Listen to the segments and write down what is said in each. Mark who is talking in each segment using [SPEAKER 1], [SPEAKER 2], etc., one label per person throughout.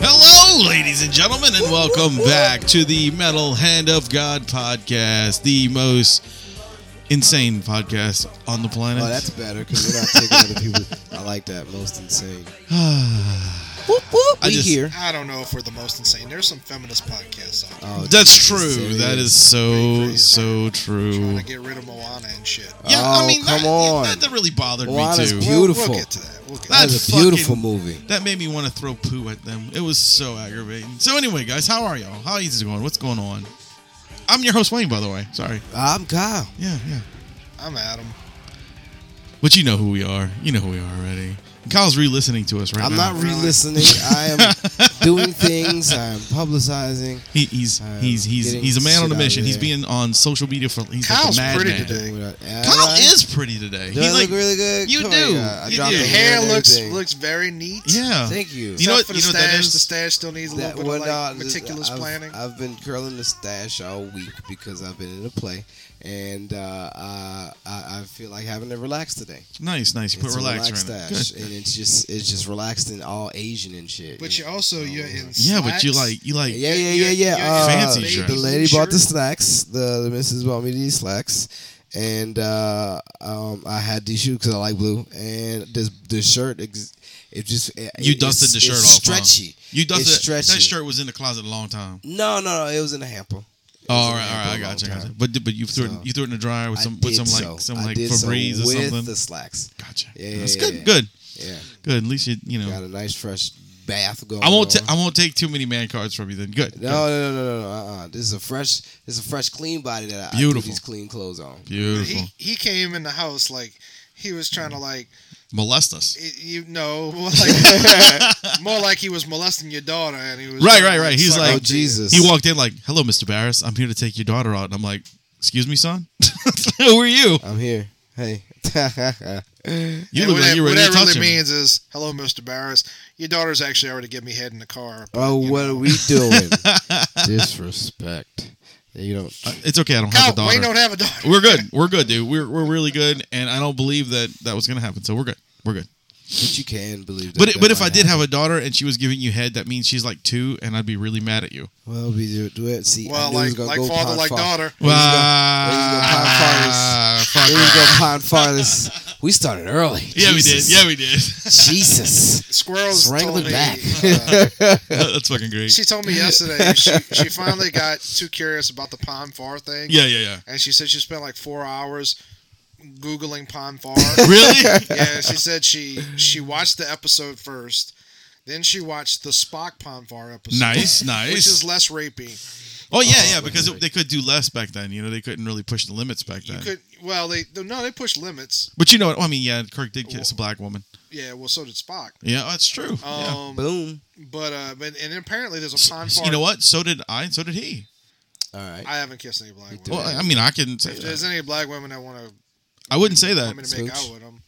[SPEAKER 1] Hello, ladies and gentlemen, and welcome back to the Metal Hand of God podcast, the most insane podcast on the planet.
[SPEAKER 2] Oh, that's better because we're not taking other people. I like that. Most insane.
[SPEAKER 3] Whoop, whoop.
[SPEAKER 2] We
[SPEAKER 1] just-
[SPEAKER 2] here.
[SPEAKER 3] I don't know if we're the most insane. There's some feminist podcasts out there
[SPEAKER 2] Oh,
[SPEAKER 1] That's
[SPEAKER 2] Jesus,
[SPEAKER 1] true.
[SPEAKER 2] insane.
[SPEAKER 1] That is so so
[SPEAKER 3] trying
[SPEAKER 1] true.
[SPEAKER 3] to get rid of Moana and shit.
[SPEAKER 1] Yeah, I
[SPEAKER 2] Oh,
[SPEAKER 1] mean,
[SPEAKER 2] come
[SPEAKER 1] that,
[SPEAKER 2] on.
[SPEAKER 1] that, that really bothered
[SPEAKER 2] Moana's
[SPEAKER 1] me too.
[SPEAKER 2] beautiful.
[SPEAKER 3] We'll- We'll, get to that. We'll get
[SPEAKER 1] That-
[SPEAKER 2] That
[SPEAKER 3] to
[SPEAKER 2] is a
[SPEAKER 1] fucking-
[SPEAKER 2] beautiful movie.
[SPEAKER 1] That made me want to throw poo at them. It was so aggravating. So anyway, guys, how are y'all? How is it going? What's going on? I'm your host Wayne, by the way. Sorry.
[SPEAKER 2] I'm Kyle.
[SPEAKER 1] Yeah, yeah.
[SPEAKER 3] that. I'm Adam.
[SPEAKER 1] But you know who we are. You know who we are already. Kyle's re-listening to us right
[SPEAKER 2] I'm
[SPEAKER 1] now.
[SPEAKER 2] not re-listening. I am doing things. I am publicizing.
[SPEAKER 1] He, he's
[SPEAKER 2] I'm
[SPEAKER 1] he's he's
[SPEAKER 2] getting
[SPEAKER 1] he's a man on
[SPEAKER 2] shit
[SPEAKER 1] a
[SPEAKER 2] out of
[SPEAKER 1] mission. He's
[SPEAKER 2] there.
[SPEAKER 1] being on social media for he's
[SPEAKER 3] Kyle's
[SPEAKER 1] like a
[SPEAKER 3] pretty
[SPEAKER 1] madman.
[SPEAKER 3] today.
[SPEAKER 2] Kyle
[SPEAKER 1] Kyle is pretty today.
[SPEAKER 2] Do
[SPEAKER 1] He
[SPEAKER 2] I
[SPEAKER 1] like-
[SPEAKER 2] look really good?
[SPEAKER 1] you
[SPEAKER 2] Come
[SPEAKER 1] do.
[SPEAKER 2] On, guy. I
[SPEAKER 1] You
[SPEAKER 2] dropped
[SPEAKER 1] do.
[SPEAKER 3] The
[SPEAKER 2] the
[SPEAKER 3] hair looks
[SPEAKER 2] everything.
[SPEAKER 3] looks very neat.
[SPEAKER 1] yeah.
[SPEAKER 2] Thank you.
[SPEAKER 1] You know what-
[SPEAKER 3] Except for
[SPEAKER 1] you
[SPEAKER 3] the
[SPEAKER 1] know what
[SPEAKER 3] stash,
[SPEAKER 1] that is?
[SPEAKER 3] the stash still needs a little bit
[SPEAKER 2] we're
[SPEAKER 3] of
[SPEAKER 2] not-
[SPEAKER 3] like, meticulous
[SPEAKER 2] uh, I've,
[SPEAKER 3] planning.
[SPEAKER 2] I've been curling the stash all week because I've been in a play, and uh, uh, I, I feel like having to relax today.
[SPEAKER 1] Nice, nice. You put
[SPEAKER 2] it's a
[SPEAKER 1] relaxer
[SPEAKER 2] relaxed
[SPEAKER 1] in it.
[SPEAKER 2] stash,
[SPEAKER 1] Good.
[SPEAKER 2] and it's just it's just relaxed in all Asian and shit. Oh,
[SPEAKER 3] but you also you're in.
[SPEAKER 1] Yeah, but you
[SPEAKER 3] slacks.
[SPEAKER 1] like you like
[SPEAKER 2] Yeah, yeah,
[SPEAKER 3] you-
[SPEAKER 2] yeah, yeah.
[SPEAKER 3] you-
[SPEAKER 2] Uh,
[SPEAKER 1] Fancy
[SPEAKER 2] the
[SPEAKER 1] dress.
[SPEAKER 2] lady bought the
[SPEAKER 3] Shirt.
[SPEAKER 2] slacks. The, the missus bought me these slacks, and uh, um, I had these shoes because I like blue. And this the shirt, ex- it just it,
[SPEAKER 1] you
[SPEAKER 2] it's-
[SPEAKER 1] dusted the shirt
[SPEAKER 2] it's
[SPEAKER 1] off. huh?
[SPEAKER 2] Stretchy.
[SPEAKER 1] You dusted
[SPEAKER 2] It's stretchy.
[SPEAKER 1] that shirt was in the closet a long time.
[SPEAKER 2] No, no, no. It was in a hamper.
[SPEAKER 1] Oh, all
[SPEAKER 2] in
[SPEAKER 1] right,
[SPEAKER 2] there
[SPEAKER 1] all
[SPEAKER 2] for
[SPEAKER 1] right,
[SPEAKER 2] a
[SPEAKER 1] I
[SPEAKER 2] long
[SPEAKER 1] got you, I got
[SPEAKER 2] time.
[SPEAKER 1] you. But d- but you threw
[SPEAKER 2] So,
[SPEAKER 1] it, you threw it in the dryer with
[SPEAKER 2] I
[SPEAKER 1] some with some
[SPEAKER 2] did
[SPEAKER 1] like
[SPEAKER 2] so.
[SPEAKER 1] some
[SPEAKER 2] I
[SPEAKER 1] like
[SPEAKER 2] did so
[SPEAKER 1] Febreze or
[SPEAKER 2] with
[SPEAKER 1] something.
[SPEAKER 2] The slacks.
[SPEAKER 1] Gotcha.
[SPEAKER 2] Yeah, yeah,
[SPEAKER 1] That's
[SPEAKER 2] yeah,
[SPEAKER 1] good.
[SPEAKER 2] yeah.
[SPEAKER 1] Good.
[SPEAKER 2] Yeah,
[SPEAKER 1] Good. At least you you know.
[SPEAKER 2] got a nice fresh bath going.
[SPEAKER 1] Oh. I won't
[SPEAKER 2] on.
[SPEAKER 1] ta- I won't take too many man cards from you then. Good.
[SPEAKER 2] No, no, no, no, no. Uh, uh This is a fresh, this is a fresh, clean body that I, I do
[SPEAKER 1] Beautiful.
[SPEAKER 2] these clean clothes on.
[SPEAKER 1] Good. Beautiful.
[SPEAKER 3] He, he came in the house like he was trying to like
[SPEAKER 1] Molest us.
[SPEAKER 3] it- you know more like, more like he was molesting your daughter and he was
[SPEAKER 1] Right,
[SPEAKER 3] trying to,
[SPEAKER 1] right, right. He's
[SPEAKER 3] suck
[SPEAKER 1] like-
[SPEAKER 2] Oh
[SPEAKER 3] up to you.
[SPEAKER 2] Jesus!
[SPEAKER 1] He walked in like, "Hello, Mr. Barris. I'm here to take your daughter out." And I'm like, "Excuse me, son. Who are you?
[SPEAKER 2] I'm here. Hey.
[SPEAKER 1] You
[SPEAKER 3] And
[SPEAKER 1] look
[SPEAKER 3] what
[SPEAKER 1] like
[SPEAKER 3] that,
[SPEAKER 1] you were
[SPEAKER 3] what
[SPEAKER 1] ready to
[SPEAKER 3] that
[SPEAKER 1] touch
[SPEAKER 3] really
[SPEAKER 1] him."
[SPEAKER 3] means is, hello, Mr. Barris. Your daughter's actually already give me head in the car.
[SPEAKER 2] oh, what are we doing? Disrespect. You don't.
[SPEAKER 1] Uh, It's okay. I don't have a
[SPEAKER 3] Kyle, Wayne
[SPEAKER 1] daughter.
[SPEAKER 3] don't have a daughter.
[SPEAKER 1] We're good. We're good, dude. We're we're really good, and I don't believe that that was gonna happen. So we're good. We're good.
[SPEAKER 2] But you can believe. That
[SPEAKER 1] But it,
[SPEAKER 2] that
[SPEAKER 1] but if
[SPEAKER 2] might
[SPEAKER 1] I did have
[SPEAKER 2] happen.
[SPEAKER 1] a daughter and she was giving you head, that means she's like two, and I'd be really mad at you.
[SPEAKER 2] well, we do, do it. See, I
[SPEAKER 3] Well,
[SPEAKER 2] knew he was
[SPEAKER 3] like
[SPEAKER 2] gonna
[SPEAKER 3] like
[SPEAKER 2] go
[SPEAKER 3] father,
[SPEAKER 2] pond
[SPEAKER 3] like
[SPEAKER 2] far.
[SPEAKER 3] daughter.
[SPEAKER 2] He was gonna-
[SPEAKER 1] Ah,
[SPEAKER 2] He
[SPEAKER 1] fuck.
[SPEAKER 2] was gonna pond farthest. We started early.
[SPEAKER 1] Yeah, we did.
[SPEAKER 2] Jesus.
[SPEAKER 1] Yeah, we did.
[SPEAKER 2] Jesus.
[SPEAKER 3] Squirrels
[SPEAKER 2] Wrangle it
[SPEAKER 3] told me.
[SPEAKER 2] back.
[SPEAKER 3] uh,
[SPEAKER 1] Uh-huh. That's fucking great.
[SPEAKER 3] she told me yesterday she, she finally got too curious about the Pom Far thing.
[SPEAKER 1] Yeah, yeah, yeah.
[SPEAKER 3] And she said she spent like four hours googling Pom Far.
[SPEAKER 1] Really?
[SPEAKER 3] yeah, she said she she watched the episode first, then she watched the Spock Pom Far episode.
[SPEAKER 1] Nice,
[SPEAKER 3] Which
[SPEAKER 1] nice.
[SPEAKER 3] is less rapey.
[SPEAKER 1] Oh yeah, yeah. Because it, they could do less back then. You know, they couldn't really push the limits back
[SPEAKER 3] You
[SPEAKER 1] then.
[SPEAKER 3] could well they no they pushed limits.
[SPEAKER 1] But you know what? I mean, yeah, Kirk did kiss a black woman.
[SPEAKER 3] Yeah, well so did Spock.
[SPEAKER 1] Yeah, that's true. yeah.
[SPEAKER 3] Um,
[SPEAKER 2] Boom.
[SPEAKER 3] but uh, but and apparently there's a
[SPEAKER 1] S-
[SPEAKER 3] pond
[SPEAKER 1] s-
[SPEAKER 3] far.
[SPEAKER 1] You know what? So did I, and so did he.
[SPEAKER 2] All right.
[SPEAKER 3] I haven't kissed any black
[SPEAKER 2] You
[SPEAKER 3] women.
[SPEAKER 1] Well, I I mean, I can say
[SPEAKER 3] If there's
[SPEAKER 1] that.
[SPEAKER 3] any black women that want to
[SPEAKER 1] I wouldn't say
[SPEAKER 3] want
[SPEAKER 1] that.
[SPEAKER 3] me to make out
[SPEAKER 2] Smooch.
[SPEAKER 3] with them,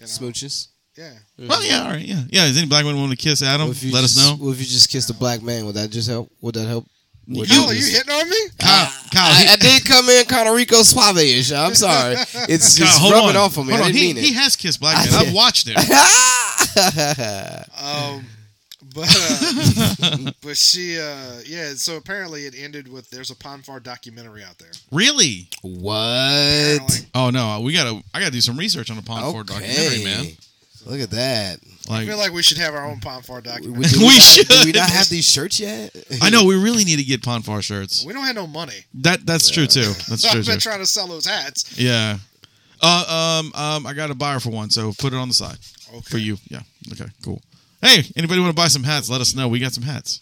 [SPEAKER 3] you know,
[SPEAKER 2] Smooches.
[SPEAKER 3] Yeah,
[SPEAKER 1] Well, yeah, all right, yeah, yeah. Does any black woman want to kiss Adam?
[SPEAKER 2] Well, if you
[SPEAKER 1] Um, Let us
[SPEAKER 2] just-
[SPEAKER 1] know.
[SPEAKER 2] Well, if you just kissed a black man, would that just help? Would that help? Would
[SPEAKER 3] Kyle,
[SPEAKER 2] that
[SPEAKER 3] are you
[SPEAKER 2] just-
[SPEAKER 3] hitting on me?
[SPEAKER 1] Kyle, Kyle, he-
[SPEAKER 2] I, I did come in kind of Rico Suave-ish. I'm sorry. It's
[SPEAKER 1] Kyle,
[SPEAKER 2] just
[SPEAKER 1] hold
[SPEAKER 2] rubbing
[SPEAKER 1] on.
[SPEAKER 2] off on me.
[SPEAKER 1] Hold
[SPEAKER 2] I
[SPEAKER 1] on.
[SPEAKER 2] didn't
[SPEAKER 1] he,
[SPEAKER 2] mean
[SPEAKER 1] he
[SPEAKER 2] it.
[SPEAKER 1] has kissed black
[SPEAKER 2] I
[SPEAKER 1] men. I've
[SPEAKER 2] did.
[SPEAKER 1] watched it.
[SPEAKER 3] Um, but uh, but she uh, yeah. So apparently it ended with there's a pond far documentary out there.
[SPEAKER 1] really?
[SPEAKER 2] what?
[SPEAKER 3] Apparently.
[SPEAKER 1] Oh no, we gotta. I gotta do some research on the Pond Ford documentary, man.
[SPEAKER 2] Okay. Look at that.
[SPEAKER 3] I
[SPEAKER 1] Like,
[SPEAKER 3] feel like we should have our own pond far documentary.
[SPEAKER 2] We, do
[SPEAKER 1] We
[SPEAKER 2] not-
[SPEAKER 1] should.
[SPEAKER 2] Do we not have these shirts yet?
[SPEAKER 1] I know we really need to get Pond Ford shirts.
[SPEAKER 3] We don't have no money,
[SPEAKER 1] That that's true too. That's
[SPEAKER 3] so
[SPEAKER 1] true
[SPEAKER 3] I've been
[SPEAKER 1] too.
[SPEAKER 3] trying to sell those hats.
[SPEAKER 1] Yeah. Uh, um, um, I got a buyer for one, so put it on the side
[SPEAKER 3] Okay,
[SPEAKER 1] for you. Yeah. Okay. Cool. Hey, anybody want to buy some hats? Let us know. We got some hats.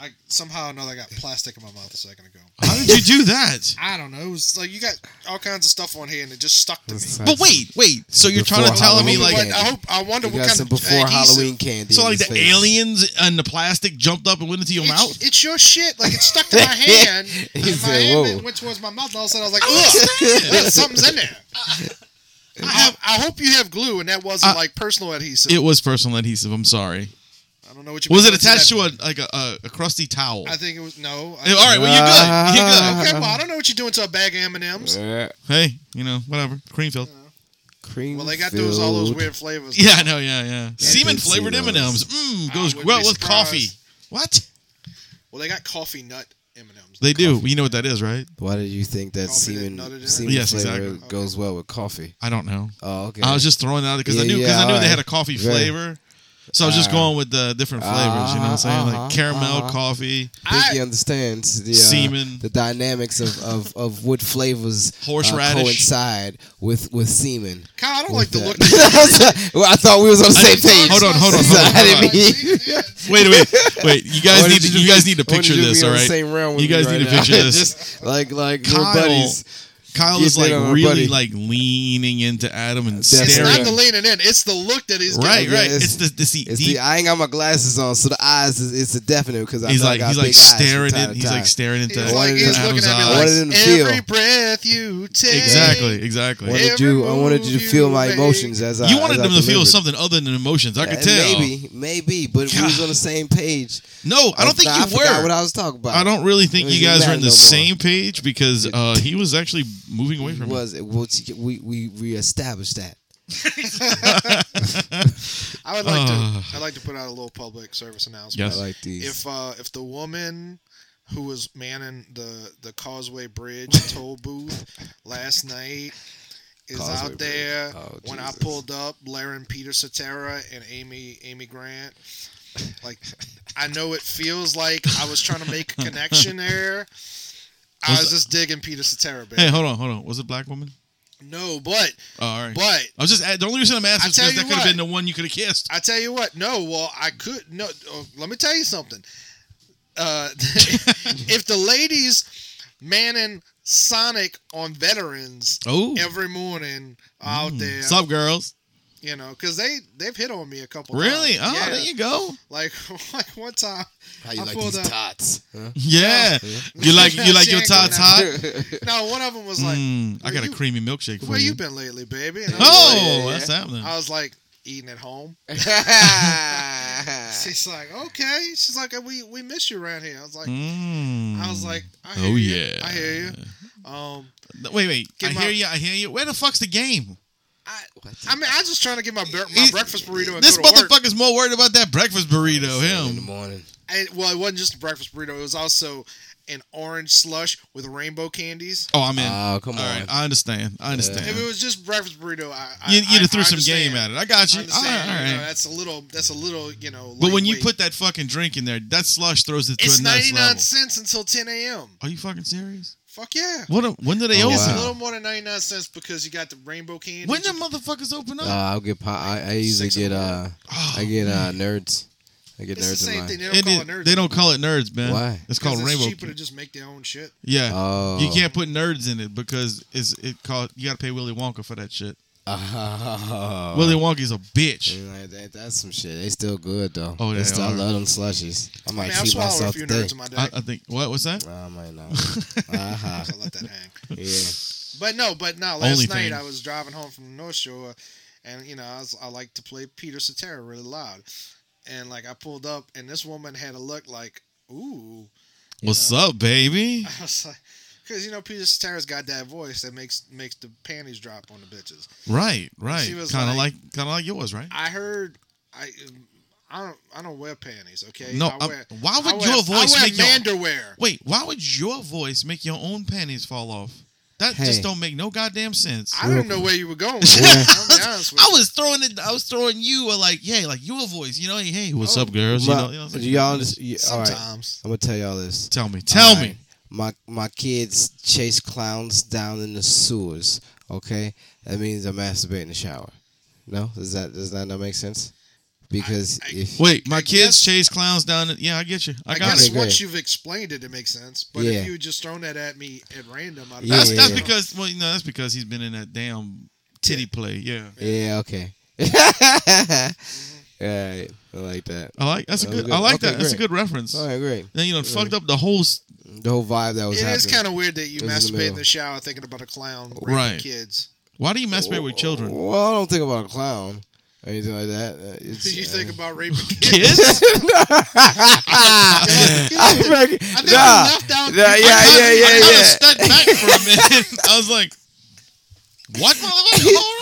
[SPEAKER 3] I somehow or another I got plastic in my mouth a second ago.
[SPEAKER 1] How did you do that?
[SPEAKER 3] I don't know. It was like you got all kinds of stuff on here, and it just stuck to me.
[SPEAKER 1] But wait, wait. So you're trying to
[SPEAKER 2] Before
[SPEAKER 1] tell me
[SPEAKER 2] Halloween.
[SPEAKER 1] like
[SPEAKER 3] But I hope I wonder
[SPEAKER 2] we
[SPEAKER 3] what
[SPEAKER 2] got
[SPEAKER 3] kind
[SPEAKER 2] some
[SPEAKER 3] of
[SPEAKER 2] before
[SPEAKER 3] adhesive-
[SPEAKER 2] Halloween candy.
[SPEAKER 1] so
[SPEAKER 2] in
[SPEAKER 1] like
[SPEAKER 2] his
[SPEAKER 1] the
[SPEAKER 2] face.
[SPEAKER 1] aliens and the plastic jumped up and went into your
[SPEAKER 3] It's,
[SPEAKER 1] mouth?
[SPEAKER 3] it's your shit. Like it stuck to my hand. and my
[SPEAKER 2] He said,
[SPEAKER 3] hand
[SPEAKER 2] "Whoa."
[SPEAKER 3] it went towards my mouth, and all of a sudden I was like, "Ugh, well, something's in there." I, have, I hope you have glue, and that wasn't
[SPEAKER 1] I-
[SPEAKER 3] like personal adhesive.
[SPEAKER 1] Uh, It was personal adhesive. I'm sorry.
[SPEAKER 3] I don't know what you.
[SPEAKER 1] Was it
[SPEAKER 3] put
[SPEAKER 1] attached to
[SPEAKER 3] that-
[SPEAKER 1] a like a, a, a crusty towel?
[SPEAKER 3] I think it was no. I,
[SPEAKER 1] All right, Uh-huh. well you're good. You're good.
[SPEAKER 3] Okay, well I don't know what you're doing to a bag of M and M's.
[SPEAKER 2] Uh,
[SPEAKER 1] Hey, you know whatever. Creamfield.
[SPEAKER 2] cream
[SPEAKER 3] Well, they got those all those
[SPEAKER 2] filled.
[SPEAKER 3] weird flavors.
[SPEAKER 1] Yeah, I know. Yeah, yeah. Semen
[SPEAKER 2] did see
[SPEAKER 1] flavored M
[SPEAKER 2] those.
[SPEAKER 1] and M's. Mmm,
[SPEAKER 3] I
[SPEAKER 1] goes
[SPEAKER 3] wouldn't
[SPEAKER 1] well
[SPEAKER 3] be
[SPEAKER 1] with coffee.
[SPEAKER 3] surprised.
[SPEAKER 1] What?
[SPEAKER 3] Well, they got coffee nut M and M's.
[SPEAKER 1] They do. You know what that is, right?
[SPEAKER 2] Why did you think that
[SPEAKER 3] Coffee that
[SPEAKER 2] semen,
[SPEAKER 3] nutted in it?
[SPEAKER 2] semen
[SPEAKER 1] Yes,
[SPEAKER 2] flavor
[SPEAKER 1] exactly.
[SPEAKER 2] goes well with coffee?
[SPEAKER 1] I don't know.
[SPEAKER 2] Oh, okay.
[SPEAKER 1] I was just throwing that out because I
[SPEAKER 2] Yeah,
[SPEAKER 1] knew because
[SPEAKER 2] yeah,
[SPEAKER 1] I knew they
[SPEAKER 2] alright.
[SPEAKER 1] had a coffee
[SPEAKER 2] Right.
[SPEAKER 1] flavor. So I was just
[SPEAKER 2] Ah.
[SPEAKER 1] going with the different flavors, you know what I'm saying?
[SPEAKER 2] Uh-huh,
[SPEAKER 1] Like caramel,
[SPEAKER 2] uh-huh.
[SPEAKER 1] coffee,
[SPEAKER 2] think
[SPEAKER 3] I-
[SPEAKER 2] he understands the uh,
[SPEAKER 1] Semen.
[SPEAKER 2] the dynamics of, of, of what flavors uh,
[SPEAKER 1] Horseradish.
[SPEAKER 2] coincide with with semen.
[SPEAKER 3] Kyle, I don't
[SPEAKER 2] With
[SPEAKER 3] like the
[SPEAKER 2] that.
[SPEAKER 3] look.
[SPEAKER 2] well, I thought we was on the same page.
[SPEAKER 1] Hold on, hold on,
[SPEAKER 2] So
[SPEAKER 1] hold on,
[SPEAKER 2] I
[SPEAKER 1] hold on.
[SPEAKER 2] didn't mean-
[SPEAKER 1] Wait, wait, wait! You
[SPEAKER 2] I
[SPEAKER 1] guys
[SPEAKER 2] wanted
[SPEAKER 1] need to, you
[SPEAKER 2] be-
[SPEAKER 1] guys need to
[SPEAKER 2] I wanted
[SPEAKER 1] picture
[SPEAKER 2] you
[SPEAKER 1] this,
[SPEAKER 2] be
[SPEAKER 1] all
[SPEAKER 2] on the
[SPEAKER 1] right?
[SPEAKER 2] same round with
[SPEAKER 1] You
[SPEAKER 2] me
[SPEAKER 1] guys
[SPEAKER 2] right
[SPEAKER 1] need to
[SPEAKER 2] now.
[SPEAKER 1] picture this.
[SPEAKER 2] Just like like
[SPEAKER 1] Kyle,
[SPEAKER 2] we're buddies.
[SPEAKER 1] Kyle
[SPEAKER 2] You
[SPEAKER 1] is
[SPEAKER 2] did
[SPEAKER 1] like
[SPEAKER 2] on our
[SPEAKER 1] really
[SPEAKER 2] buddy.
[SPEAKER 1] like leaning into Adam and
[SPEAKER 2] That's
[SPEAKER 3] It's
[SPEAKER 1] staring.
[SPEAKER 3] not the leaning in. It's the look that he's
[SPEAKER 1] right,
[SPEAKER 3] giving.
[SPEAKER 2] Yeah,
[SPEAKER 1] right. It's,
[SPEAKER 2] it's-
[SPEAKER 1] the, the, the,
[SPEAKER 2] It's the, I ain't got my glasses on, so the eyes is it's a definite because I
[SPEAKER 1] he's
[SPEAKER 2] know I
[SPEAKER 1] like
[SPEAKER 2] got
[SPEAKER 1] he's
[SPEAKER 2] big
[SPEAKER 1] like
[SPEAKER 2] eyes from
[SPEAKER 1] staring
[SPEAKER 2] time
[SPEAKER 1] in,
[SPEAKER 2] to
[SPEAKER 1] he's like
[SPEAKER 2] time.
[SPEAKER 1] staring into
[SPEAKER 3] He's like
[SPEAKER 2] wanted
[SPEAKER 3] he's
[SPEAKER 2] to-
[SPEAKER 3] looking
[SPEAKER 1] Adam's
[SPEAKER 3] at me
[SPEAKER 2] I wanted
[SPEAKER 1] eyes.
[SPEAKER 2] him
[SPEAKER 3] like
[SPEAKER 2] to feel.
[SPEAKER 3] every breath you take.
[SPEAKER 1] Exactly, exactly.
[SPEAKER 3] What-
[SPEAKER 2] wanted you, I
[SPEAKER 3] every
[SPEAKER 2] wanted you to
[SPEAKER 3] move
[SPEAKER 2] feel
[SPEAKER 3] you
[SPEAKER 2] my
[SPEAKER 3] make.
[SPEAKER 2] emotions as I
[SPEAKER 1] You wanted
[SPEAKER 2] as I
[SPEAKER 1] them to feel
[SPEAKER 2] delivered.
[SPEAKER 1] something other than emotions. I could
[SPEAKER 2] Uh,
[SPEAKER 1] tell.
[SPEAKER 2] Maybe, maybe, but we was on the same page.
[SPEAKER 1] No, I don't think
[SPEAKER 2] Nah,
[SPEAKER 1] you
[SPEAKER 2] I forgot
[SPEAKER 1] were.
[SPEAKER 2] what I was talking about.
[SPEAKER 1] I don't really think
[SPEAKER 2] It
[SPEAKER 1] you guys
[SPEAKER 2] doesn't
[SPEAKER 1] were
[SPEAKER 2] matter
[SPEAKER 1] in the
[SPEAKER 2] no more.
[SPEAKER 1] same page because uh, he was actually moving away
[SPEAKER 2] It
[SPEAKER 1] from me.
[SPEAKER 2] was it was- we we we established that.
[SPEAKER 3] I would like
[SPEAKER 1] Ugh.
[SPEAKER 3] to. I'd like to put out a little public service announcement.
[SPEAKER 1] Ah. Yes.
[SPEAKER 2] I like these.
[SPEAKER 3] if uh, if the woman who was manning the the Causeway Bridge toll booth last night is
[SPEAKER 2] Causeway Bridge.
[SPEAKER 3] out there
[SPEAKER 2] Oh,
[SPEAKER 3] when I
[SPEAKER 2] Jesus.
[SPEAKER 3] pulled up, Laren Peter Cetera and Amy Amy Grant. Like, I know it feels like I was trying to make a connection there. I
[SPEAKER 1] Was-
[SPEAKER 3] was just digging Peter Cetera, baby.
[SPEAKER 1] Hey, hold on, hold on. Was it a black woman?
[SPEAKER 3] No, but
[SPEAKER 1] Oh, all right.
[SPEAKER 3] but
[SPEAKER 1] I was just the only reason I'm asking
[SPEAKER 3] I
[SPEAKER 1] is
[SPEAKER 3] tell
[SPEAKER 1] because that
[SPEAKER 3] you
[SPEAKER 1] could have
[SPEAKER 3] what.
[SPEAKER 1] been the one you could have kissed.
[SPEAKER 3] I tell you what, no. Well, I could no. oh, let me tell you something. Uh, if the ladies manning Sonic on veterans
[SPEAKER 1] Oh,
[SPEAKER 3] every morning out there,
[SPEAKER 1] Hmm. Sup, girls?
[SPEAKER 3] you know, because they they've hit on me a couple.
[SPEAKER 1] Really? Oh,
[SPEAKER 3] times. Yeah.
[SPEAKER 1] there you go.
[SPEAKER 3] like like one time.
[SPEAKER 2] How you
[SPEAKER 3] I
[SPEAKER 2] like
[SPEAKER 3] pulled
[SPEAKER 2] these
[SPEAKER 3] up-
[SPEAKER 2] tots? Huh?
[SPEAKER 1] Yeah. You like you like your
[SPEAKER 3] She ain't
[SPEAKER 1] tots
[SPEAKER 3] gonna
[SPEAKER 1] hot?
[SPEAKER 3] No, one of them was like,
[SPEAKER 1] Mm, I
[SPEAKER 3] where
[SPEAKER 1] got a
[SPEAKER 3] you-
[SPEAKER 1] creamy milkshake for
[SPEAKER 3] "Where
[SPEAKER 1] you.
[SPEAKER 3] you been lately, baby?" And I was,
[SPEAKER 1] Oh,
[SPEAKER 2] Yeah, yeah,
[SPEAKER 1] that's happening.
[SPEAKER 3] like, I was like, "Eating at home." She's like, "Okay." She's like, "We we miss you around here." I was like,
[SPEAKER 1] Mm.
[SPEAKER 3] "I was like, I hear
[SPEAKER 1] oh
[SPEAKER 3] you.
[SPEAKER 1] yeah.
[SPEAKER 3] I hear you." Um,
[SPEAKER 1] No, Wait, wait.
[SPEAKER 3] Get
[SPEAKER 1] I
[SPEAKER 3] my-
[SPEAKER 1] hear you. I hear you. Where the fuck's the game?
[SPEAKER 3] I,
[SPEAKER 2] What the-
[SPEAKER 3] I mean, I'm just trying to get my bre- my
[SPEAKER 1] He-
[SPEAKER 3] breakfast burrito and
[SPEAKER 1] This
[SPEAKER 3] go to work.
[SPEAKER 1] motherfucker's more worried about that breakfast burrito.
[SPEAKER 2] in the
[SPEAKER 1] Him.
[SPEAKER 2] morning.
[SPEAKER 3] And- well, it wasn't just a breakfast burrito; it was also an orange slush with rainbow candies.
[SPEAKER 1] Oh, I'm in.
[SPEAKER 2] Oh, come
[SPEAKER 1] All right,
[SPEAKER 2] on.
[SPEAKER 1] I understand. I understand.
[SPEAKER 3] If it was just breakfast burrito, I, I
[SPEAKER 1] you you'd
[SPEAKER 3] I-
[SPEAKER 1] have threw
[SPEAKER 3] I
[SPEAKER 1] some
[SPEAKER 3] understand.
[SPEAKER 1] game at it. I got
[SPEAKER 3] I
[SPEAKER 1] you. All
[SPEAKER 3] understand.
[SPEAKER 1] right, all
[SPEAKER 3] you know,
[SPEAKER 1] right.
[SPEAKER 3] that's a little. That's a little. You know.
[SPEAKER 1] But when you
[SPEAKER 3] lightweight.
[SPEAKER 1] put that fucking drink in there, that slush throws it to
[SPEAKER 3] it's
[SPEAKER 1] a next
[SPEAKER 3] 99
[SPEAKER 1] level.
[SPEAKER 3] cents until 10 a.m.
[SPEAKER 1] Are you fucking serious?
[SPEAKER 3] Fuck yeah!
[SPEAKER 1] What? A, when do they
[SPEAKER 2] Oh,
[SPEAKER 1] open?
[SPEAKER 3] It's a
[SPEAKER 2] wow.
[SPEAKER 3] little more than 99 cents because you got the rainbow candy.
[SPEAKER 1] When the motherfuckers open
[SPEAKER 2] Uh,
[SPEAKER 1] up?
[SPEAKER 2] I'll get. Pop, I, I usually
[SPEAKER 3] Six in
[SPEAKER 2] get.
[SPEAKER 3] the
[SPEAKER 2] Uh,
[SPEAKER 1] Oh,
[SPEAKER 2] I get uh, nerds. I get
[SPEAKER 3] it's
[SPEAKER 2] nerds
[SPEAKER 3] the
[SPEAKER 2] in
[SPEAKER 3] same
[SPEAKER 2] mine.
[SPEAKER 3] thing. They don't
[SPEAKER 1] it
[SPEAKER 3] call
[SPEAKER 1] is-
[SPEAKER 3] it nerds.
[SPEAKER 1] they don't call it nerds, man.
[SPEAKER 2] Why?
[SPEAKER 1] It's
[SPEAKER 3] Because
[SPEAKER 1] called
[SPEAKER 3] it's
[SPEAKER 1] rainbow.
[SPEAKER 3] cheaper to just make their own shit.
[SPEAKER 1] yeah.
[SPEAKER 2] Oh,
[SPEAKER 1] You can't put nerds in it because it's it called. You gotta pay Willy Wonka for that shit.
[SPEAKER 2] Oh.
[SPEAKER 1] Willy Wonka's a bitch.
[SPEAKER 2] Yeah, that- that's some shit. They still good though.
[SPEAKER 1] Oh, they
[SPEAKER 2] They still-
[SPEAKER 1] are.
[SPEAKER 2] I love them slushies. I
[SPEAKER 3] I
[SPEAKER 2] might
[SPEAKER 3] mean, I've
[SPEAKER 2] treat
[SPEAKER 3] swallowed a
[SPEAKER 2] myself
[SPEAKER 3] few
[SPEAKER 2] today.
[SPEAKER 3] nerds in my day.
[SPEAKER 1] I, I think. What? What's that?
[SPEAKER 2] I might not. uh-huh.
[SPEAKER 3] so I let that hang.
[SPEAKER 2] Yeah.
[SPEAKER 3] But no, but no. Last
[SPEAKER 1] Only
[SPEAKER 3] night
[SPEAKER 1] thing.
[SPEAKER 3] I was driving home from the North Shore, and you know I, was, I like to play Peter Cetera really loud, and like I pulled up, and this woman had a look like, ooh,
[SPEAKER 1] What's up, baby?
[SPEAKER 3] I was like, because you know Peter Cetera's got that voice that makes makes the panties drop on the bitches.
[SPEAKER 1] Right, right. Kind
[SPEAKER 3] was
[SPEAKER 1] of like,
[SPEAKER 3] like-
[SPEAKER 1] kind of like yours, right?
[SPEAKER 3] I heard, I, I don't, I don't wear panties. Okay,
[SPEAKER 1] No,
[SPEAKER 3] I
[SPEAKER 1] I'm-
[SPEAKER 3] wear.
[SPEAKER 1] why
[SPEAKER 3] I
[SPEAKER 1] would
[SPEAKER 3] wear,
[SPEAKER 1] your voice
[SPEAKER 3] I wear
[SPEAKER 1] make your
[SPEAKER 3] manderwear.
[SPEAKER 1] Wait, why would your voice make your own panties fall off? That
[SPEAKER 2] Hey.
[SPEAKER 1] just don't make no goddamn sense. I,
[SPEAKER 3] I don't know where you were going. With that. I'm gonna be honest with you.
[SPEAKER 1] was throwing it. I was throwing you a like, yeah, like your voice. You know, hey, hey what's
[SPEAKER 3] Oh,
[SPEAKER 1] up, girls? You
[SPEAKER 2] My-
[SPEAKER 1] know, you know what I'm saying?
[SPEAKER 2] y'all just, you, all right.
[SPEAKER 3] Sometimes.
[SPEAKER 2] I'm gonna tell y'all this.
[SPEAKER 1] Tell me, tell
[SPEAKER 2] All
[SPEAKER 1] me.
[SPEAKER 2] right. My my kids chase clowns down in the sewers. Okay, that means I masturbate in the shower. No, does that does that not make sense? Because
[SPEAKER 3] I- I-
[SPEAKER 2] if
[SPEAKER 1] Wait, my
[SPEAKER 3] I
[SPEAKER 1] kids
[SPEAKER 3] guess-
[SPEAKER 1] chase clowns down. at- Yeah, I get you. I,
[SPEAKER 3] I
[SPEAKER 1] got
[SPEAKER 3] guess
[SPEAKER 1] it.
[SPEAKER 2] Okay, go
[SPEAKER 3] once
[SPEAKER 2] ahead.
[SPEAKER 3] you've explained it, it makes sense. But
[SPEAKER 2] Yeah.
[SPEAKER 3] if you had just thrown that at me at random, I'd
[SPEAKER 1] That's
[SPEAKER 2] Yeah.
[SPEAKER 1] that's because well, no, that's because he's been in that damn titty play. Yeah,
[SPEAKER 2] yeah, okay. All right, I like that.
[SPEAKER 1] I like that's a
[SPEAKER 2] That was
[SPEAKER 1] good.
[SPEAKER 2] good.
[SPEAKER 1] I like
[SPEAKER 2] Okay,
[SPEAKER 1] that. That's a
[SPEAKER 2] great.
[SPEAKER 1] good reference.
[SPEAKER 2] All right, great.
[SPEAKER 1] Then you know, fucked up the whole. s-
[SPEAKER 2] The whole vibe that was
[SPEAKER 3] It
[SPEAKER 2] happening.
[SPEAKER 3] is kind of weird that you
[SPEAKER 2] It was in the
[SPEAKER 3] masturbate in
[SPEAKER 2] middle.
[SPEAKER 3] the shower thinking about a clown raping
[SPEAKER 1] Right.
[SPEAKER 3] kids.
[SPEAKER 1] Why do you masturbate with children?
[SPEAKER 2] Well, I don't think about a clown or anything like that. Uh, It's,
[SPEAKER 3] You
[SPEAKER 2] uh,
[SPEAKER 3] think about raping kids?
[SPEAKER 1] Kids?
[SPEAKER 3] I,
[SPEAKER 2] I reckon-
[SPEAKER 3] I think
[SPEAKER 2] nah.
[SPEAKER 3] you left out.
[SPEAKER 2] Nah, yeah,
[SPEAKER 1] I
[SPEAKER 2] yeah,
[SPEAKER 1] kinda-
[SPEAKER 2] yeah,
[SPEAKER 1] I kinda
[SPEAKER 2] yeah.
[SPEAKER 1] stepped back for a minute. I was like, What motherfucker? Hold on.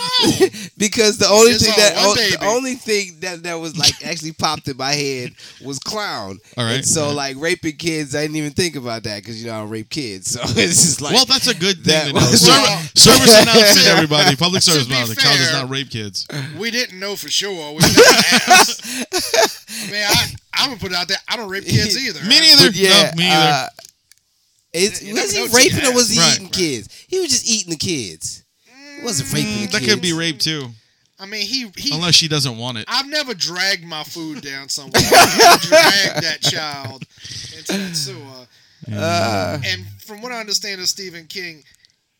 [SPEAKER 2] because the only
[SPEAKER 3] It's
[SPEAKER 2] thing
[SPEAKER 3] all
[SPEAKER 2] that
[SPEAKER 3] one
[SPEAKER 2] o-
[SPEAKER 3] baby.
[SPEAKER 2] the only thing that that was like actually popped in my head was clown.
[SPEAKER 1] All right,
[SPEAKER 2] And so
[SPEAKER 1] all
[SPEAKER 2] like raping kids, I didn't even think about that because you know I don't rape kids. So it's just like
[SPEAKER 1] well, that's a good
[SPEAKER 2] that
[SPEAKER 1] thing to know.
[SPEAKER 2] was-
[SPEAKER 3] Well-
[SPEAKER 1] Service, service announcement, everybody. Public
[SPEAKER 3] To
[SPEAKER 1] service
[SPEAKER 3] be
[SPEAKER 1] announcement. Child does
[SPEAKER 3] fair-
[SPEAKER 1] not rape kids.
[SPEAKER 3] We didn't know for sure. We never asked. I mean, I, I'm gonna put it out there. I don't rape kids either.
[SPEAKER 1] Me
[SPEAKER 3] I-
[SPEAKER 1] neither.
[SPEAKER 2] but yeah,
[SPEAKER 1] no, me either.
[SPEAKER 2] uh, it's,
[SPEAKER 3] You
[SPEAKER 2] was
[SPEAKER 3] never know
[SPEAKER 2] he
[SPEAKER 3] till you
[SPEAKER 2] raping or was he
[SPEAKER 1] ask.
[SPEAKER 2] eating
[SPEAKER 1] Right, Mm,
[SPEAKER 2] kids? He was just eating the kids. He wasn't raping the
[SPEAKER 1] that
[SPEAKER 2] kids.
[SPEAKER 1] could be rape too,
[SPEAKER 3] I mean, he he.
[SPEAKER 1] unless she doesn't want it.
[SPEAKER 3] I've never dragged my food down somewhere. I dragged that child into that sewer.
[SPEAKER 2] Uh,
[SPEAKER 3] And from what I understand of Stephen King,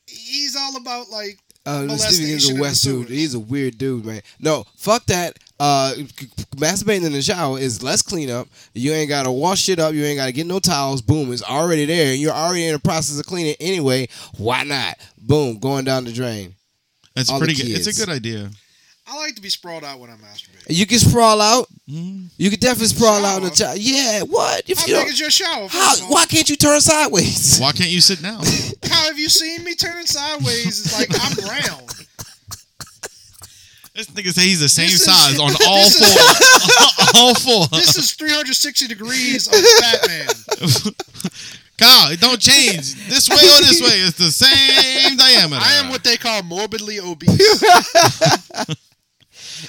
[SPEAKER 3] he's all about like
[SPEAKER 2] Uh, this
[SPEAKER 3] Molestation
[SPEAKER 2] Stephen King's
[SPEAKER 3] in
[SPEAKER 2] a
[SPEAKER 3] Oh, the
[SPEAKER 2] West dude.
[SPEAKER 3] sewers.
[SPEAKER 2] He's a weird dude, man. No, fuck that. Uh, c- c- masturbating in the shower is less cleanup. You ain't gotta wash it up. You ain't gotta get no towels. Boom, it's already there. You're already in the process of cleaning anyway. Why not? Boom, going down the drain.
[SPEAKER 1] That's
[SPEAKER 2] all the
[SPEAKER 1] pretty good. It's
[SPEAKER 2] kids.
[SPEAKER 1] a good idea.
[SPEAKER 3] I like to be sprawled out when I masturbate.
[SPEAKER 2] You can sprawl out.
[SPEAKER 1] Mm.
[SPEAKER 2] You can definitely sprawl out in the
[SPEAKER 3] Shower.
[SPEAKER 2] shower. Yeah, what?
[SPEAKER 3] How
[SPEAKER 2] If you
[SPEAKER 3] big
[SPEAKER 2] don't,
[SPEAKER 3] is your shower?
[SPEAKER 2] how,
[SPEAKER 3] first of all?
[SPEAKER 2] why can't you turn sideways?
[SPEAKER 1] Why can't you sit down?
[SPEAKER 3] How have you seen me turning sideways? It's like I'm round.
[SPEAKER 1] This nigga say he's the same
[SPEAKER 3] This is-
[SPEAKER 1] size on all
[SPEAKER 3] this is-
[SPEAKER 1] four. all four.
[SPEAKER 3] This is 360 degrees of Fat Man.
[SPEAKER 1] Kyle, it don't change. This way or this way. It's the same diameter.
[SPEAKER 3] I am what they call morbidly obese.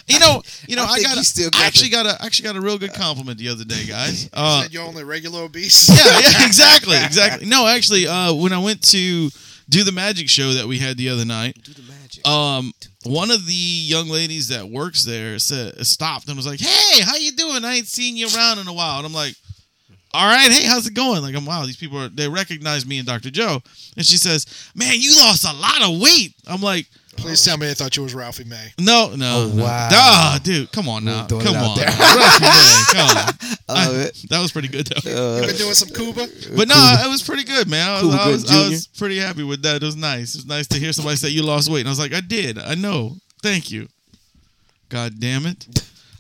[SPEAKER 1] you know, you know, I,
[SPEAKER 2] I think
[SPEAKER 1] got,
[SPEAKER 2] you
[SPEAKER 1] a,
[SPEAKER 2] still Uh, got
[SPEAKER 1] I actually got a actually got a real good compliment the other day, guys. Uh,
[SPEAKER 3] Said you're only regular obese.
[SPEAKER 1] yeah, yeah, exactly, exactly. No, actually, uh, when I went to do the magic show that we had the other night,
[SPEAKER 2] Do the magic.
[SPEAKER 1] um, one of the young ladies that works there said stopped and was like, "Hey, how you doing? I ain't seen you around in a while." And I'm like, "All right, hey, how's it going?" Like, I'm wow, these people are they recognize me and Dr. Joe, and she says, "Man, you lost a lot of weight." I'm like.
[SPEAKER 3] Please tell me they thought you was Ralphie May.
[SPEAKER 1] No, no,
[SPEAKER 2] Oh,
[SPEAKER 1] no.
[SPEAKER 2] wow.
[SPEAKER 1] Duh, dude, come on now,
[SPEAKER 2] throwing
[SPEAKER 1] come
[SPEAKER 2] it out
[SPEAKER 1] on,
[SPEAKER 2] there.
[SPEAKER 1] Rough man, come on.
[SPEAKER 2] I love it.
[SPEAKER 1] That was pretty good though.
[SPEAKER 3] You
[SPEAKER 2] Uh,
[SPEAKER 3] been doing some Cuba?
[SPEAKER 1] But no, it was pretty good, man. I was,
[SPEAKER 2] Cool,
[SPEAKER 1] I,
[SPEAKER 2] good
[SPEAKER 1] was, I
[SPEAKER 2] junior.
[SPEAKER 1] was pretty happy with that. It was nice. It was nice to hear somebody say you lost weight, and I was like, I did. I know. Thank you. God damn it.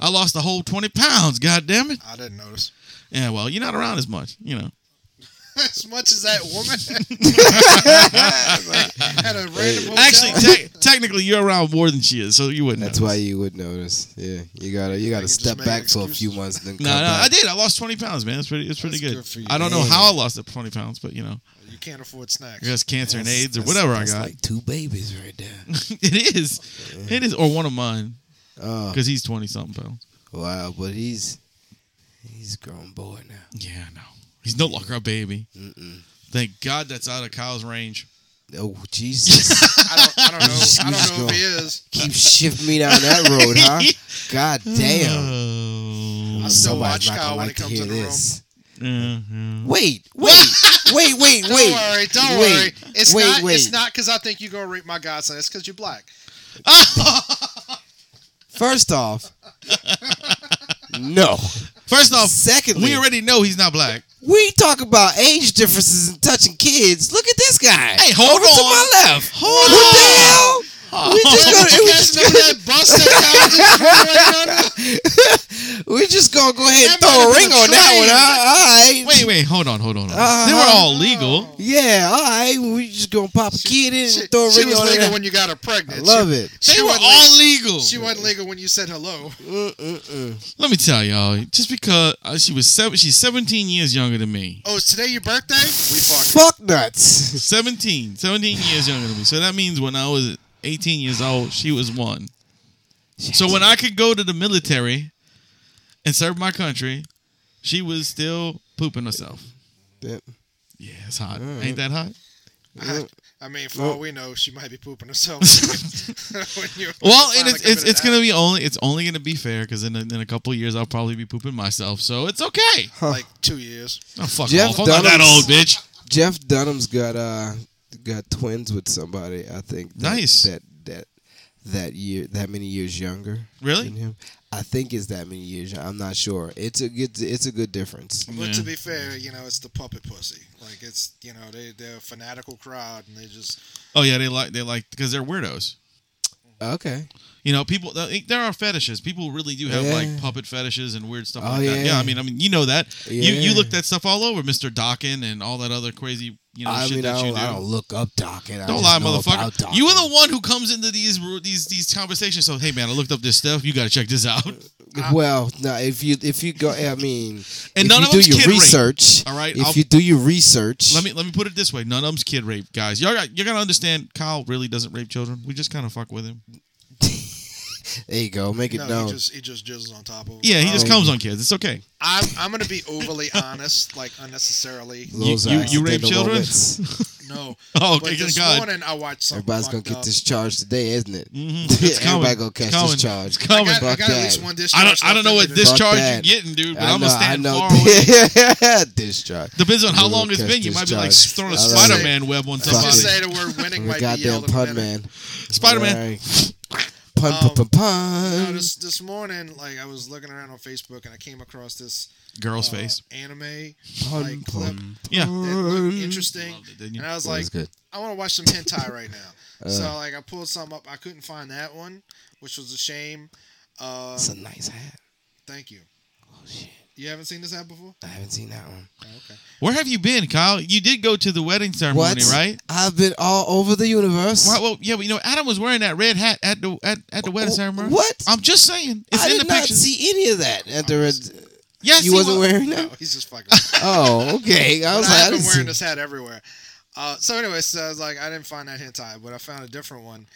[SPEAKER 1] I lost a whole twenty pounds. God damn it.
[SPEAKER 3] I didn't notice.
[SPEAKER 1] Yeah, well, you're not around as much, you know.
[SPEAKER 3] As much as that woman had a random
[SPEAKER 2] Oh,
[SPEAKER 3] hotel.
[SPEAKER 1] Actually, te- technically, you're around more than she is, so you wouldn't.
[SPEAKER 2] that's
[SPEAKER 1] notice.
[SPEAKER 2] why you would notice. Yeah, you gotta you gotta
[SPEAKER 3] just
[SPEAKER 2] step
[SPEAKER 3] made
[SPEAKER 2] back for a few
[SPEAKER 3] excuses.
[SPEAKER 2] months, then come
[SPEAKER 1] No, no,
[SPEAKER 2] back.
[SPEAKER 1] I did. I lost twenty pounds, man. It's pretty. It's pretty
[SPEAKER 3] That's
[SPEAKER 1] good.
[SPEAKER 3] good for you.
[SPEAKER 1] I don't know
[SPEAKER 2] Damn.
[SPEAKER 1] how I lost the twenty pounds, but you know,
[SPEAKER 3] you can't afford snacks.
[SPEAKER 1] I guess cancer and AIDS or whatever I got.
[SPEAKER 2] like two babies right there.
[SPEAKER 1] it is. It is, or one of mine,
[SPEAKER 2] Oh
[SPEAKER 1] because he's twenty something pounds.
[SPEAKER 2] wow, but he's he's a grown boy now.
[SPEAKER 1] Yeah, no. He's no longer a baby. Thank God that's out of Kyle's range.
[SPEAKER 2] Oh Jesus!
[SPEAKER 3] I don't, I don't know. I don't know if he is.
[SPEAKER 2] Keep shifting me down that road, huh? God damn!
[SPEAKER 1] Oh.
[SPEAKER 3] I still
[SPEAKER 2] Somebody's
[SPEAKER 3] watch
[SPEAKER 2] not
[SPEAKER 3] Kyle
[SPEAKER 2] gonna
[SPEAKER 3] when
[SPEAKER 2] like
[SPEAKER 3] he
[SPEAKER 2] to
[SPEAKER 3] comes
[SPEAKER 2] hear
[SPEAKER 3] in the room.
[SPEAKER 2] this.
[SPEAKER 1] Yeah, yeah.
[SPEAKER 2] Wait, wait, wait, wait, wait.
[SPEAKER 3] Don't worry. Don't
[SPEAKER 2] wait,
[SPEAKER 3] worry. It's
[SPEAKER 2] wait,
[SPEAKER 3] not.
[SPEAKER 2] Wait.
[SPEAKER 3] It's not because I think you're gonna rape my godson. It's because you're black.
[SPEAKER 2] First off, no.
[SPEAKER 1] First off,
[SPEAKER 2] Secondly,
[SPEAKER 1] we already know he's not black.
[SPEAKER 2] we talk about age differences and touching kids. Look at this guy.
[SPEAKER 1] Hey, hold
[SPEAKER 2] to
[SPEAKER 1] on.
[SPEAKER 2] my left.
[SPEAKER 1] Hold
[SPEAKER 2] What the
[SPEAKER 1] on.
[SPEAKER 2] hell? We just
[SPEAKER 3] Did
[SPEAKER 2] gonna,
[SPEAKER 3] you
[SPEAKER 2] we
[SPEAKER 3] guys
[SPEAKER 2] just
[SPEAKER 3] remember
[SPEAKER 2] gonna,
[SPEAKER 3] that bus that Kyle just ran on?
[SPEAKER 2] we just gonna go ahead and
[SPEAKER 3] That
[SPEAKER 2] throw a
[SPEAKER 3] might've
[SPEAKER 2] ring
[SPEAKER 3] been a
[SPEAKER 2] on that
[SPEAKER 3] train.
[SPEAKER 2] one. huh? All right.
[SPEAKER 1] Wait, wait, hold on, hold on. Hold on.
[SPEAKER 2] Uh-huh.
[SPEAKER 1] They were all legal.
[SPEAKER 2] Yeah, all right. We just gonna pop a kid in
[SPEAKER 3] She,
[SPEAKER 2] and throw a
[SPEAKER 3] she
[SPEAKER 2] ring
[SPEAKER 3] was
[SPEAKER 2] on
[SPEAKER 3] legal
[SPEAKER 2] it.
[SPEAKER 3] when you got her pregnant.
[SPEAKER 2] I love it.
[SPEAKER 3] She,
[SPEAKER 1] They
[SPEAKER 3] she
[SPEAKER 1] were
[SPEAKER 3] wasn't legal-
[SPEAKER 1] all legal.
[SPEAKER 3] She wasn't legal when you said hello.
[SPEAKER 2] Mm-mm-mm.
[SPEAKER 1] Let me tell y'all, just because uh, she was seven, she's 17 years younger than me.
[SPEAKER 3] Oh, is today your birthday? We fucked.
[SPEAKER 2] Fuck nuts.
[SPEAKER 1] 17, 17 years younger than me. So that means when I was 18 years old, she was one. So when I could go to the military and serve my country, she was still pooping herself.
[SPEAKER 2] Yeah.
[SPEAKER 1] Yeah, it's hot.
[SPEAKER 2] Mm.
[SPEAKER 1] Ain't that hot?
[SPEAKER 3] I, I mean, for
[SPEAKER 2] Well-
[SPEAKER 3] all we know, she might be pooping herself. when you
[SPEAKER 1] Well, and it's
[SPEAKER 3] finally
[SPEAKER 1] it's,
[SPEAKER 3] committed
[SPEAKER 1] it's gonna be only it's only gonna be fair because in a, in a couple of years I'll probably be pooping myself, so it's okay.
[SPEAKER 3] out, like two years.
[SPEAKER 1] Oh, fuck
[SPEAKER 2] Jeff
[SPEAKER 1] off! I'm not that
[SPEAKER 2] Dunham's-
[SPEAKER 1] old, bitch.
[SPEAKER 2] Jeff Dunham's got uh got twins with somebody. I think. that-
[SPEAKER 1] Nice.
[SPEAKER 2] That that that year that many years younger.
[SPEAKER 1] Really?
[SPEAKER 2] Than him. I think it's that many years. I'm not sure. It's a good. It's a good difference.
[SPEAKER 3] But
[SPEAKER 1] Yeah.
[SPEAKER 3] to be fair, you know, it's the puppet pussy. Like it's you know they they're a fanatical crowd and they just
[SPEAKER 1] Oh yeah, they like they like because they're weirdos.
[SPEAKER 2] Okay.
[SPEAKER 1] You know, people there are fetishes. People really do have
[SPEAKER 2] Yeah.
[SPEAKER 1] like puppet fetishes and weird stuff
[SPEAKER 2] Oh,
[SPEAKER 1] like that.
[SPEAKER 2] yeah.
[SPEAKER 1] Yeah, I mean, I mean, you know that. You
[SPEAKER 2] Yeah.
[SPEAKER 1] you look that stuff all over, Mister Dockin, and all that other crazy you know
[SPEAKER 2] I
[SPEAKER 1] shit
[SPEAKER 2] mean,
[SPEAKER 1] that
[SPEAKER 2] I
[SPEAKER 1] you
[SPEAKER 2] don't,
[SPEAKER 1] do.
[SPEAKER 2] I don't look up Docket. I
[SPEAKER 1] Don't
[SPEAKER 2] just
[SPEAKER 1] lie,
[SPEAKER 2] know about
[SPEAKER 1] motherfucker.
[SPEAKER 2] Docket.
[SPEAKER 1] You are the one who comes into these ru- these these conversations. So, hey, man, I looked up this stuff. You got to check this out.
[SPEAKER 2] Well, no. If you if you go, I mean,
[SPEAKER 1] And
[SPEAKER 2] if
[SPEAKER 1] none
[SPEAKER 2] you
[SPEAKER 1] of
[SPEAKER 2] do
[SPEAKER 1] them's
[SPEAKER 2] your
[SPEAKER 1] kid rape.
[SPEAKER 2] research,
[SPEAKER 1] All right,
[SPEAKER 2] If
[SPEAKER 1] I'll-
[SPEAKER 2] you do your research,
[SPEAKER 1] Let me let me put it this way: none of them's kid rape, guys. Y'all got you gotta understand. Kyle really doesn't rape children. We just kind of fuck with him.
[SPEAKER 2] There you go. Make it
[SPEAKER 3] No,
[SPEAKER 2] known.
[SPEAKER 3] he just he just jizzes on top of. him.
[SPEAKER 1] Yeah, he
[SPEAKER 2] Oh.
[SPEAKER 1] just
[SPEAKER 3] Um,
[SPEAKER 1] comes on kids. It's okay.
[SPEAKER 3] I'm I'm gonna be overly honest, like unnecessarily.
[SPEAKER 2] Those
[SPEAKER 1] you- you
[SPEAKER 2] accidental
[SPEAKER 1] rape children?
[SPEAKER 2] moments.
[SPEAKER 3] No.
[SPEAKER 1] Oh, okay,
[SPEAKER 3] but
[SPEAKER 1] good
[SPEAKER 3] this
[SPEAKER 1] God.
[SPEAKER 3] morning I watched something.
[SPEAKER 1] Oh,
[SPEAKER 2] Everybody's gonna
[SPEAKER 3] fucked
[SPEAKER 2] get
[SPEAKER 3] up.
[SPEAKER 2] discharged today, isn't it?
[SPEAKER 1] Mhm. It's
[SPEAKER 2] Everybody
[SPEAKER 1] coming.
[SPEAKER 2] gonna
[SPEAKER 1] It's
[SPEAKER 2] catch
[SPEAKER 1] coming.
[SPEAKER 2] discharge.
[SPEAKER 1] It's
[SPEAKER 3] I
[SPEAKER 1] coming.
[SPEAKER 3] got, I
[SPEAKER 2] Fuck
[SPEAKER 3] got at
[SPEAKER 2] that.
[SPEAKER 3] least one discharge.
[SPEAKER 1] I don't I don't know what
[SPEAKER 3] left in me
[SPEAKER 2] this- Fuck
[SPEAKER 1] discharge you're
[SPEAKER 2] that.
[SPEAKER 1] getting, dude. But
[SPEAKER 2] I
[SPEAKER 1] I'm
[SPEAKER 2] know.
[SPEAKER 1] gonna
[SPEAKER 2] I
[SPEAKER 1] stand
[SPEAKER 2] know.
[SPEAKER 1] far away.
[SPEAKER 2] discharge.
[SPEAKER 1] Depends on how
[SPEAKER 2] Little
[SPEAKER 1] long it's
[SPEAKER 2] catch
[SPEAKER 1] been. You might be like
[SPEAKER 2] discharge.
[SPEAKER 1] throwing a
[SPEAKER 2] I love
[SPEAKER 1] Spider Man web on
[SPEAKER 3] Let's just
[SPEAKER 1] somebody.
[SPEAKER 3] say the word winning
[SPEAKER 2] I'm a
[SPEAKER 3] might be
[SPEAKER 2] goddamn
[SPEAKER 3] yelled in a
[SPEAKER 2] pun
[SPEAKER 3] minute.
[SPEAKER 2] man.
[SPEAKER 1] Spider Man.
[SPEAKER 2] Right. Pun,
[SPEAKER 3] Um,
[SPEAKER 2] pun, pun,
[SPEAKER 3] No,
[SPEAKER 2] pun.
[SPEAKER 3] this this morning, like I was looking around on Facebook and I came across this
[SPEAKER 1] Girl's
[SPEAKER 3] uh,
[SPEAKER 1] face.
[SPEAKER 3] anime
[SPEAKER 2] Pun,
[SPEAKER 3] like clip
[SPEAKER 2] pun,
[SPEAKER 1] Yeah.
[SPEAKER 3] that
[SPEAKER 2] pun.
[SPEAKER 3] looked interesting,
[SPEAKER 1] Loved it, didn't you?
[SPEAKER 3] and I was
[SPEAKER 2] That
[SPEAKER 3] like, um,
[SPEAKER 2] was good.
[SPEAKER 3] I want to watch some hentai right now.
[SPEAKER 2] Uh.
[SPEAKER 3] so like I pulled some up. I couldn't find that one, which was a shame. Uh,
[SPEAKER 2] It's a nice hat.
[SPEAKER 3] thank you.
[SPEAKER 2] Oh shit!
[SPEAKER 3] You haven't seen this app before?
[SPEAKER 2] I haven't seen that one.
[SPEAKER 3] Oh, okay.
[SPEAKER 1] Where have you been, Kyle? You did go to the wedding ceremony,
[SPEAKER 2] What?
[SPEAKER 1] right?
[SPEAKER 2] I've been all over the universe.
[SPEAKER 1] Why, well, yeah, but you know, Adam was wearing that red hat at the at, at the wedding
[SPEAKER 2] Wh-
[SPEAKER 1] ceremony.
[SPEAKER 2] what?
[SPEAKER 1] I'm just saying, it's
[SPEAKER 2] I
[SPEAKER 1] in
[SPEAKER 2] did
[SPEAKER 1] the
[SPEAKER 2] not
[SPEAKER 1] pictures.
[SPEAKER 2] see any of that. At the red,
[SPEAKER 1] yes,
[SPEAKER 2] you
[SPEAKER 1] he
[SPEAKER 2] wasn't
[SPEAKER 1] was.
[SPEAKER 2] wearing that.
[SPEAKER 3] No, he's just fucking.
[SPEAKER 2] Oh, okay. I
[SPEAKER 3] But
[SPEAKER 2] was
[SPEAKER 3] I
[SPEAKER 2] like,
[SPEAKER 3] have
[SPEAKER 2] I didn't
[SPEAKER 3] been
[SPEAKER 2] see-
[SPEAKER 3] wearing this hat everywhere. Uh, so anyway, so I was like, I didn't find that hentai, but I found a different one.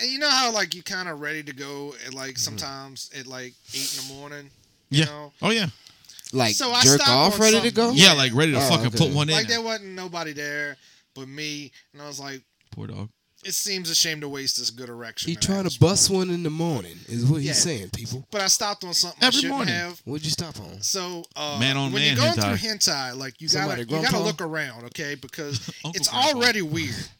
[SPEAKER 3] And you know how like you kind of ready to go at
[SPEAKER 2] Mm-hmm.
[SPEAKER 3] like sometimes at like eight in the morning. You
[SPEAKER 1] Yeah.
[SPEAKER 3] Know?
[SPEAKER 1] Oh yeah,
[SPEAKER 2] like
[SPEAKER 3] So I
[SPEAKER 2] jerk
[SPEAKER 3] stopped
[SPEAKER 2] off,
[SPEAKER 3] on
[SPEAKER 2] ready to
[SPEAKER 3] something.
[SPEAKER 2] go.
[SPEAKER 1] yeah, like ready to
[SPEAKER 2] Oh,
[SPEAKER 1] fucking
[SPEAKER 2] okay.
[SPEAKER 1] put one in.
[SPEAKER 3] Like there wasn't nobody there but me, and I was like,
[SPEAKER 1] Poor dog.
[SPEAKER 3] it seems a shame to waste this good erection.
[SPEAKER 2] He
[SPEAKER 3] that I
[SPEAKER 2] trying
[SPEAKER 3] just-
[SPEAKER 2] to bust one in the morning is what he's
[SPEAKER 3] Yeah.
[SPEAKER 2] saying, people.
[SPEAKER 3] But I stopped on something
[SPEAKER 1] Every
[SPEAKER 3] I shouldn't
[SPEAKER 1] morning.
[SPEAKER 3] have.
[SPEAKER 2] What'd you stop on?
[SPEAKER 3] So uh,
[SPEAKER 1] Man on
[SPEAKER 3] when
[SPEAKER 1] man
[SPEAKER 3] you're going
[SPEAKER 1] hentai.
[SPEAKER 3] through hentai, like you
[SPEAKER 2] Somebody,
[SPEAKER 3] gotta you gotta
[SPEAKER 2] grandpa?
[SPEAKER 3] look around, okay? Because
[SPEAKER 1] Uncle
[SPEAKER 3] it's
[SPEAKER 1] Grandpa.
[SPEAKER 3] already weird. You-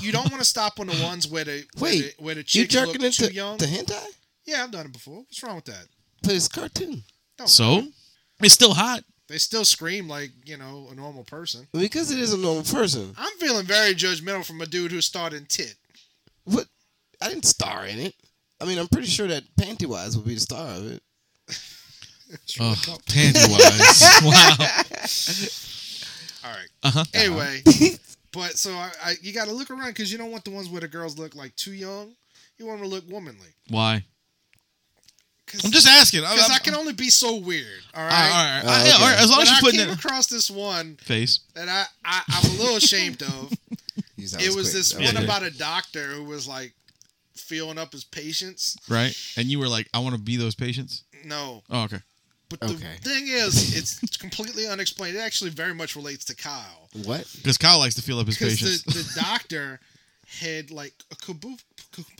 [SPEAKER 3] You don't want to stop on the ones where the where
[SPEAKER 2] Wait,
[SPEAKER 3] the, where the
[SPEAKER 2] You
[SPEAKER 3] chicks look
[SPEAKER 2] jerking into
[SPEAKER 3] too young.
[SPEAKER 2] the hentai?
[SPEAKER 3] yeah, I've done it before. What's wrong with that?
[SPEAKER 2] But it's cartoon.
[SPEAKER 3] Don't
[SPEAKER 1] So it's still hot.
[SPEAKER 3] they still scream like you know a normal person.
[SPEAKER 2] Because it is a normal person.
[SPEAKER 3] I'm feeling very judgmental from a dude who starred in Tit.
[SPEAKER 2] What? I didn't star in it. I mean, I'm pretty sure that Panty Wise would be the star of it.
[SPEAKER 1] Oh, panty wise. wow.
[SPEAKER 3] All right.
[SPEAKER 1] Uh-huh.
[SPEAKER 3] Anyway, but so I, I you gotta look around because you don't want the ones where the girls look like too young. You want them to look womanly.
[SPEAKER 1] Why?
[SPEAKER 3] 'Cause-
[SPEAKER 1] I'm just asking. I'm-
[SPEAKER 3] Because I
[SPEAKER 1] I'm-
[SPEAKER 3] can only be so weird. All
[SPEAKER 1] All right, all
[SPEAKER 3] right.
[SPEAKER 1] right,
[SPEAKER 2] Oh,
[SPEAKER 1] I- yeah,
[SPEAKER 2] okay.
[SPEAKER 1] all right, As long
[SPEAKER 3] But
[SPEAKER 1] as you're
[SPEAKER 3] I
[SPEAKER 1] putting
[SPEAKER 3] came
[SPEAKER 1] it
[SPEAKER 3] across this one
[SPEAKER 1] face.
[SPEAKER 3] that I, I I'm a little ashamed of. it was this
[SPEAKER 1] was
[SPEAKER 3] one
[SPEAKER 1] quick.
[SPEAKER 3] about a doctor who was like feeling up his patients.
[SPEAKER 1] right? And you were like, I want to be those patients.
[SPEAKER 3] No,
[SPEAKER 1] Oh, okay.
[SPEAKER 3] but the
[SPEAKER 2] Okay.
[SPEAKER 3] thing is, it's completely unexplained. It actually very much relates to Kyle
[SPEAKER 2] What?
[SPEAKER 1] Because Kyle likes to feel up his
[SPEAKER 3] because
[SPEAKER 1] patients.
[SPEAKER 3] the, the doctor had like a kabuki,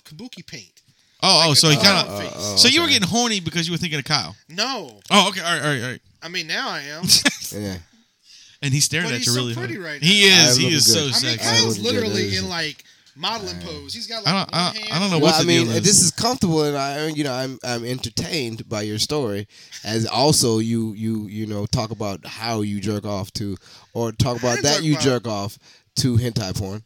[SPEAKER 3] kabuki paint.
[SPEAKER 1] oh, oh, so he
[SPEAKER 3] a
[SPEAKER 1] kind
[SPEAKER 3] clown
[SPEAKER 1] of.
[SPEAKER 3] face.
[SPEAKER 2] oh,
[SPEAKER 1] So you were
[SPEAKER 2] okay.
[SPEAKER 1] getting horny because you were thinking of Kyle.
[SPEAKER 3] No,
[SPEAKER 1] Oh, okay. All right, all right, all right.
[SPEAKER 3] I mean now I am.
[SPEAKER 2] Yeah.
[SPEAKER 1] And he's staring
[SPEAKER 3] But
[SPEAKER 1] at
[SPEAKER 3] he's
[SPEAKER 1] you
[SPEAKER 3] so
[SPEAKER 1] really hard.
[SPEAKER 3] pretty right
[SPEAKER 1] He
[SPEAKER 2] now.
[SPEAKER 1] is.
[SPEAKER 2] I
[SPEAKER 1] He
[SPEAKER 2] look
[SPEAKER 1] is so
[SPEAKER 2] good.
[SPEAKER 3] I mean
[SPEAKER 1] sexy.
[SPEAKER 2] I
[SPEAKER 3] Kyle's
[SPEAKER 2] wouldn't get
[SPEAKER 3] literally
[SPEAKER 2] those.
[SPEAKER 3] in like modeling pose. He's got
[SPEAKER 1] I
[SPEAKER 3] like
[SPEAKER 1] don't- I
[SPEAKER 3] one
[SPEAKER 1] don't- I
[SPEAKER 3] hand.
[SPEAKER 1] don't know
[SPEAKER 2] Well,
[SPEAKER 1] What's
[SPEAKER 2] I
[SPEAKER 1] the
[SPEAKER 2] mean,
[SPEAKER 1] deal is-
[SPEAKER 2] this is comfortable, and I, you know, I'm I'm entertained by your story, as also you you you know talk about how you jerk off to, or talk about
[SPEAKER 3] didn't
[SPEAKER 2] that
[SPEAKER 3] talk
[SPEAKER 2] you
[SPEAKER 3] about-
[SPEAKER 2] jerk off to hentai porn.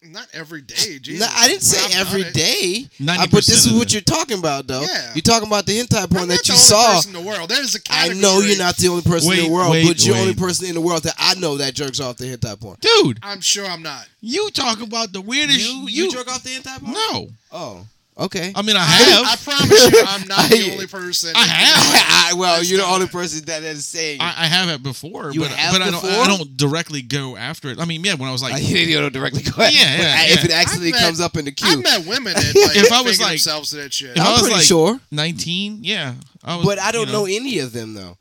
[SPEAKER 3] Not every day, Jesus.
[SPEAKER 2] No, I didn't say
[SPEAKER 3] I've done
[SPEAKER 2] every
[SPEAKER 3] it.
[SPEAKER 2] day. I,
[SPEAKER 1] 90%
[SPEAKER 2] but this is
[SPEAKER 1] of
[SPEAKER 2] what
[SPEAKER 1] it.
[SPEAKER 2] you're talking about, though.
[SPEAKER 3] Yeah.
[SPEAKER 2] You're talking about the hentai porn
[SPEAKER 3] I'm not
[SPEAKER 2] that
[SPEAKER 3] the
[SPEAKER 2] you
[SPEAKER 3] only
[SPEAKER 2] saw.
[SPEAKER 3] person in the world. There's a
[SPEAKER 2] I
[SPEAKER 3] category.
[SPEAKER 2] know you're not the only person in
[SPEAKER 1] Wait,
[SPEAKER 2] the world,
[SPEAKER 1] wait,
[SPEAKER 2] but you're the only
[SPEAKER 1] wait.
[SPEAKER 2] person in the world that I know that jerks off the hentai porn.
[SPEAKER 1] Dude,
[SPEAKER 3] I'm sure I'm not.
[SPEAKER 1] you talk about the weirdest. You,
[SPEAKER 2] off the hentai
[SPEAKER 1] No.
[SPEAKER 2] Oh, okay.
[SPEAKER 1] I mean, I
[SPEAKER 3] I,
[SPEAKER 1] have.
[SPEAKER 3] I promise you, I'm not the
[SPEAKER 2] I-
[SPEAKER 3] only person.
[SPEAKER 1] I have.
[SPEAKER 2] I- well,
[SPEAKER 3] That's
[SPEAKER 2] you're the only
[SPEAKER 3] not-
[SPEAKER 2] person that is saying.
[SPEAKER 1] I, I have it before,
[SPEAKER 2] You
[SPEAKER 1] but,
[SPEAKER 2] have
[SPEAKER 1] but I don't.
[SPEAKER 2] before?
[SPEAKER 1] I don't directly go after it. I mean, yeah, when I was like,
[SPEAKER 2] I hit you directly. Go ahead.
[SPEAKER 1] Yeah,
[SPEAKER 2] But
[SPEAKER 1] yeah,
[SPEAKER 2] I- If
[SPEAKER 1] yeah.
[SPEAKER 2] it actually
[SPEAKER 3] I bet-
[SPEAKER 2] comes up in the
[SPEAKER 3] I
[SPEAKER 2] queue,
[SPEAKER 3] met women that like,
[SPEAKER 1] If
[SPEAKER 3] if
[SPEAKER 1] I
[SPEAKER 3] I
[SPEAKER 1] was like-
[SPEAKER 3] themselves to that shit.
[SPEAKER 1] if I
[SPEAKER 2] I'm
[SPEAKER 1] was
[SPEAKER 2] pretty
[SPEAKER 1] like-
[SPEAKER 2] sure.
[SPEAKER 1] 19. Yeah, I was.
[SPEAKER 2] But I don't
[SPEAKER 1] you
[SPEAKER 2] know any of them though.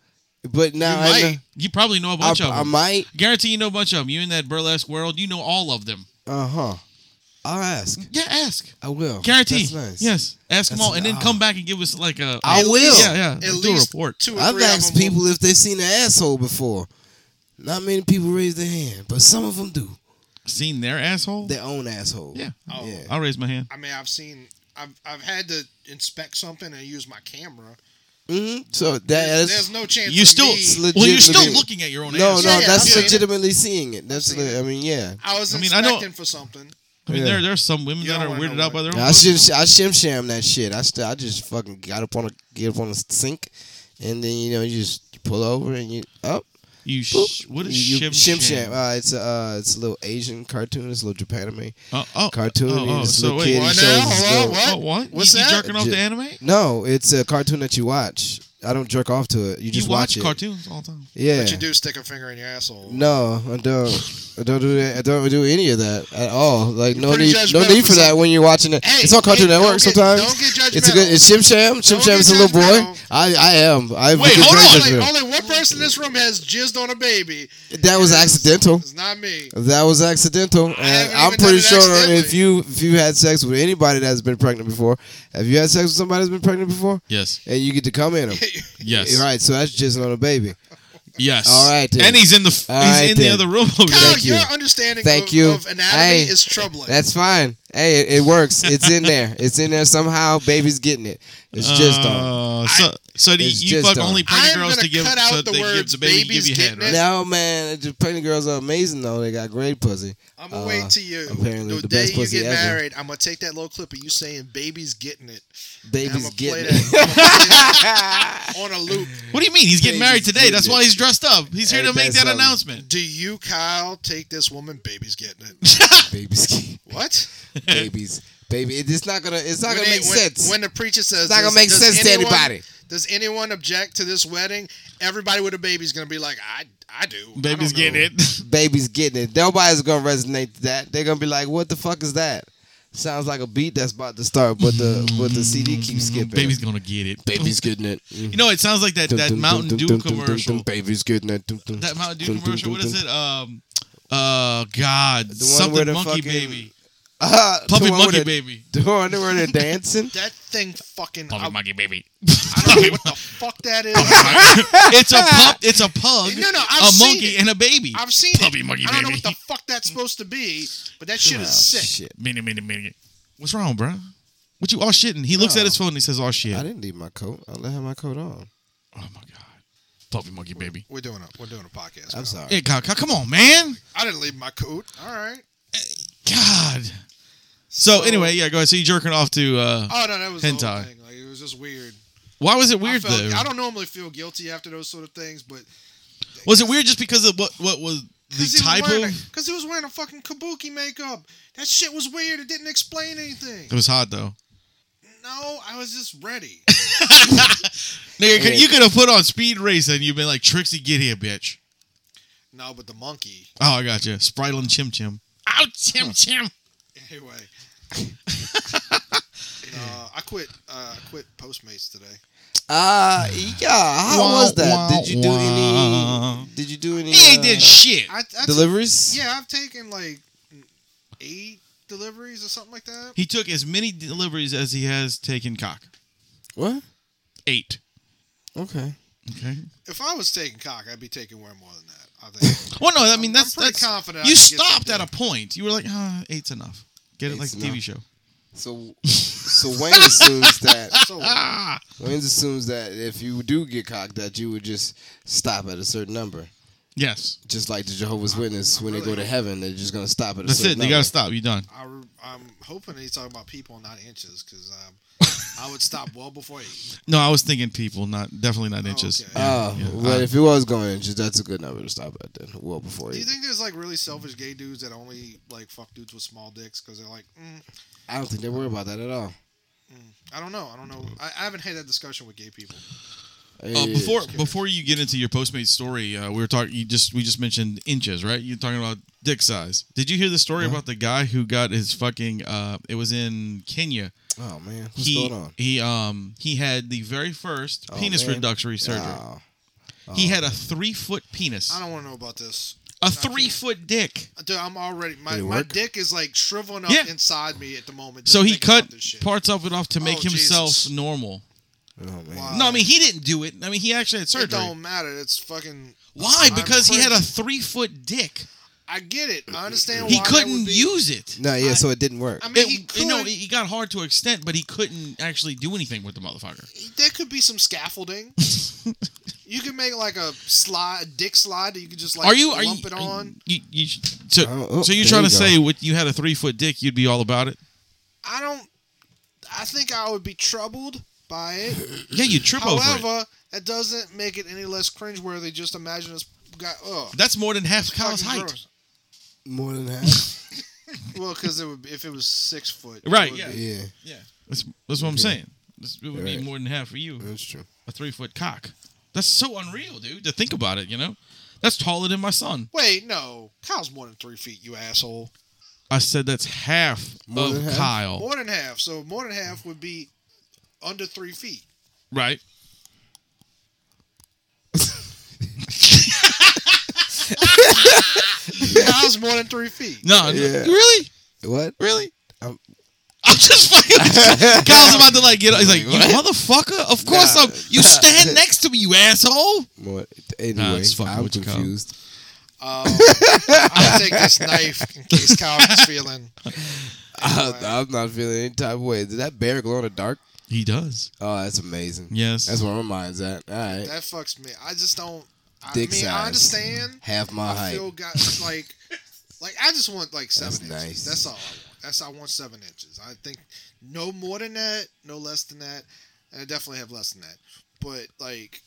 [SPEAKER 2] But now
[SPEAKER 3] You
[SPEAKER 2] I,
[SPEAKER 3] might.
[SPEAKER 2] know-
[SPEAKER 1] You probably know a bunch of
[SPEAKER 2] I, I
[SPEAKER 1] them.
[SPEAKER 2] might.
[SPEAKER 1] Guarantee you know a bunch of them. You in that burlesque world, you know all of them.
[SPEAKER 2] Uh huh. I'll ask.
[SPEAKER 1] Yeah, ask.
[SPEAKER 2] I will.
[SPEAKER 1] Guarantee.
[SPEAKER 2] That's nice.
[SPEAKER 1] Yes, ask them
[SPEAKER 2] That's
[SPEAKER 1] all, and then
[SPEAKER 2] nice.
[SPEAKER 1] come back and give us like a.
[SPEAKER 2] I will.
[SPEAKER 1] Yeah, yeah.
[SPEAKER 3] At
[SPEAKER 1] do
[SPEAKER 3] least
[SPEAKER 1] a report.
[SPEAKER 3] two or
[SPEAKER 2] I've
[SPEAKER 3] three of
[SPEAKER 2] asked
[SPEAKER 3] them will-
[SPEAKER 2] people if they've seen an asshole before. Not many people raise their hand, but some of them do.
[SPEAKER 1] Seen their asshole?
[SPEAKER 2] Their own asshole.
[SPEAKER 1] yeah.
[SPEAKER 3] Oh.
[SPEAKER 2] Yeah.
[SPEAKER 1] I'll raise my hand.
[SPEAKER 3] I mean, I've seen. I've I've had to inspect something and use my camera.
[SPEAKER 2] hmm So
[SPEAKER 3] There's,
[SPEAKER 2] that's
[SPEAKER 3] there's no chance.
[SPEAKER 1] You
[SPEAKER 3] of
[SPEAKER 1] still.
[SPEAKER 3] me-
[SPEAKER 2] Sli-
[SPEAKER 1] Well, you're still
[SPEAKER 2] legitimately-
[SPEAKER 1] looking at your own
[SPEAKER 2] no, no.
[SPEAKER 1] ass.
[SPEAKER 3] Yeah, yeah,
[SPEAKER 2] that's
[SPEAKER 3] I've seen it.
[SPEAKER 2] legitimately seeing it. That's.
[SPEAKER 3] I've seen
[SPEAKER 2] li- I mean, yeah.
[SPEAKER 3] I was
[SPEAKER 1] I mean, I
[SPEAKER 3] inspecting
[SPEAKER 1] don't-
[SPEAKER 3] for something.
[SPEAKER 1] I mean,
[SPEAKER 2] Yeah.
[SPEAKER 1] there there's some women
[SPEAKER 3] You
[SPEAKER 1] that
[SPEAKER 3] don't
[SPEAKER 1] are
[SPEAKER 3] wanna
[SPEAKER 1] weirded
[SPEAKER 3] know
[SPEAKER 1] out by their own.
[SPEAKER 2] I
[SPEAKER 1] pussy.
[SPEAKER 2] shim, I shim sham that shit. I st- I just fucking got up on a get up on a sink, and then you know you just pull over and you up.
[SPEAKER 1] You sh-
[SPEAKER 2] boop.
[SPEAKER 1] what is
[SPEAKER 2] You- you-
[SPEAKER 1] shim sham?
[SPEAKER 2] Uh, it's a uh, it's a little Asian cartoon. It's a little Japan anime
[SPEAKER 1] Oh, oh,
[SPEAKER 2] cartoon.
[SPEAKER 1] Oh,
[SPEAKER 2] and
[SPEAKER 1] oh,
[SPEAKER 2] this
[SPEAKER 1] so
[SPEAKER 2] little
[SPEAKER 1] wait,
[SPEAKER 2] kid
[SPEAKER 1] what
[SPEAKER 2] shows
[SPEAKER 3] now?
[SPEAKER 2] his
[SPEAKER 3] Hold
[SPEAKER 2] little-
[SPEAKER 3] on,
[SPEAKER 1] What? Oh, what?
[SPEAKER 3] What's
[SPEAKER 1] you,
[SPEAKER 3] that?
[SPEAKER 1] You jerking off
[SPEAKER 2] Ju-
[SPEAKER 1] the anime? You,
[SPEAKER 2] No, it's a cartoon that you watch. I don't jerk off to it. You just
[SPEAKER 1] watch,
[SPEAKER 2] it.
[SPEAKER 1] cartoons all the time.
[SPEAKER 2] Yeah.
[SPEAKER 3] But you do stick a finger in your asshole.
[SPEAKER 2] No, I don't. I don't do that. I don't do any of that at all. Like no
[SPEAKER 3] pretty
[SPEAKER 2] need, no
[SPEAKER 3] judgmental
[SPEAKER 2] need
[SPEAKER 3] for
[SPEAKER 2] for that
[SPEAKER 3] some-
[SPEAKER 2] when you're watching it.
[SPEAKER 3] Hey,
[SPEAKER 2] it's on Cartoon
[SPEAKER 3] hey, don't
[SPEAKER 2] Network
[SPEAKER 3] get-
[SPEAKER 2] sometimes.
[SPEAKER 3] don't get
[SPEAKER 2] It's a good.
[SPEAKER 3] judgmental.
[SPEAKER 2] It's Shim Sham. Shim Sham
[SPEAKER 3] Don't get
[SPEAKER 2] is a little boy.
[SPEAKER 3] judgmental.
[SPEAKER 2] I I am. I
[SPEAKER 1] Wait,
[SPEAKER 2] get
[SPEAKER 1] hold
[SPEAKER 2] very
[SPEAKER 1] on,
[SPEAKER 3] Only,
[SPEAKER 2] judgmental.
[SPEAKER 3] only one person in this room has jizzed on a baby.
[SPEAKER 2] That was
[SPEAKER 3] It's-
[SPEAKER 2] accidental.
[SPEAKER 3] It's not me.
[SPEAKER 2] That was accidental, and
[SPEAKER 3] haven't
[SPEAKER 2] I'm
[SPEAKER 3] even done
[SPEAKER 2] pretty
[SPEAKER 3] it
[SPEAKER 2] sure if
[SPEAKER 3] accidentally.
[SPEAKER 2] you if you had sex with anybody that's been pregnant before, have you had sex with somebody that's been pregnant before,
[SPEAKER 1] Yes,
[SPEAKER 2] and you get to come in them,
[SPEAKER 1] yes,
[SPEAKER 2] right? So that's just on a baby.
[SPEAKER 1] yes.
[SPEAKER 2] All right, then.
[SPEAKER 1] and he's in the f-
[SPEAKER 2] All
[SPEAKER 1] he's
[SPEAKER 2] right,
[SPEAKER 1] in
[SPEAKER 2] then.
[SPEAKER 1] the other room over
[SPEAKER 3] Kyle,
[SPEAKER 1] there.
[SPEAKER 2] Thank you.
[SPEAKER 3] your understanding
[SPEAKER 2] Thank
[SPEAKER 3] of,
[SPEAKER 2] you.
[SPEAKER 3] of anatomy
[SPEAKER 2] Hey,
[SPEAKER 3] is troubling.
[SPEAKER 2] That's fine. Hey, it, it works. It's in there. It's in there somehow. Baby's getting it. It's just on.
[SPEAKER 1] Uh, so so do
[SPEAKER 2] It's
[SPEAKER 1] you
[SPEAKER 2] just
[SPEAKER 1] fuck
[SPEAKER 2] on.
[SPEAKER 1] only
[SPEAKER 3] I
[SPEAKER 1] pregnant
[SPEAKER 3] am
[SPEAKER 1] girls
[SPEAKER 3] gonna
[SPEAKER 1] to give
[SPEAKER 3] cut out
[SPEAKER 1] so
[SPEAKER 3] the
[SPEAKER 1] they give
[SPEAKER 3] words
[SPEAKER 1] the baby, you give
[SPEAKER 3] babies
[SPEAKER 1] you head,
[SPEAKER 3] getting
[SPEAKER 1] right?
[SPEAKER 3] it.
[SPEAKER 2] Now, man, the pregnant girls are amazing though. They got great pussy.
[SPEAKER 3] I'm gonna
[SPEAKER 2] Uh,
[SPEAKER 3] wait till you.
[SPEAKER 2] apparently
[SPEAKER 3] the,
[SPEAKER 2] the
[SPEAKER 3] day
[SPEAKER 2] best
[SPEAKER 3] you
[SPEAKER 2] pussy
[SPEAKER 3] get
[SPEAKER 2] ever.
[SPEAKER 3] married, I'm gonna take that little clip of you saying "baby's getting it." and I'm
[SPEAKER 2] Baby's
[SPEAKER 3] gonna
[SPEAKER 2] getting
[SPEAKER 3] play that
[SPEAKER 2] it.
[SPEAKER 3] on a loop.
[SPEAKER 1] What do you mean? He's getting married
[SPEAKER 2] Baby's
[SPEAKER 1] today. That's
[SPEAKER 2] getting
[SPEAKER 1] why
[SPEAKER 2] it.
[SPEAKER 1] he's dressed up. He's here
[SPEAKER 2] Hey,
[SPEAKER 1] to make
[SPEAKER 2] that's
[SPEAKER 1] that
[SPEAKER 2] something.
[SPEAKER 1] announcement.
[SPEAKER 3] Do you, Kyle, take this woman? Baby's getting it.
[SPEAKER 2] Baby's getting
[SPEAKER 3] What?
[SPEAKER 2] babies. Baby, it- it's not gonna. It's not
[SPEAKER 3] When
[SPEAKER 2] gonna
[SPEAKER 3] they-
[SPEAKER 2] make
[SPEAKER 3] when-
[SPEAKER 2] sense.
[SPEAKER 3] When the preacher says
[SPEAKER 2] it's not gonna
[SPEAKER 3] does-
[SPEAKER 2] make
[SPEAKER 3] does
[SPEAKER 2] sense to
[SPEAKER 3] anyone-
[SPEAKER 2] anybody.
[SPEAKER 3] Does anyone object to this wedding? Everybody with a baby's gonna be like, I, I do. I
[SPEAKER 1] Baby's
[SPEAKER 3] don't know.
[SPEAKER 1] getting it.
[SPEAKER 2] Baby's getting it. Nobody's gonna resonate to that. They're gonna be like, "What the fuck is that?" Sounds like a beat that's about to start, but the but the CD keeps skipping.
[SPEAKER 1] Baby's gonna Mm-hmm. get it.
[SPEAKER 2] Baby's getting it. Mm-hmm. Mm.
[SPEAKER 1] You know, it sounds like that that Mountain Dew commercial.
[SPEAKER 2] Baby's getting it.
[SPEAKER 1] That Mountain Dew commercial. What is it? Um. Uh. God.
[SPEAKER 2] one where
[SPEAKER 1] Something
[SPEAKER 2] the
[SPEAKER 1] monkey
[SPEAKER 2] fucking-
[SPEAKER 1] baby.
[SPEAKER 2] Uh,
[SPEAKER 1] Puppy monkey baby.
[SPEAKER 2] The one where they're dancing.
[SPEAKER 3] That thing fucking. I,
[SPEAKER 1] Puppy monkey baby.
[SPEAKER 3] I don't know what the fuck that is.
[SPEAKER 1] it's a pup. It's a pug.
[SPEAKER 3] No, no, I've
[SPEAKER 1] a
[SPEAKER 3] seen
[SPEAKER 1] monkey
[SPEAKER 3] it.
[SPEAKER 1] and a baby.
[SPEAKER 3] I've seen it.
[SPEAKER 1] Puppy monkey
[SPEAKER 3] I don't know
[SPEAKER 1] baby.
[SPEAKER 3] what the fuck that's supposed to be, but that shit
[SPEAKER 2] Oh,
[SPEAKER 3] is sick.
[SPEAKER 2] shit.
[SPEAKER 1] Mini, mini, mini. What's wrong, bro? What you all shitting? He looks at his phone and he says, "All shit."
[SPEAKER 2] I
[SPEAKER 1] Oh
[SPEAKER 2] didn't leave my coat. I left my coat on.
[SPEAKER 1] my god. Puppy monkey baby.
[SPEAKER 3] We're doing a we're doing a podcast.
[SPEAKER 2] I'm
[SPEAKER 3] Kyle.
[SPEAKER 2] sorry.
[SPEAKER 1] Hey, Kyle, Kyle, come on, man.
[SPEAKER 3] I didn't leave my coat. All right.
[SPEAKER 1] God. So anyway, yeah, go ahead. So you jerking off to? uh
[SPEAKER 3] Oh no, that was the whole
[SPEAKER 1] Hentai.
[SPEAKER 3] thing. Like it was just weird.
[SPEAKER 1] Why was it weird
[SPEAKER 3] I, felt,
[SPEAKER 1] though?
[SPEAKER 3] I don't normally feel guilty after those sort of things, but
[SPEAKER 1] Was it weird just because of what what was the type of?
[SPEAKER 3] because he was wearing a fucking kabuki makeup. That shit was weird. It didn't explain anything.
[SPEAKER 1] It was hot though.
[SPEAKER 3] No, I was just ready.
[SPEAKER 1] Nigga, could-
[SPEAKER 2] Yeah.
[SPEAKER 1] you could have put on Speed Racer and you've been like, Trixie, get here, bitch.
[SPEAKER 3] no, but the monkey.
[SPEAKER 1] Oh, I got you. Spritel and Chim Chim. Ow, Chim Chim.
[SPEAKER 3] Anyway. no, I quit. Uh, I quit Postmates today.
[SPEAKER 2] Uh yeah. How
[SPEAKER 1] Wah,
[SPEAKER 2] was that?
[SPEAKER 1] wah,
[SPEAKER 2] Did you do
[SPEAKER 1] wah.
[SPEAKER 2] any? Did you do any?
[SPEAKER 1] He ain't
[SPEAKER 2] uh,
[SPEAKER 1] did shit.
[SPEAKER 3] I, I
[SPEAKER 2] deliveries.
[SPEAKER 3] Yeah, I've taken like eight deliveries or something like that.
[SPEAKER 1] He took as many deliveries as he has taken cock.
[SPEAKER 2] What?
[SPEAKER 1] Eight.
[SPEAKER 2] Okay.
[SPEAKER 1] Okay.
[SPEAKER 3] If I was taking cock, I'd be taking way more than that. I think.
[SPEAKER 1] Well, no, I mean
[SPEAKER 3] I'm
[SPEAKER 1] that's
[SPEAKER 3] pretty
[SPEAKER 1] that's
[SPEAKER 3] confident I
[SPEAKER 1] You
[SPEAKER 3] could get
[SPEAKER 1] stopped
[SPEAKER 3] some
[SPEAKER 1] at a point. You were like, ah, eight's enough. Get it like
[SPEAKER 2] Eight's
[SPEAKER 1] a TV
[SPEAKER 2] enough.
[SPEAKER 1] show.
[SPEAKER 2] So so Wayne assumes that
[SPEAKER 3] so
[SPEAKER 1] Ah,
[SPEAKER 2] Wayne assumes that if you do get cocked, that you would just stop at a certain number.
[SPEAKER 1] yes.
[SPEAKER 2] Just like the Jehovah's Witness, when they go to heaven, they're just gonna stop at a
[SPEAKER 1] That's
[SPEAKER 2] certain
[SPEAKER 1] it. You
[SPEAKER 2] number.
[SPEAKER 1] gotta stop. You done.
[SPEAKER 3] I, am hoping he's talking about people, not inches, because um, I would stop well before eight.
[SPEAKER 1] No, I was thinking people, not definitely not inches.
[SPEAKER 3] okay.
[SPEAKER 1] Yeah,
[SPEAKER 2] Oh,
[SPEAKER 1] yeah. Uh, Ah.
[SPEAKER 2] well, if it was going inches, that's a good number to stop at then. Well before
[SPEAKER 3] Do
[SPEAKER 2] you.
[SPEAKER 3] you think there's like really selfish gay dudes that only like fuck dudes with small dicks because they're like, mm,
[SPEAKER 2] I don't think they worry about that at all.
[SPEAKER 3] I don't know, I don't know, I, I haven't had that discussion with gay people.
[SPEAKER 1] Uh,
[SPEAKER 2] Yeah.
[SPEAKER 1] before before you get into your Postmates story, uh, we were talking. You just we just mentioned inches, right? You're talking about dick size. Did you hear the story about the guy who got his fucking? Uh, it was in Kenya.
[SPEAKER 2] Oh man, what's
[SPEAKER 1] He
[SPEAKER 2] going on?
[SPEAKER 1] he um he had the very first
[SPEAKER 2] Oh,
[SPEAKER 1] penis
[SPEAKER 2] man.
[SPEAKER 1] reductory surgery.
[SPEAKER 2] Oh.
[SPEAKER 1] He had a three foot penis,
[SPEAKER 3] I don't want to know about this.
[SPEAKER 1] a three foot dick.
[SPEAKER 3] Dude, I'm already my,
[SPEAKER 2] Did it
[SPEAKER 3] my
[SPEAKER 2] work?
[SPEAKER 3] dick is like shriveling up
[SPEAKER 1] Yeah.
[SPEAKER 3] inside me at the moment. just
[SPEAKER 1] So he
[SPEAKER 3] thinking about
[SPEAKER 1] cut
[SPEAKER 3] this shit.
[SPEAKER 1] parts of it off to make
[SPEAKER 3] Oh,
[SPEAKER 1] himself
[SPEAKER 3] Jesus.
[SPEAKER 1] normal.
[SPEAKER 2] Oh, man.
[SPEAKER 3] Wow.
[SPEAKER 1] No, I mean he didn't do it. I mean he actually had
[SPEAKER 3] It
[SPEAKER 1] surgery.
[SPEAKER 3] don't matter. It's fucking.
[SPEAKER 1] Why?
[SPEAKER 3] I'm
[SPEAKER 1] Because he had a
[SPEAKER 3] crazy.
[SPEAKER 1] three foot dick.
[SPEAKER 3] I get it. I understand.
[SPEAKER 1] He
[SPEAKER 3] why that
[SPEAKER 1] couldn't
[SPEAKER 3] would be-
[SPEAKER 1] use it.
[SPEAKER 2] No, yeah, so it didn't work.
[SPEAKER 3] I mean,
[SPEAKER 1] It,
[SPEAKER 3] he could.
[SPEAKER 1] You know, he got hard to extent, but he couldn't actually do anything with the motherfucker.
[SPEAKER 3] there could be some scaffolding. You can make like a slide, dick slide that you can just like
[SPEAKER 1] are you are
[SPEAKER 3] lump
[SPEAKER 1] you,
[SPEAKER 3] it
[SPEAKER 1] are you-
[SPEAKER 3] on.
[SPEAKER 1] you, you sh- so,
[SPEAKER 2] Oh, oh,
[SPEAKER 1] so you're
[SPEAKER 2] there
[SPEAKER 1] trying
[SPEAKER 2] you
[SPEAKER 1] to
[SPEAKER 2] go.
[SPEAKER 1] say with you had a three foot dick you'd be all about it?
[SPEAKER 3] I don't. I think I would be troubled by it.
[SPEAKER 1] Yeah, you'd trip over it.
[SPEAKER 3] However, that doesn't make it any less cringeworthy. Just imagine us got. Ugh.
[SPEAKER 1] That's more than half Kyle's
[SPEAKER 3] fucking
[SPEAKER 1] height.
[SPEAKER 3] gross.
[SPEAKER 2] More than half.
[SPEAKER 3] Well, because it would if it was six foot. it
[SPEAKER 1] Right,
[SPEAKER 3] would
[SPEAKER 1] yeah.
[SPEAKER 3] be-
[SPEAKER 2] yeah,
[SPEAKER 1] Yeah, that's that's what I'm saying. This, it would be
[SPEAKER 2] Right. Uh.
[SPEAKER 1] more than half for you.
[SPEAKER 2] that's true.
[SPEAKER 1] A three foot cock. That's so unreal, dude. To think about it, you know, that's taller than my son.
[SPEAKER 3] Wait, no. Kyle's more than three feet. You asshole.
[SPEAKER 1] I said that's half
[SPEAKER 2] More
[SPEAKER 1] of
[SPEAKER 2] than half?
[SPEAKER 1] Kyle.
[SPEAKER 3] More than half. So more than half would be under three feet.
[SPEAKER 1] Right.
[SPEAKER 3] Kyle's more than three feet.
[SPEAKER 1] No, no.
[SPEAKER 2] Yeah.
[SPEAKER 1] Really?
[SPEAKER 2] What?
[SPEAKER 1] Really?
[SPEAKER 2] Um,
[SPEAKER 1] I'm just fucking. Kyle's about to like get. He's like, you motherfucker. Of course
[SPEAKER 2] Nah.
[SPEAKER 1] I'm. You stand next to me, you asshole.
[SPEAKER 2] More, anyway,
[SPEAKER 1] Nah, it's fucking
[SPEAKER 2] I'm
[SPEAKER 1] with you, Kyle.
[SPEAKER 2] confused.
[SPEAKER 3] Um, I'll take this knife in case Kyle is feeling.
[SPEAKER 2] I, I'm not feeling any type of way. Did that bear glow in the dark?
[SPEAKER 1] He does.
[SPEAKER 2] Oh, that's amazing.
[SPEAKER 1] Yes.
[SPEAKER 2] That's where my mind's at. All right.
[SPEAKER 3] That fucks me. I just don't. I
[SPEAKER 2] Dick
[SPEAKER 3] mean,
[SPEAKER 2] size.
[SPEAKER 3] I understand.
[SPEAKER 2] Half my
[SPEAKER 3] I
[SPEAKER 2] height.
[SPEAKER 3] feel got like, like I just want like seven
[SPEAKER 2] That's nice.
[SPEAKER 3] inches. That's all. I want. That's I want seven inches. I think no more than that, no less than that, and I definitely have less than that. But like,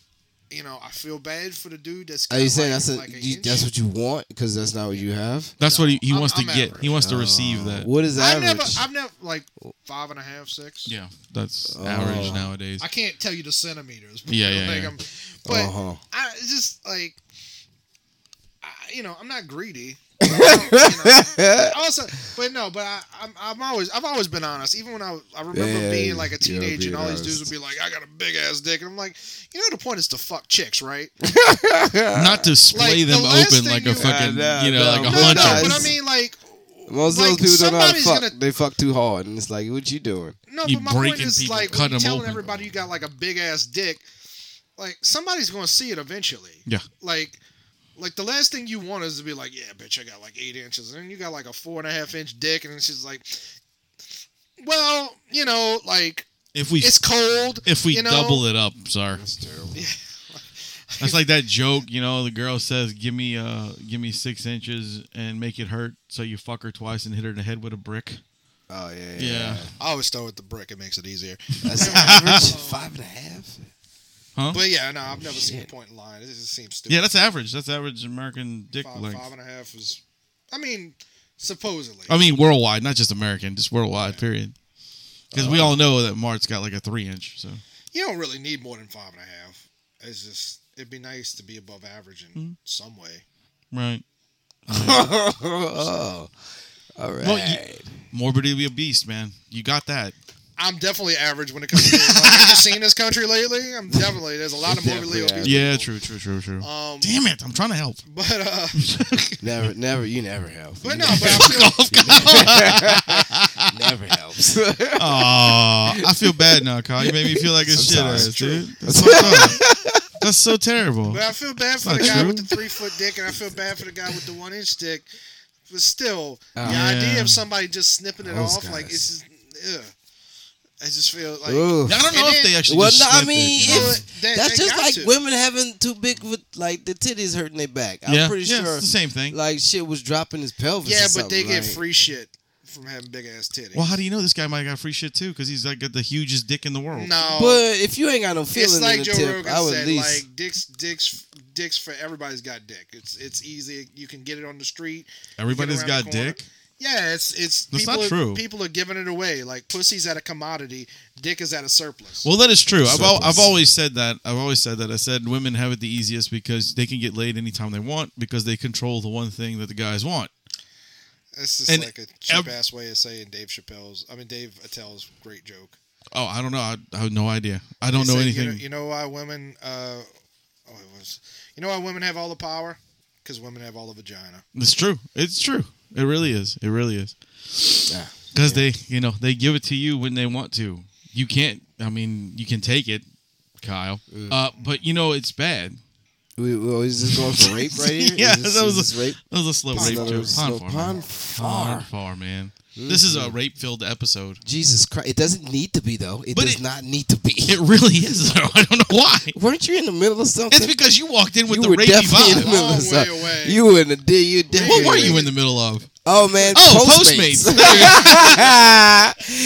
[SPEAKER 3] you know, I feel bad for the dude that's.
[SPEAKER 2] Are Oh, you
[SPEAKER 3] got,
[SPEAKER 2] saying
[SPEAKER 3] like-
[SPEAKER 2] that's a,
[SPEAKER 3] like an
[SPEAKER 2] you,
[SPEAKER 3] inch.
[SPEAKER 2] that's what you want? Because that's not what you have. Uh,
[SPEAKER 1] That's what he, he
[SPEAKER 3] I'm-
[SPEAKER 1] wants
[SPEAKER 3] I'm
[SPEAKER 1] to get.
[SPEAKER 3] average.
[SPEAKER 1] He wants to receive that.
[SPEAKER 2] What is
[SPEAKER 3] I've
[SPEAKER 2] average?
[SPEAKER 3] never, I've never like five and a half, six.
[SPEAKER 1] Yeah, that's
[SPEAKER 2] Oh.
[SPEAKER 1] average nowadays.
[SPEAKER 3] I can't tell you the centimeters. But
[SPEAKER 1] Yeah,
[SPEAKER 3] I
[SPEAKER 1] yeah,
[SPEAKER 3] think
[SPEAKER 1] yeah.
[SPEAKER 3] I'm, but
[SPEAKER 2] Uh-huh.
[SPEAKER 3] I it's just like, I, you know, I'm not greedy. but I don't, you know, also, but no, but I, I'm, I'm always, I've always been honest. Even when I, I remember
[SPEAKER 2] Yeah,
[SPEAKER 3] being like a
[SPEAKER 2] you're
[SPEAKER 3] teenager, and
[SPEAKER 2] being
[SPEAKER 3] all these
[SPEAKER 2] honest.
[SPEAKER 3] dudes would be like, "I got a big ass dick," and I'm like, you know, the point is to fuck chicks, right?
[SPEAKER 1] Not to splay
[SPEAKER 3] Like, the
[SPEAKER 1] them
[SPEAKER 3] last
[SPEAKER 1] open
[SPEAKER 3] thing
[SPEAKER 1] like
[SPEAKER 3] you-
[SPEAKER 1] a fucking,
[SPEAKER 2] Nah, nah,
[SPEAKER 1] you know,
[SPEAKER 2] nah,
[SPEAKER 1] like a
[SPEAKER 3] No, no,
[SPEAKER 1] hunter.
[SPEAKER 2] hunter.
[SPEAKER 3] but I mean, like,
[SPEAKER 2] Most
[SPEAKER 3] like,
[SPEAKER 2] of those people don't know how to
[SPEAKER 3] somebody's
[SPEAKER 2] fuck.
[SPEAKER 3] gonna-
[SPEAKER 2] They fuck too hard, and it's like, what you doing?
[SPEAKER 3] no,
[SPEAKER 1] You
[SPEAKER 3] but my point
[SPEAKER 1] breaking
[SPEAKER 3] is
[SPEAKER 1] people,
[SPEAKER 3] like,
[SPEAKER 1] cut
[SPEAKER 3] when you
[SPEAKER 1] them
[SPEAKER 3] telling
[SPEAKER 1] open.
[SPEAKER 3] everybody you got like a big ass dick, like somebody's going to see it eventually.
[SPEAKER 1] Yeah.
[SPEAKER 3] like like the last thing you want is to be like, yeah, bitch, I got like eight inches, and then you got like a four and a half inch dick, and she's like, well, you know, like
[SPEAKER 1] If we
[SPEAKER 3] it's cold.
[SPEAKER 1] if we
[SPEAKER 3] you know?
[SPEAKER 1] double it up, sir.
[SPEAKER 2] terrible.
[SPEAKER 1] That's like that joke, you know, the girl says, Give me uh give me six inches and make it hurt, so you fuck her twice and hit her in the head with a brick.
[SPEAKER 2] Oh yeah, yeah.
[SPEAKER 1] Yeah.
[SPEAKER 3] I always start with the brick; it makes it easier.
[SPEAKER 2] That's average. Five and a half.
[SPEAKER 3] But yeah, no, I've never seen a
[SPEAKER 2] Shit.
[SPEAKER 3] point in line. It just seems stupid.
[SPEAKER 1] Yeah, that's average. That's average American dick
[SPEAKER 3] five,
[SPEAKER 1] length.
[SPEAKER 3] five and a half is, I mean, supposedly.
[SPEAKER 1] I mean worldwide, not just American, just worldwide, period. Because
[SPEAKER 3] Uh,
[SPEAKER 1] we all know that Mart's got like a three inch, so
[SPEAKER 3] you don't really need more than five and a half. It's just it'd be nice to be above average in
[SPEAKER 1] Mm-hmm.
[SPEAKER 3] some way.
[SPEAKER 1] right.
[SPEAKER 2] oh, all right.
[SPEAKER 1] Well, you- Morbidly a beast, man. You got that.
[SPEAKER 3] I'm definitely average when it comes to like, have you seen this country lately? I'm definitely there's a lot of morbidly
[SPEAKER 2] Definitely average.
[SPEAKER 3] obese
[SPEAKER 1] Yeah, true, true, true, true.
[SPEAKER 3] Um,
[SPEAKER 1] Damn it, I'm trying to help.
[SPEAKER 3] but uh,
[SPEAKER 2] never, never, you never help.
[SPEAKER 3] but
[SPEAKER 2] You
[SPEAKER 3] no, but I feel,
[SPEAKER 2] never helps.
[SPEAKER 1] Aw, I feel bad now, Kyle. You made me feel like a
[SPEAKER 2] I'm
[SPEAKER 1] shit
[SPEAKER 2] sorry.
[SPEAKER 1] ass,
[SPEAKER 2] It's
[SPEAKER 1] dude. That's, fucked up. That's so terrible.
[SPEAKER 3] but I feel bad for
[SPEAKER 1] Not
[SPEAKER 3] the guy
[SPEAKER 1] true.
[SPEAKER 3] with the three foot dick, and I feel bad for the guy with the one inch dick. But still, the
[SPEAKER 1] Oh, Yeah.
[SPEAKER 3] idea of somebody just snipping it
[SPEAKER 2] Those
[SPEAKER 3] off, like
[SPEAKER 2] guys.
[SPEAKER 3] it's just, ugh. I just feel like
[SPEAKER 2] Ooh.
[SPEAKER 1] I don't know
[SPEAKER 3] And
[SPEAKER 1] if they
[SPEAKER 3] then-
[SPEAKER 1] actually.
[SPEAKER 2] Well,
[SPEAKER 1] just
[SPEAKER 2] no, I
[SPEAKER 1] snipped
[SPEAKER 2] mean,
[SPEAKER 1] it, you know?
[SPEAKER 3] know?
[SPEAKER 2] if,
[SPEAKER 3] They-
[SPEAKER 2] that's
[SPEAKER 3] they
[SPEAKER 2] just
[SPEAKER 3] got
[SPEAKER 2] like
[SPEAKER 3] to.
[SPEAKER 2] women having too big with like the titties hurting their back. I'm
[SPEAKER 1] yeah,
[SPEAKER 2] pretty
[SPEAKER 1] yeah,
[SPEAKER 2] sure,
[SPEAKER 1] it's the same thing.
[SPEAKER 2] like shit was dropping his pelvis.
[SPEAKER 3] yeah,
[SPEAKER 2] or
[SPEAKER 3] but they
[SPEAKER 2] something,
[SPEAKER 3] get
[SPEAKER 2] like-
[SPEAKER 3] free shit from having big ass titties.
[SPEAKER 1] well, how do you know this guy might have got free shit too? Because he's like got the hugest dick in the world.
[SPEAKER 3] no,
[SPEAKER 2] But if you ain't got no feeling
[SPEAKER 3] it's like
[SPEAKER 2] in the
[SPEAKER 3] Joe
[SPEAKER 2] tip,
[SPEAKER 3] Rogan
[SPEAKER 2] I would
[SPEAKER 3] said,
[SPEAKER 2] at least.
[SPEAKER 3] like dicks, dicks, dicks for everybody's got dick. It's it's easy. You can get it on the street.
[SPEAKER 1] Everybody's
[SPEAKER 3] Get around
[SPEAKER 1] got
[SPEAKER 3] the corner.
[SPEAKER 1] dick.
[SPEAKER 3] Yeah, it's it's
[SPEAKER 1] That's
[SPEAKER 3] people
[SPEAKER 1] not
[SPEAKER 3] are,
[SPEAKER 1] true.
[SPEAKER 3] People are giving it away. Like pussy's at a commodity, dick is at a surplus.
[SPEAKER 1] Well, that is true. I've, al-
[SPEAKER 2] Surplus.
[SPEAKER 1] I've always said that. I've always said that. I said women have it the easiest because they can get laid anytime they want because they control the one thing that the guys want.
[SPEAKER 3] That's just
[SPEAKER 1] and
[SPEAKER 3] like a cheap
[SPEAKER 1] ev-
[SPEAKER 3] ass way of saying Dave Chappelle's. I mean Dave Attell's great joke.
[SPEAKER 1] Oh, I don't know. I, I have no idea. I don't
[SPEAKER 3] He
[SPEAKER 1] know
[SPEAKER 3] said,
[SPEAKER 1] anything.
[SPEAKER 3] You know, you know why women? Uh, oh, it was. You know why women have all the power? Because women have all the vagina.
[SPEAKER 1] It's true. It's true. It really is. It really is.
[SPEAKER 2] Yeah.
[SPEAKER 1] Because they, you know, they give it to you when they want to. You
[SPEAKER 2] Mm.
[SPEAKER 1] can't. I mean, you can take it, Kyle. Uh, but you know, it's bad.
[SPEAKER 2] We, we, is this going for rape right here?
[SPEAKER 1] Yeah,
[SPEAKER 2] is this,
[SPEAKER 1] that
[SPEAKER 2] is
[SPEAKER 1] was
[SPEAKER 2] this rape.
[SPEAKER 1] That was a slow
[SPEAKER 2] This is
[SPEAKER 1] rape
[SPEAKER 2] another
[SPEAKER 1] joke. Pond
[SPEAKER 2] slow-
[SPEAKER 1] farm.
[SPEAKER 2] pond
[SPEAKER 1] Pond
[SPEAKER 2] farm.
[SPEAKER 1] farm, man. This is
[SPEAKER 2] Mm-hmm.
[SPEAKER 1] a rape filled episode.
[SPEAKER 2] Jesus Christ! It doesn't need to be though. It
[SPEAKER 1] But
[SPEAKER 2] does
[SPEAKER 1] it-
[SPEAKER 2] not need to be.
[SPEAKER 1] It really is, though. I don't know why.
[SPEAKER 2] Weren't you in the middle of something?
[SPEAKER 1] It's because you walked in with
[SPEAKER 2] you
[SPEAKER 1] the
[SPEAKER 2] were
[SPEAKER 1] rapey
[SPEAKER 2] definitely in the
[SPEAKER 1] vibe.
[SPEAKER 2] middle of
[SPEAKER 3] Long way
[SPEAKER 2] something.
[SPEAKER 3] away.
[SPEAKER 2] You were in the day. You
[SPEAKER 1] What
[SPEAKER 2] definitely.
[SPEAKER 1] were you in the middle of?
[SPEAKER 2] Oh man!
[SPEAKER 1] Oh,
[SPEAKER 2] Postmates.
[SPEAKER 1] Postmates.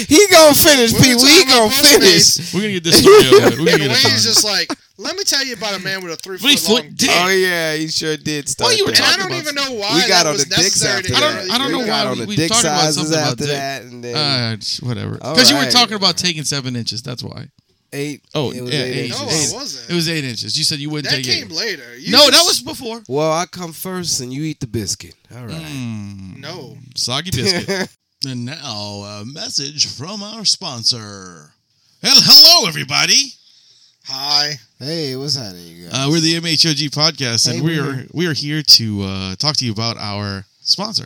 [SPEAKER 2] he gonna finish,
[SPEAKER 3] We were
[SPEAKER 2] Pete. We
[SPEAKER 3] talking about
[SPEAKER 2] gonna finish.
[SPEAKER 1] We're gonna get this story over. with. We're gonna
[SPEAKER 3] And
[SPEAKER 1] get it
[SPEAKER 3] Wayne's
[SPEAKER 1] done.
[SPEAKER 3] just like, let me tell you about a man with a three
[SPEAKER 1] Three
[SPEAKER 3] foot long.
[SPEAKER 1] foot dick.
[SPEAKER 2] Oh yeah, he sure did. Start
[SPEAKER 1] you were
[SPEAKER 2] that.
[SPEAKER 3] And I
[SPEAKER 1] talking
[SPEAKER 3] don't
[SPEAKER 1] about-
[SPEAKER 3] even know why
[SPEAKER 2] we got
[SPEAKER 3] that
[SPEAKER 2] on
[SPEAKER 3] was
[SPEAKER 2] the dicks
[SPEAKER 3] necessary
[SPEAKER 2] after
[SPEAKER 3] to
[SPEAKER 1] I
[SPEAKER 2] that.
[SPEAKER 1] don't- I don't
[SPEAKER 2] we
[SPEAKER 1] know
[SPEAKER 2] got
[SPEAKER 1] why
[SPEAKER 2] on the
[SPEAKER 1] we
[SPEAKER 2] dick
[SPEAKER 1] talked about
[SPEAKER 2] sizes
[SPEAKER 1] something about
[SPEAKER 2] after
[SPEAKER 1] dick.
[SPEAKER 2] that, and then
[SPEAKER 1] Uh, sh- whatever. Because you were
[SPEAKER 2] Alright.
[SPEAKER 1] talking about taking seven inches. That's why.
[SPEAKER 2] eight.
[SPEAKER 1] Oh,
[SPEAKER 2] it was
[SPEAKER 1] yeah,
[SPEAKER 2] eight
[SPEAKER 1] eight
[SPEAKER 2] inches.
[SPEAKER 3] No, I
[SPEAKER 1] inches.
[SPEAKER 3] wasn't.
[SPEAKER 1] It was eight inches. You said you wouldn't
[SPEAKER 3] That
[SPEAKER 1] take
[SPEAKER 3] came
[SPEAKER 1] it.
[SPEAKER 3] later. You
[SPEAKER 1] No,
[SPEAKER 3] just-
[SPEAKER 1] that was before.
[SPEAKER 2] Well, I come first, and you eat the biscuit. All right.
[SPEAKER 1] Mm,
[SPEAKER 3] No.
[SPEAKER 1] soggy biscuit. And now a message from our sponsor. Well, hello, everybody.
[SPEAKER 3] Hi.
[SPEAKER 2] hey, what's happening, you guys?
[SPEAKER 1] Uh, we're the MHOG podcast, and
[SPEAKER 2] Hey,
[SPEAKER 1] we
[SPEAKER 2] we're
[SPEAKER 1] are we are here to uh, talk to you about our sponsor.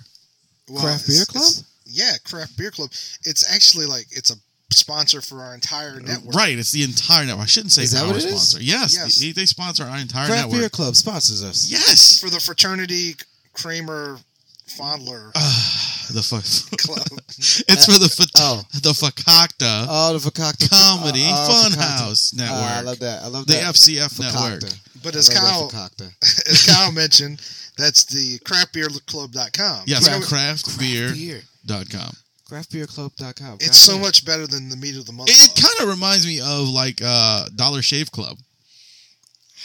[SPEAKER 3] Well,
[SPEAKER 2] Craft
[SPEAKER 3] it's-
[SPEAKER 2] beer club.
[SPEAKER 3] it's- Yeah, Craft Beer Club. It's actually like it's a sponsor for our entire network.
[SPEAKER 1] Right, it's the entire network. I shouldn't say
[SPEAKER 2] Is that
[SPEAKER 1] our
[SPEAKER 2] what it is?
[SPEAKER 1] sponsor. Yes,
[SPEAKER 3] Yes.
[SPEAKER 1] They, they sponsor our entire
[SPEAKER 2] Craft
[SPEAKER 1] network.
[SPEAKER 2] Beer Club sponsors us.
[SPEAKER 1] Yes,
[SPEAKER 3] For the fraternity Kramer Fondler
[SPEAKER 1] Uh, the fuck.
[SPEAKER 3] Club.
[SPEAKER 1] it's for the fa-
[SPEAKER 2] oh.
[SPEAKER 1] the Fakakta
[SPEAKER 2] All the Fakakta
[SPEAKER 1] Comedy
[SPEAKER 2] uh, uh,
[SPEAKER 1] Fun
[SPEAKER 2] Fakakta.
[SPEAKER 1] Funhouse
[SPEAKER 2] Uh,
[SPEAKER 1] Network,
[SPEAKER 2] I love that. I love
[SPEAKER 1] the
[SPEAKER 2] that.
[SPEAKER 1] FCF network.
[SPEAKER 2] Fakakta.
[SPEAKER 3] But
[SPEAKER 2] I
[SPEAKER 3] as Kyle
[SPEAKER 2] love that Fakakta.
[SPEAKER 3] as Kyle mentioned, that's the craftbeerclub.com.
[SPEAKER 1] Yes,
[SPEAKER 3] So
[SPEAKER 2] Beer.
[SPEAKER 1] craftbeer.com.
[SPEAKER 2] CraftBeerClub.com. God
[SPEAKER 3] it's so
[SPEAKER 2] damn.
[SPEAKER 3] much better than the meat of the month.
[SPEAKER 1] It,
[SPEAKER 3] club.
[SPEAKER 1] kind of reminds me of like uh, Dollar Shave Club.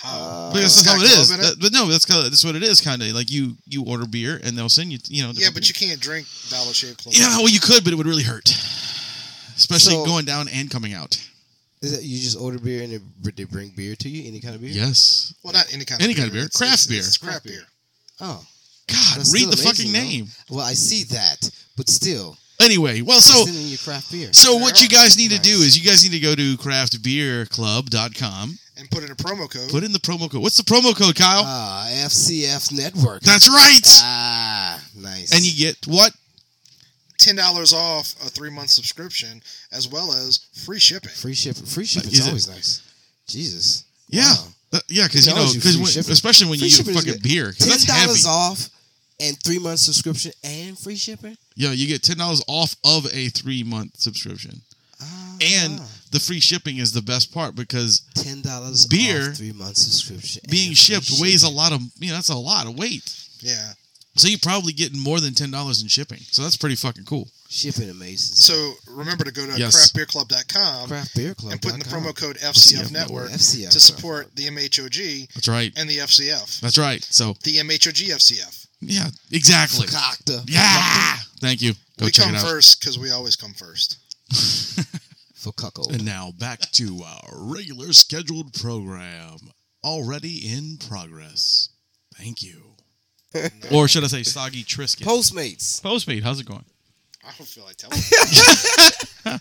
[SPEAKER 3] How-
[SPEAKER 1] But that's
[SPEAKER 3] it's
[SPEAKER 1] how
[SPEAKER 3] got
[SPEAKER 1] it is.
[SPEAKER 3] club in
[SPEAKER 1] That- but no, that's kind of, that's what it is. Kind of like you you order beer and they'll send you you know.
[SPEAKER 3] Yeah,
[SPEAKER 1] different
[SPEAKER 3] but you can't drink Dollar Shave Club.
[SPEAKER 1] Yeah, well, you could, but it would really hurt, especially
[SPEAKER 2] So-
[SPEAKER 1] going down and coming out.
[SPEAKER 2] Is that you just order beer and they, br- they bring beer to you? Any kind of beer?
[SPEAKER 1] Yes.
[SPEAKER 3] Well, not any kind
[SPEAKER 1] Any
[SPEAKER 3] of
[SPEAKER 1] kind of beer.
[SPEAKER 3] It's-
[SPEAKER 1] Craft
[SPEAKER 3] it's-
[SPEAKER 1] beer.
[SPEAKER 3] It's craft beer.
[SPEAKER 2] Oh.
[SPEAKER 1] God,
[SPEAKER 2] That's
[SPEAKER 1] read
[SPEAKER 2] still
[SPEAKER 1] the
[SPEAKER 2] amazing,
[SPEAKER 1] fucking
[SPEAKER 2] though.
[SPEAKER 1] name.
[SPEAKER 2] Well, I see that, but still,
[SPEAKER 1] Anyway, well, so
[SPEAKER 2] so, sending you craft beer.
[SPEAKER 1] so what
[SPEAKER 3] There
[SPEAKER 1] you guys need to
[SPEAKER 2] Nice.
[SPEAKER 1] do is you guys need to go to craftbeerclub.com.
[SPEAKER 3] And put in a promo code.
[SPEAKER 1] Put in the promo code. What's the promo code, Kyle?
[SPEAKER 2] Ah, FCF Network.
[SPEAKER 1] That's right.
[SPEAKER 2] ah, nice.
[SPEAKER 1] And you get what?
[SPEAKER 3] ten dollars off a three month subscription, as well as free shipping.
[SPEAKER 2] free shipping. Free shipping's
[SPEAKER 1] Is it-
[SPEAKER 2] always nice. Jesus.
[SPEAKER 1] Yeah.
[SPEAKER 2] Wow.
[SPEAKER 1] That- yeah, because you know,
[SPEAKER 2] Tells you free
[SPEAKER 1] because
[SPEAKER 2] shipping.
[SPEAKER 1] especially when
[SPEAKER 2] Free
[SPEAKER 1] you get
[SPEAKER 2] shipping is
[SPEAKER 1] fucking
[SPEAKER 2] good.
[SPEAKER 1] beer, because
[SPEAKER 2] Ten
[SPEAKER 1] that's heavy.
[SPEAKER 2] dollars off and three months subscription and free shipping.
[SPEAKER 1] Yeah, you get ten dollars off of a three month subscription,
[SPEAKER 2] Ah,
[SPEAKER 1] and the free shipping is the best part because
[SPEAKER 2] ten dollars
[SPEAKER 1] beer
[SPEAKER 2] off three months subscription and
[SPEAKER 1] being
[SPEAKER 2] free
[SPEAKER 1] shipped weighs a
[SPEAKER 2] shipping.
[SPEAKER 1] lot of you know that's a lot of weight
[SPEAKER 3] Yeah.
[SPEAKER 1] so you're probably getting more than $10 in shipping so that's pretty fucking cool
[SPEAKER 2] Shipping amazing.
[SPEAKER 3] So remember to go to
[SPEAKER 1] Yes.
[SPEAKER 3] craftbeerclub.com
[SPEAKER 2] craft beer club
[SPEAKER 3] and put in the promo code
[SPEAKER 1] FCF
[SPEAKER 3] FCF Network
[SPEAKER 2] FCF
[SPEAKER 3] to support the MHOG
[SPEAKER 1] that's right
[SPEAKER 3] and the FCF.
[SPEAKER 1] that's right so
[SPEAKER 3] The MHOG FCF.
[SPEAKER 1] yeah exactly
[SPEAKER 2] Fakakta.
[SPEAKER 1] yeah thank you go
[SPEAKER 3] we
[SPEAKER 1] check
[SPEAKER 3] come
[SPEAKER 1] it out
[SPEAKER 3] first because we always come first.
[SPEAKER 2] for cuckold.
[SPEAKER 1] and now back to our regular scheduled program already in progress thank you or should i say soggy trisket
[SPEAKER 2] Postmates.
[SPEAKER 1] postmate how's it going
[SPEAKER 3] I don't feel like telling. you.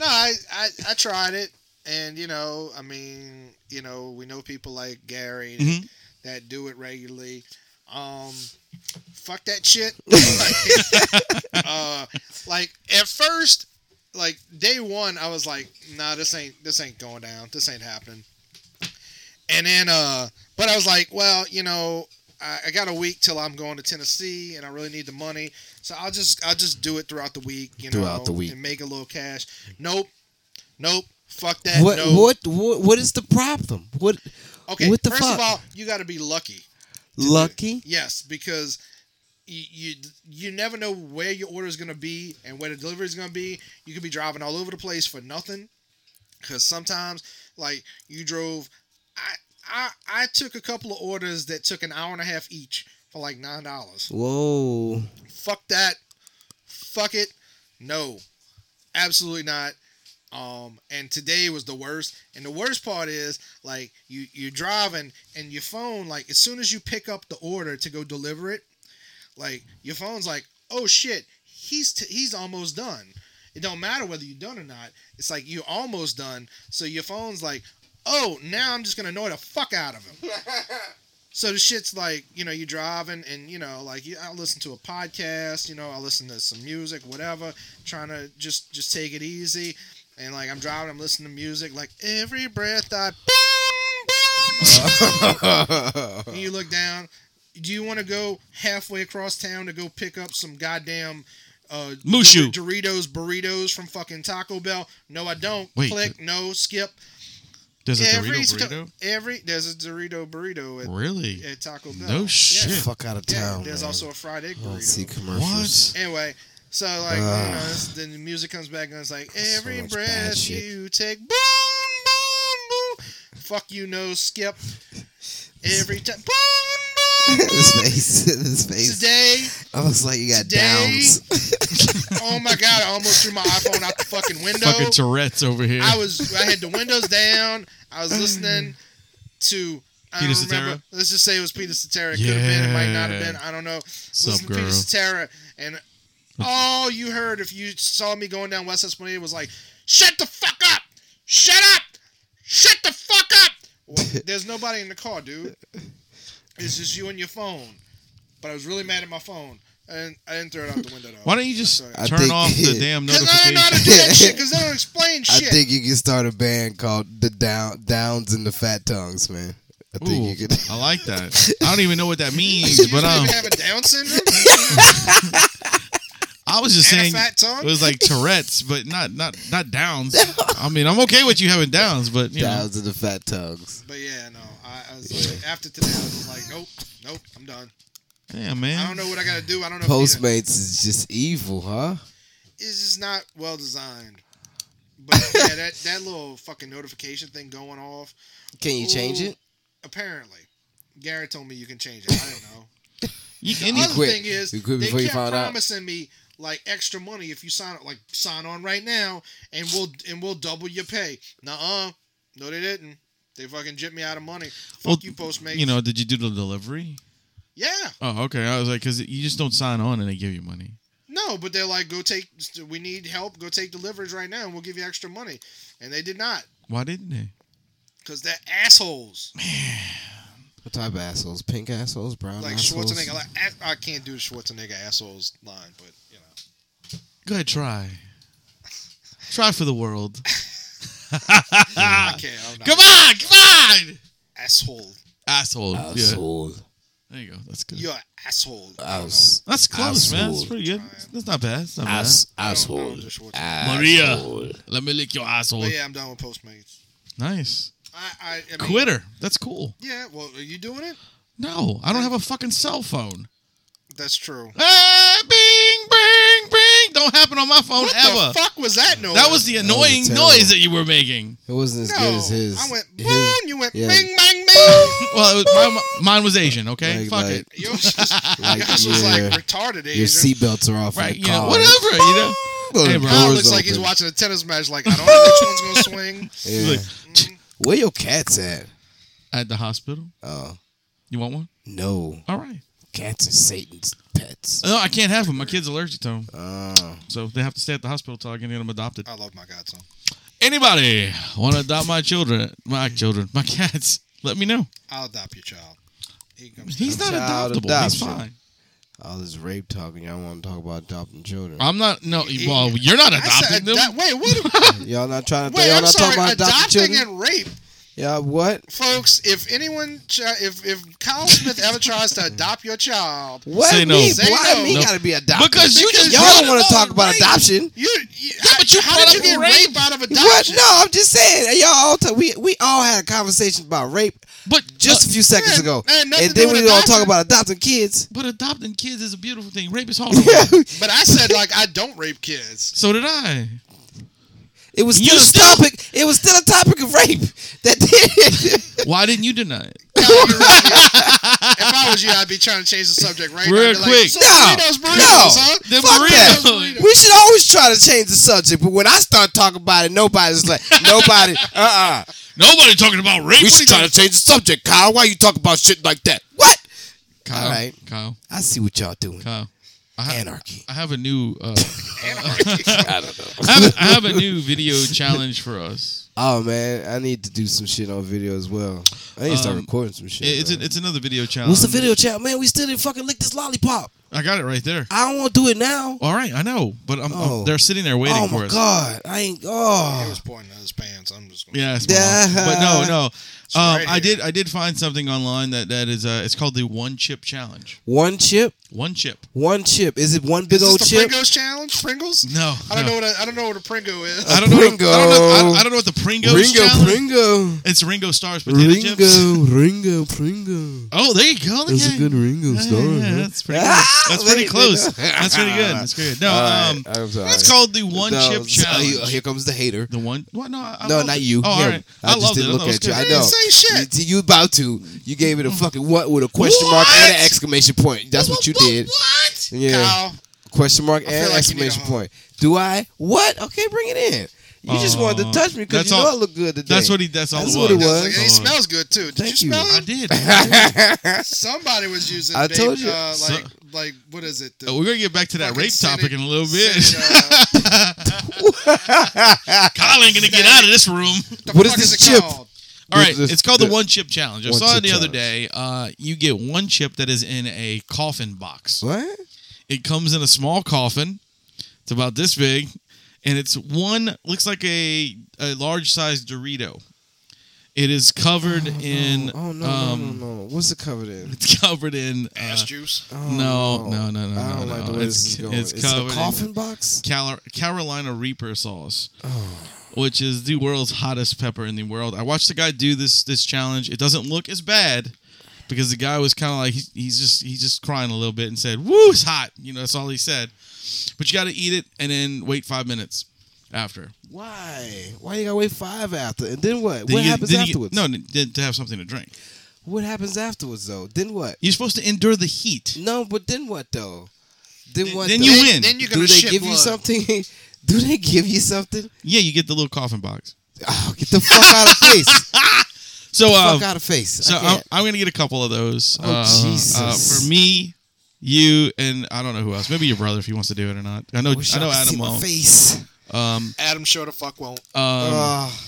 [SPEAKER 3] no, I, I I tried it, and you know, I mean, you know, we know people like Gary
[SPEAKER 2] Mm-hmm.
[SPEAKER 3] that,
[SPEAKER 1] Mhm.
[SPEAKER 3] that do it regularly. Um, fuck that shit. uh, like at first, like day one, I was like, nah, this ain't this ain't going down. This ain't happening. And then, uh, but I was like, well, you know, I, I got a week till I'm going to Tennessee, and I really need the money, so I'll just I'll just do it throughout the week, you know,
[SPEAKER 2] Throughout the week.
[SPEAKER 3] and make a little cash. Nope, nope, fuck that.
[SPEAKER 2] What,
[SPEAKER 3] no.
[SPEAKER 2] what what what is the problem? What
[SPEAKER 3] Okay,
[SPEAKER 2] what the
[SPEAKER 3] first
[SPEAKER 2] fuck?
[SPEAKER 3] of all, you got to be lucky.
[SPEAKER 2] lucky?
[SPEAKER 3] Yes, because you, you you never know where your order is going to be and where the delivery is going to be. You could be driving all over the place for nothing. Because sometimes, like you drove, I I I took a couple of orders that took an hour and a half each for like nine dollars.
[SPEAKER 2] Whoa.
[SPEAKER 3] Fuck that. Fuck it. No, absolutely not. Um, and today was the worst. And the worst part is like you you're driving and your phone like as soon as you pick up the order to go deliver it, like your phone's like, oh shit, he's t- he's almost done. It don't matter whether you're done or not. It's like you're almost done. So your phone's like, oh now I'm just gonna annoy the fuck out of him. So the shit's like, you know, you're driving and, you know, like you, I listen to a podcast, you know, I listen to some music, whatever, trying to just just take it easy. And like I'm driving, I'm listening to music, like every breath I,
[SPEAKER 2] oh
[SPEAKER 3] you look down. Do you want to go halfway across town to go pick up some goddamn uh,
[SPEAKER 1] Mushu.
[SPEAKER 3] Dor- Doritos burritos from fucking Taco Bell? No, I don't.
[SPEAKER 1] Wait,
[SPEAKER 3] Click. No, skip.
[SPEAKER 1] There's a
[SPEAKER 3] every
[SPEAKER 1] Dorito
[SPEAKER 3] sto-
[SPEAKER 1] burrito.
[SPEAKER 3] every there's a Dorito burrito at,
[SPEAKER 1] Really?
[SPEAKER 3] at Taco Bell.
[SPEAKER 1] No
[SPEAKER 3] Yeah.
[SPEAKER 1] shit.
[SPEAKER 2] the fuck out of
[SPEAKER 3] Yeah,
[SPEAKER 2] town.
[SPEAKER 3] there's
[SPEAKER 2] man.
[SPEAKER 3] also a fried egg
[SPEAKER 2] I don't
[SPEAKER 3] burrito.
[SPEAKER 2] Oh, see commercials.
[SPEAKER 3] Anyway, so like you
[SPEAKER 2] Ugh.
[SPEAKER 3] know, it's- then the music comes back and it's like every
[SPEAKER 2] much bad
[SPEAKER 3] breath
[SPEAKER 2] shit.
[SPEAKER 3] you take, boom, boom, boom. Fuck you, no skip. Every time, boom, boom,
[SPEAKER 2] his
[SPEAKER 3] boom.
[SPEAKER 2] face, his face.
[SPEAKER 3] Today,
[SPEAKER 2] I was like, you got
[SPEAKER 3] Today-
[SPEAKER 2] downs.
[SPEAKER 3] oh my god, I almost threw my iPhone out the fucking window.
[SPEAKER 1] Fucking Tourette's over here.
[SPEAKER 3] I was, I had the windows down. I was listening to. I
[SPEAKER 1] Peter
[SPEAKER 3] don't remember.
[SPEAKER 1] Cetera?
[SPEAKER 3] Let's just say it was Peter Cetera. It could have been. It might not have
[SPEAKER 1] Yeah.
[SPEAKER 3] been. I don't know.
[SPEAKER 1] Sup,
[SPEAKER 3] Listen to
[SPEAKER 1] girl?
[SPEAKER 3] Peter Cetera, and all you heard if you saw me going down West Esplanade was like, "Shut the fuck up! Shut up! Shut the fuck up!" Well, there's nobody in the car, dude. It's just you and your phone. But I was really mad at my phone, and I didn't throw it out the window though.
[SPEAKER 1] Why don't you just
[SPEAKER 3] Sorry.
[SPEAKER 2] I
[SPEAKER 1] turn
[SPEAKER 2] think-
[SPEAKER 1] off the damn
[SPEAKER 3] Because I don't know how to
[SPEAKER 1] notification?
[SPEAKER 3] do that shit. Because they don't explain
[SPEAKER 2] I
[SPEAKER 3] shit.
[SPEAKER 2] think you can start a band called the Down Downs and the Fat Tongues, man. I think
[SPEAKER 1] Ooh,
[SPEAKER 2] you could.
[SPEAKER 1] I like that. I don't even know what that means,
[SPEAKER 3] you
[SPEAKER 1] but
[SPEAKER 3] don't
[SPEAKER 1] um,
[SPEAKER 3] even have a Down syndrome
[SPEAKER 1] I was just
[SPEAKER 3] and a
[SPEAKER 1] saying
[SPEAKER 3] fat tongue.
[SPEAKER 1] it was like Tourette's, but not not not Downs. I mean, I'm okay with you having Downs, but you know,
[SPEAKER 2] Downs and the Fat Tongues.
[SPEAKER 3] But yeah, no. I, I was like, after today, I was like, nope, nope, I'm done.
[SPEAKER 1] yeah,
[SPEAKER 3] I don't
[SPEAKER 1] man.
[SPEAKER 3] know what I got to do. I don't know. if Nina-
[SPEAKER 2] Postmates is just evil, huh?
[SPEAKER 3] it's just not well designed. But yeah, that that little fucking notification thing going off.
[SPEAKER 2] Can you change it?
[SPEAKER 3] Apparently, Garrett told me you can change it. I don't know.
[SPEAKER 1] You,
[SPEAKER 3] The
[SPEAKER 1] any,
[SPEAKER 3] other
[SPEAKER 2] quit.
[SPEAKER 3] thing is,
[SPEAKER 2] You quit
[SPEAKER 3] they
[SPEAKER 2] before you
[SPEAKER 3] kept
[SPEAKER 2] found out.
[SPEAKER 3] promising me like extra money if you sign up, like sign on right now, and we'll and we'll double your pay. Nuh-uh. no, they didn't. They fucking jipped me out of money. Fuck
[SPEAKER 1] Well,
[SPEAKER 3] you, Postmates.
[SPEAKER 1] you know, did you do the delivery?
[SPEAKER 3] yeah,
[SPEAKER 1] Oh, okay. I was like, because you just don't sign on and they give you money.
[SPEAKER 3] No, but they're like, go take. We need help. Go take deliveries right now, and we'll give you extra money. And they did not,
[SPEAKER 1] Why didn't they?
[SPEAKER 3] cause they're assholes.
[SPEAKER 2] What type of assholes? Pink assholes? Brown
[SPEAKER 3] Like
[SPEAKER 2] assholes?
[SPEAKER 3] Schwarzenegger. Like, ass- I can't do the Schwarzenegger assholes line, but you know.
[SPEAKER 1] Go ahead, try. Try for the world.
[SPEAKER 2] Ah,
[SPEAKER 3] I can't. I'm not
[SPEAKER 1] Come on, come on,
[SPEAKER 3] asshole.
[SPEAKER 1] asshole. Yeah,
[SPEAKER 2] Asshole.
[SPEAKER 1] there you go. That's good.
[SPEAKER 3] You're an asshole. I don't
[SPEAKER 2] Ass-
[SPEAKER 1] That's close, man. That's
[SPEAKER 2] Asshole.
[SPEAKER 1] pretty good. That's not bad. That's not bad.
[SPEAKER 2] ass-
[SPEAKER 3] I
[SPEAKER 2] Asshole.
[SPEAKER 3] don't do Schwarzenegger.
[SPEAKER 2] Asshole.
[SPEAKER 1] Let me lick your
[SPEAKER 3] know.
[SPEAKER 1] asshole.
[SPEAKER 3] But yeah, I'm done with Postmates.
[SPEAKER 1] Nice.
[SPEAKER 3] I, I, I mean,
[SPEAKER 1] Quitter. That's cool.
[SPEAKER 3] Yeah. Well, are you doing it?
[SPEAKER 1] No, I don't have a fucking cell phone.
[SPEAKER 3] That's true.
[SPEAKER 1] Ah, bing, bing, bing. Don't happen on my phone
[SPEAKER 3] What
[SPEAKER 1] ever.
[SPEAKER 3] the fuck was that noise?
[SPEAKER 1] That was the
[SPEAKER 2] was
[SPEAKER 1] annoying
[SPEAKER 2] terrible.
[SPEAKER 1] noise that you were making.
[SPEAKER 2] It wasn't as
[SPEAKER 3] no.
[SPEAKER 2] good as his.
[SPEAKER 3] I went
[SPEAKER 2] his-
[SPEAKER 3] boom. You went
[SPEAKER 2] yeah.
[SPEAKER 3] bing, bang, bing.
[SPEAKER 1] Well, it was, my, mine was Asian. Okay,
[SPEAKER 2] Like-
[SPEAKER 1] fuck
[SPEAKER 2] like-
[SPEAKER 1] it.
[SPEAKER 3] Yours was,
[SPEAKER 2] Like,
[SPEAKER 3] yours was like
[SPEAKER 2] yeah.
[SPEAKER 3] retarded.
[SPEAKER 2] your
[SPEAKER 3] Asian.
[SPEAKER 2] seatbelts are off.
[SPEAKER 1] Right?
[SPEAKER 2] like
[SPEAKER 1] You know,
[SPEAKER 2] cars.
[SPEAKER 1] whatever. You know.
[SPEAKER 2] Well,
[SPEAKER 1] Hey, bro.
[SPEAKER 2] doors
[SPEAKER 3] Kyle looks like he's
[SPEAKER 2] open.
[SPEAKER 3] watching a tennis match. Like I don't know which one's gonna swing.
[SPEAKER 2] Yeah.
[SPEAKER 1] Like,
[SPEAKER 2] Where your cats at?
[SPEAKER 1] at the hospital.
[SPEAKER 2] Oh
[SPEAKER 1] You want one?
[SPEAKER 2] no,
[SPEAKER 1] All right.
[SPEAKER 2] cats are Satan's pets.
[SPEAKER 1] No, I can't have them. My kid's allergic to them,
[SPEAKER 2] Oh,
[SPEAKER 1] so they have to stay at the hospital till I can get them adopted.
[SPEAKER 3] I love my godson.
[SPEAKER 1] Anybody want to adopt my children? My children, my cats. Let me know.
[SPEAKER 3] I'll adopt your child. He comes.
[SPEAKER 1] He's not
[SPEAKER 2] Child
[SPEAKER 1] adoptable. He's
[SPEAKER 2] adoption.
[SPEAKER 1] fine.
[SPEAKER 2] all this rape talking. Y'all want to talk about adopting children?
[SPEAKER 1] I'm not. No.
[SPEAKER 3] He-
[SPEAKER 1] Well, you're not
[SPEAKER 3] I said
[SPEAKER 1] adopting them.
[SPEAKER 3] ado- wait, what?
[SPEAKER 2] y'all not trying to?
[SPEAKER 3] Wait,
[SPEAKER 2] y'all
[SPEAKER 3] I'm
[SPEAKER 2] not
[SPEAKER 3] sorry.
[SPEAKER 2] talking about adopting
[SPEAKER 3] Adopting,
[SPEAKER 2] children?
[SPEAKER 3] and rape,
[SPEAKER 2] Y'all what?
[SPEAKER 3] folks. If anyone, ch- if if Kyle Smith ever tries to adopt your child,
[SPEAKER 2] What?
[SPEAKER 1] Say no.
[SPEAKER 2] Me?
[SPEAKER 3] Say
[SPEAKER 2] Why
[SPEAKER 3] no.
[SPEAKER 2] me
[SPEAKER 1] No.
[SPEAKER 2] gotta be adopted?
[SPEAKER 1] Because you just
[SPEAKER 2] y'all don't
[SPEAKER 1] brought
[SPEAKER 2] want
[SPEAKER 1] up
[SPEAKER 2] to talk about
[SPEAKER 1] rape.
[SPEAKER 2] adoption.
[SPEAKER 3] you, you
[SPEAKER 1] Yeah,
[SPEAKER 3] how,
[SPEAKER 1] but you
[SPEAKER 3] how
[SPEAKER 1] brought
[SPEAKER 3] did you
[SPEAKER 1] up
[SPEAKER 3] get
[SPEAKER 1] rape.
[SPEAKER 3] raped out of adoption?
[SPEAKER 2] What? No, I'm just saying. Y'all all ta- we we all had a conversation about rape
[SPEAKER 1] But
[SPEAKER 2] just
[SPEAKER 1] uh,
[SPEAKER 2] a few seconds
[SPEAKER 3] yeah,
[SPEAKER 2] ago,
[SPEAKER 3] that had nothing
[SPEAKER 2] and
[SPEAKER 3] to
[SPEAKER 2] then
[SPEAKER 3] do with
[SPEAKER 2] we all
[SPEAKER 3] adoption.
[SPEAKER 2] talk about adopting kids.
[SPEAKER 1] but adopting kids is a beautiful thing. Rape is horrible.
[SPEAKER 3] But I said like I don't rape kids.
[SPEAKER 1] so did I.
[SPEAKER 2] It was
[SPEAKER 1] You
[SPEAKER 2] still a
[SPEAKER 1] still-
[SPEAKER 2] topic. It was still a topic of rape. That did.
[SPEAKER 1] Why didn't you deny it?
[SPEAKER 3] Kyle, you're right. if I was you, I'd be trying to change the subject right
[SPEAKER 1] Real
[SPEAKER 3] now. Be
[SPEAKER 1] quick.
[SPEAKER 3] Like, so
[SPEAKER 2] No,
[SPEAKER 3] burritos, burritos,
[SPEAKER 2] no.
[SPEAKER 3] huh?
[SPEAKER 1] The
[SPEAKER 2] Fuck that.
[SPEAKER 1] burrito.
[SPEAKER 2] we should always try to change the subject, but when I start talking about it, nobody's like nobody. Uh uh
[SPEAKER 1] Nobody talking about rape.
[SPEAKER 2] We
[SPEAKER 1] What
[SPEAKER 2] should
[SPEAKER 1] are
[SPEAKER 2] try
[SPEAKER 1] you
[SPEAKER 2] to change the subject, Kyle. Why you talk about shit like that? What?
[SPEAKER 1] Kyle,
[SPEAKER 2] All right.
[SPEAKER 1] Kyle,
[SPEAKER 2] I see what y'all doing.
[SPEAKER 1] Kyle. I, ha-
[SPEAKER 2] Anarchy.
[SPEAKER 1] I have a new. Uh,
[SPEAKER 2] I don't know.
[SPEAKER 1] I, have, I have a new video challenge for us.
[SPEAKER 2] Oh man, I need to do some shit on video as well. I need to start
[SPEAKER 1] Um,
[SPEAKER 2] recording some shit.
[SPEAKER 1] It's
[SPEAKER 2] man.
[SPEAKER 1] an, it's another video challenge.
[SPEAKER 2] What's the video chat, man? We still didn't fucking lick this lollipop.
[SPEAKER 1] I got it right there.
[SPEAKER 2] I don't want to do it now.
[SPEAKER 1] All right, I know, but I'm, I'm-
[SPEAKER 2] Oh.
[SPEAKER 1] they're sitting there waiting
[SPEAKER 2] oh
[SPEAKER 1] for
[SPEAKER 2] my
[SPEAKER 1] us.
[SPEAKER 2] god, I ain't.
[SPEAKER 3] He
[SPEAKER 2] Oh,
[SPEAKER 3] was pointing at his pants. I'm just gonna.
[SPEAKER 1] Yeah, it's
[SPEAKER 2] Yeah.
[SPEAKER 1] my fault. but no, no.
[SPEAKER 3] It's
[SPEAKER 1] Um,
[SPEAKER 3] right
[SPEAKER 1] I
[SPEAKER 3] here.
[SPEAKER 1] did I did find something online that that is uh, it's called the one chip challenge.
[SPEAKER 2] one chip,
[SPEAKER 1] One chip.
[SPEAKER 2] one chip. Is it one big
[SPEAKER 3] Is this
[SPEAKER 2] old
[SPEAKER 3] the
[SPEAKER 2] chip?
[SPEAKER 3] Pringles challenge? Pringles?
[SPEAKER 1] No,
[SPEAKER 3] I don't
[SPEAKER 1] no.
[SPEAKER 3] know what a, I don't know what a Pringo is.
[SPEAKER 1] I don't know. what- I don't know. I don't-
[SPEAKER 2] Pringo.
[SPEAKER 1] I don't know what the Pringos
[SPEAKER 2] Ringo,
[SPEAKER 1] challenge.
[SPEAKER 2] Pringo,
[SPEAKER 1] It's Ringo Starr's potato chips.
[SPEAKER 2] Ringo, Ringo, Pringo.
[SPEAKER 1] Oh, there you go.
[SPEAKER 2] That's
[SPEAKER 1] Yeah.
[SPEAKER 2] a good Ringo
[SPEAKER 1] Yeah,
[SPEAKER 2] story.
[SPEAKER 1] yeah,
[SPEAKER 2] huh?
[SPEAKER 1] that's pretty.
[SPEAKER 2] Ah,
[SPEAKER 1] Close. That's pretty
[SPEAKER 2] wait,
[SPEAKER 1] close.
[SPEAKER 2] wait, no.
[SPEAKER 1] That's pretty good. That's good. No,
[SPEAKER 2] All right,
[SPEAKER 1] um,
[SPEAKER 2] I'm sorry.
[SPEAKER 1] it's called the one
[SPEAKER 2] No,
[SPEAKER 1] chip
[SPEAKER 2] I'm sorry. Oh,
[SPEAKER 1] challenge.
[SPEAKER 2] Here comes the hater.
[SPEAKER 1] The one? What? No, I, I
[SPEAKER 2] No,
[SPEAKER 1] loved
[SPEAKER 2] not
[SPEAKER 1] it.
[SPEAKER 2] you.
[SPEAKER 1] Oh, all
[SPEAKER 2] him.
[SPEAKER 1] right.
[SPEAKER 2] I,
[SPEAKER 1] I,
[SPEAKER 2] just
[SPEAKER 1] loved
[SPEAKER 2] didn't
[SPEAKER 1] it.
[SPEAKER 2] look
[SPEAKER 1] I
[SPEAKER 2] at you. I
[SPEAKER 3] good.
[SPEAKER 2] know.
[SPEAKER 3] You didn't say shit.
[SPEAKER 2] You, you about to. You gave it
[SPEAKER 1] Hmm.
[SPEAKER 2] a fucking what with a question mark
[SPEAKER 3] What?
[SPEAKER 2] and an exclamation point. That's what you did.
[SPEAKER 3] What?
[SPEAKER 2] Yeah.
[SPEAKER 3] Kyle,
[SPEAKER 2] Question mark
[SPEAKER 3] feel
[SPEAKER 2] and
[SPEAKER 3] like you
[SPEAKER 2] exclamation
[SPEAKER 3] need a-
[SPEAKER 2] point. Do I? What? Okay, bring it in. You just wanted to
[SPEAKER 1] Aw.
[SPEAKER 2] touch me because
[SPEAKER 1] Oh, That's
[SPEAKER 2] you know
[SPEAKER 1] all-
[SPEAKER 2] I look good today.
[SPEAKER 1] That's what he. That's all
[SPEAKER 2] That's
[SPEAKER 1] it was.
[SPEAKER 2] what it
[SPEAKER 3] I was
[SPEAKER 2] was.
[SPEAKER 3] like, and he
[SPEAKER 1] Hold on.
[SPEAKER 3] smells good too. Did
[SPEAKER 2] Thank
[SPEAKER 3] you
[SPEAKER 2] you.
[SPEAKER 3] smell
[SPEAKER 1] I
[SPEAKER 3] it?
[SPEAKER 1] did.
[SPEAKER 3] Somebody was using.
[SPEAKER 2] I
[SPEAKER 3] vape,
[SPEAKER 2] told you.
[SPEAKER 3] Uh,
[SPEAKER 1] So-
[SPEAKER 3] like like what is it? The
[SPEAKER 1] Uh, We're gonna get back to that
[SPEAKER 3] fucking
[SPEAKER 1] rape topic
[SPEAKER 3] Senate-
[SPEAKER 1] in a little bit.
[SPEAKER 3] Senate, uh,
[SPEAKER 1] Kyle ain't gonna get out of this room.
[SPEAKER 3] the
[SPEAKER 2] What is
[SPEAKER 3] fuck
[SPEAKER 2] this chip?
[SPEAKER 3] called?
[SPEAKER 1] All right,
[SPEAKER 2] This- this-
[SPEAKER 1] it's called the
[SPEAKER 2] the-
[SPEAKER 1] one chip challenge. I
[SPEAKER 2] one
[SPEAKER 1] saw it
[SPEAKER 2] chip
[SPEAKER 1] the other day.
[SPEAKER 2] challenge.
[SPEAKER 1] Uh, you get one chip that is in a coffin box.
[SPEAKER 2] What?
[SPEAKER 1] It comes in a small coffin. It's about this big, and it's one looks like a a large sized Dorito. It is covered in.
[SPEAKER 2] Oh no,
[SPEAKER 1] um,
[SPEAKER 2] no, no, no. What's it covered in?
[SPEAKER 1] It's covered in. uh,
[SPEAKER 3] Ass juice.
[SPEAKER 2] Oh,
[SPEAKER 1] no, no, no, no,
[SPEAKER 2] I don't
[SPEAKER 1] no,
[SPEAKER 2] like
[SPEAKER 1] no.
[SPEAKER 2] the way
[SPEAKER 1] It's-
[SPEAKER 2] this is going.
[SPEAKER 1] it's
[SPEAKER 2] It's,
[SPEAKER 1] covered
[SPEAKER 2] a
[SPEAKER 1] in-
[SPEAKER 2] coffin box.
[SPEAKER 1] Cal- Carolina Reaper sauce,
[SPEAKER 2] Oh.
[SPEAKER 1] which is the world's hottest pepper in the world. I watched the guy do this this challenge. It doesn't look as bad because the guy was kind of like he's, he's just he's just crying a little bit and said, "Woo, it's hot." You know, that's all he said. But you got to eat it and then wait five minutes after.
[SPEAKER 2] Why? Why you gotta wait five after? And then what?
[SPEAKER 1] Then
[SPEAKER 2] what
[SPEAKER 1] you-
[SPEAKER 2] happens
[SPEAKER 1] then you-
[SPEAKER 2] afterwards?
[SPEAKER 1] No, then to have something to drink.
[SPEAKER 2] What happens afterwards though? Then what?
[SPEAKER 1] You're supposed to endure the heat.
[SPEAKER 2] No, but then what though? Then what?
[SPEAKER 1] then
[SPEAKER 2] though?
[SPEAKER 1] you
[SPEAKER 3] Then-
[SPEAKER 1] win.
[SPEAKER 3] Then you're
[SPEAKER 2] Do
[SPEAKER 3] gonna
[SPEAKER 2] they
[SPEAKER 3] shit
[SPEAKER 2] give you
[SPEAKER 3] blood.
[SPEAKER 2] something? Do they give you something?
[SPEAKER 1] Yeah, you get the little coffin box.
[SPEAKER 2] Oh, get the fuck out of face!
[SPEAKER 1] So, uh,
[SPEAKER 2] fuck out of face!
[SPEAKER 1] So
[SPEAKER 2] I
[SPEAKER 1] I'm,
[SPEAKER 2] can't.
[SPEAKER 1] I'm gonna get a couple of those. um, uh,
[SPEAKER 2] Oh, Jesus.
[SPEAKER 1] for me, you, and I don't know who else. Maybe your brother if he wants to do it or not. I know.
[SPEAKER 2] Wish
[SPEAKER 1] I know
[SPEAKER 2] y'all could see
[SPEAKER 1] Adam
[SPEAKER 2] my
[SPEAKER 1] won't.
[SPEAKER 2] face.
[SPEAKER 1] Um,
[SPEAKER 3] Adam sure the fuck won't.
[SPEAKER 1] um,
[SPEAKER 2] Ah,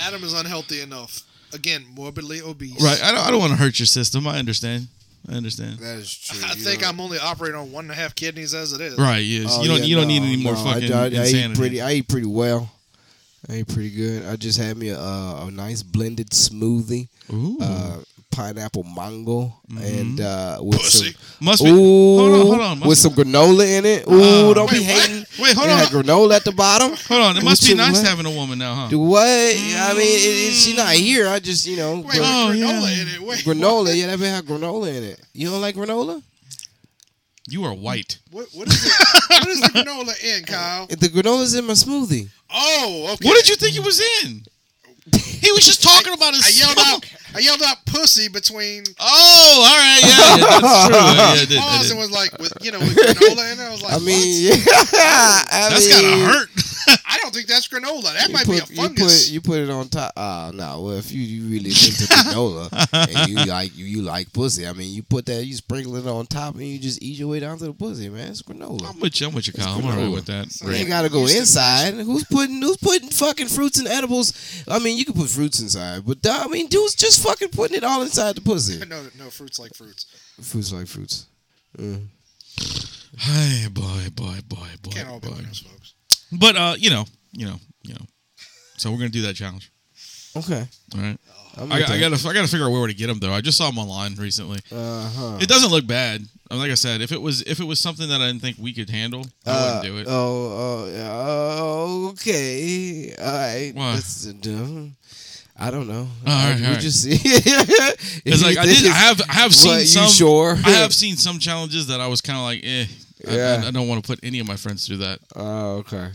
[SPEAKER 3] Adam is unhealthy enough. Again, morbidly obese.
[SPEAKER 1] right. I don't. I don't want to hurt your system. I understand. I understand.
[SPEAKER 2] that is true.
[SPEAKER 3] I
[SPEAKER 2] You
[SPEAKER 3] think
[SPEAKER 2] know.
[SPEAKER 3] I'm only operating on one and a half kidneys as it is.
[SPEAKER 1] Right. Yes.
[SPEAKER 2] Oh,
[SPEAKER 1] you don't.
[SPEAKER 2] yeah,
[SPEAKER 1] you don't need
[SPEAKER 2] no,
[SPEAKER 1] any more
[SPEAKER 2] no,
[SPEAKER 1] fucking
[SPEAKER 2] I, I, I eat
[SPEAKER 1] insanity.
[SPEAKER 2] pretty. I eat pretty well. I eat pretty good. I just had me a, uh, a nice blended smoothie,
[SPEAKER 1] Ooh. Mm-hmm.
[SPEAKER 2] uh, pineapple mango, and uh, with
[SPEAKER 3] Pussy.
[SPEAKER 1] Must
[SPEAKER 2] some.
[SPEAKER 1] be.
[SPEAKER 2] Ooh,
[SPEAKER 1] hold on. Hold on. Must
[SPEAKER 2] with some granola in it. Ooh, don't be
[SPEAKER 3] Wait, what?
[SPEAKER 2] hating.
[SPEAKER 1] Wait. Hold
[SPEAKER 2] It
[SPEAKER 1] on.
[SPEAKER 2] had granola at the bottom.
[SPEAKER 1] Hold on. It must be
[SPEAKER 2] Gucci
[SPEAKER 1] nice
[SPEAKER 2] what?
[SPEAKER 1] having a woman now, huh?
[SPEAKER 2] Do what? I mean, it, it, she's not
[SPEAKER 1] Mm.
[SPEAKER 2] here. I just, you know,
[SPEAKER 3] Wait,
[SPEAKER 2] gr-
[SPEAKER 1] Oh,
[SPEAKER 3] wait, granola
[SPEAKER 1] yeah.
[SPEAKER 3] in it. Wait,
[SPEAKER 2] granola. Yeah, that been had granola in it. You don't like granola?
[SPEAKER 1] You are white.
[SPEAKER 3] What, what is it? what is the granola in, Kyle?
[SPEAKER 2] The granola's in my smoothie.
[SPEAKER 3] Oh, okay.
[SPEAKER 1] What did you think it was in? He was just talking about his.
[SPEAKER 3] I yelled
[SPEAKER 1] stomach.
[SPEAKER 3] out. I yelled out "pussy" between
[SPEAKER 1] Oh, all right. Yeah, yeah that's true. Yeah, I did, I
[SPEAKER 3] pause
[SPEAKER 1] did.
[SPEAKER 3] and was like, with you know, with granola in it. I was like,
[SPEAKER 2] I mean, yeah, I
[SPEAKER 1] That's
[SPEAKER 2] mean,
[SPEAKER 1] gotta hurt.
[SPEAKER 3] what? I don't think that's granola. That
[SPEAKER 2] you
[SPEAKER 3] might
[SPEAKER 2] put,
[SPEAKER 3] be a
[SPEAKER 2] you
[SPEAKER 3] fungus.
[SPEAKER 2] put you put it on top. Oh no! Well, if you, you really into granola and you like you, you like pussy, I mean, you put that you sprinkle it on top and you just eat your way down to the pussy, man. It's granola.
[SPEAKER 1] I'm with you. I'm with you, Kyle. I'm all right with that.
[SPEAKER 2] You ain't
[SPEAKER 1] Right.
[SPEAKER 2] gotta go inside. Who's putting who's putting fucking fruits and edibles? I mean, you can put fruits inside, but uh, I mean, dude's just fucking putting it all inside the pussy.
[SPEAKER 3] no, no, fruits like fruits.
[SPEAKER 2] Fruits like fruits. Mm.
[SPEAKER 1] Hey, boy, boy, boy, boy,
[SPEAKER 3] Can't all be
[SPEAKER 1] boy.
[SPEAKER 3] winners, folks.
[SPEAKER 1] But uh, you know, you know, you know. So we're gonna do that challenge.
[SPEAKER 2] Okay.
[SPEAKER 1] All right. I, I gotta, I gotta figure out where to get them though. I just saw them online recently.
[SPEAKER 2] Uh huh.
[SPEAKER 1] It doesn't look bad. I mean, Like I said, if it was, if it was something that I didn't think we could handle, I wouldn't do it.
[SPEAKER 2] Uh, Oh, oh, yeah, oh, okay. All right.
[SPEAKER 1] Why?
[SPEAKER 2] That's, uh, I don't know.
[SPEAKER 1] All
[SPEAKER 2] I-
[SPEAKER 1] right,
[SPEAKER 2] we
[SPEAKER 1] all right.
[SPEAKER 2] just see. it's
[SPEAKER 1] It's like I did. I have, I have seen
[SPEAKER 2] you
[SPEAKER 1] some.
[SPEAKER 2] sure?
[SPEAKER 1] I have seen some challenges that I was kind of like, eh. I-
[SPEAKER 2] Yeah.
[SPEAKER 1] I, I don't want to put any of my friends through that.
[SPEAKER 2] Oh, okay.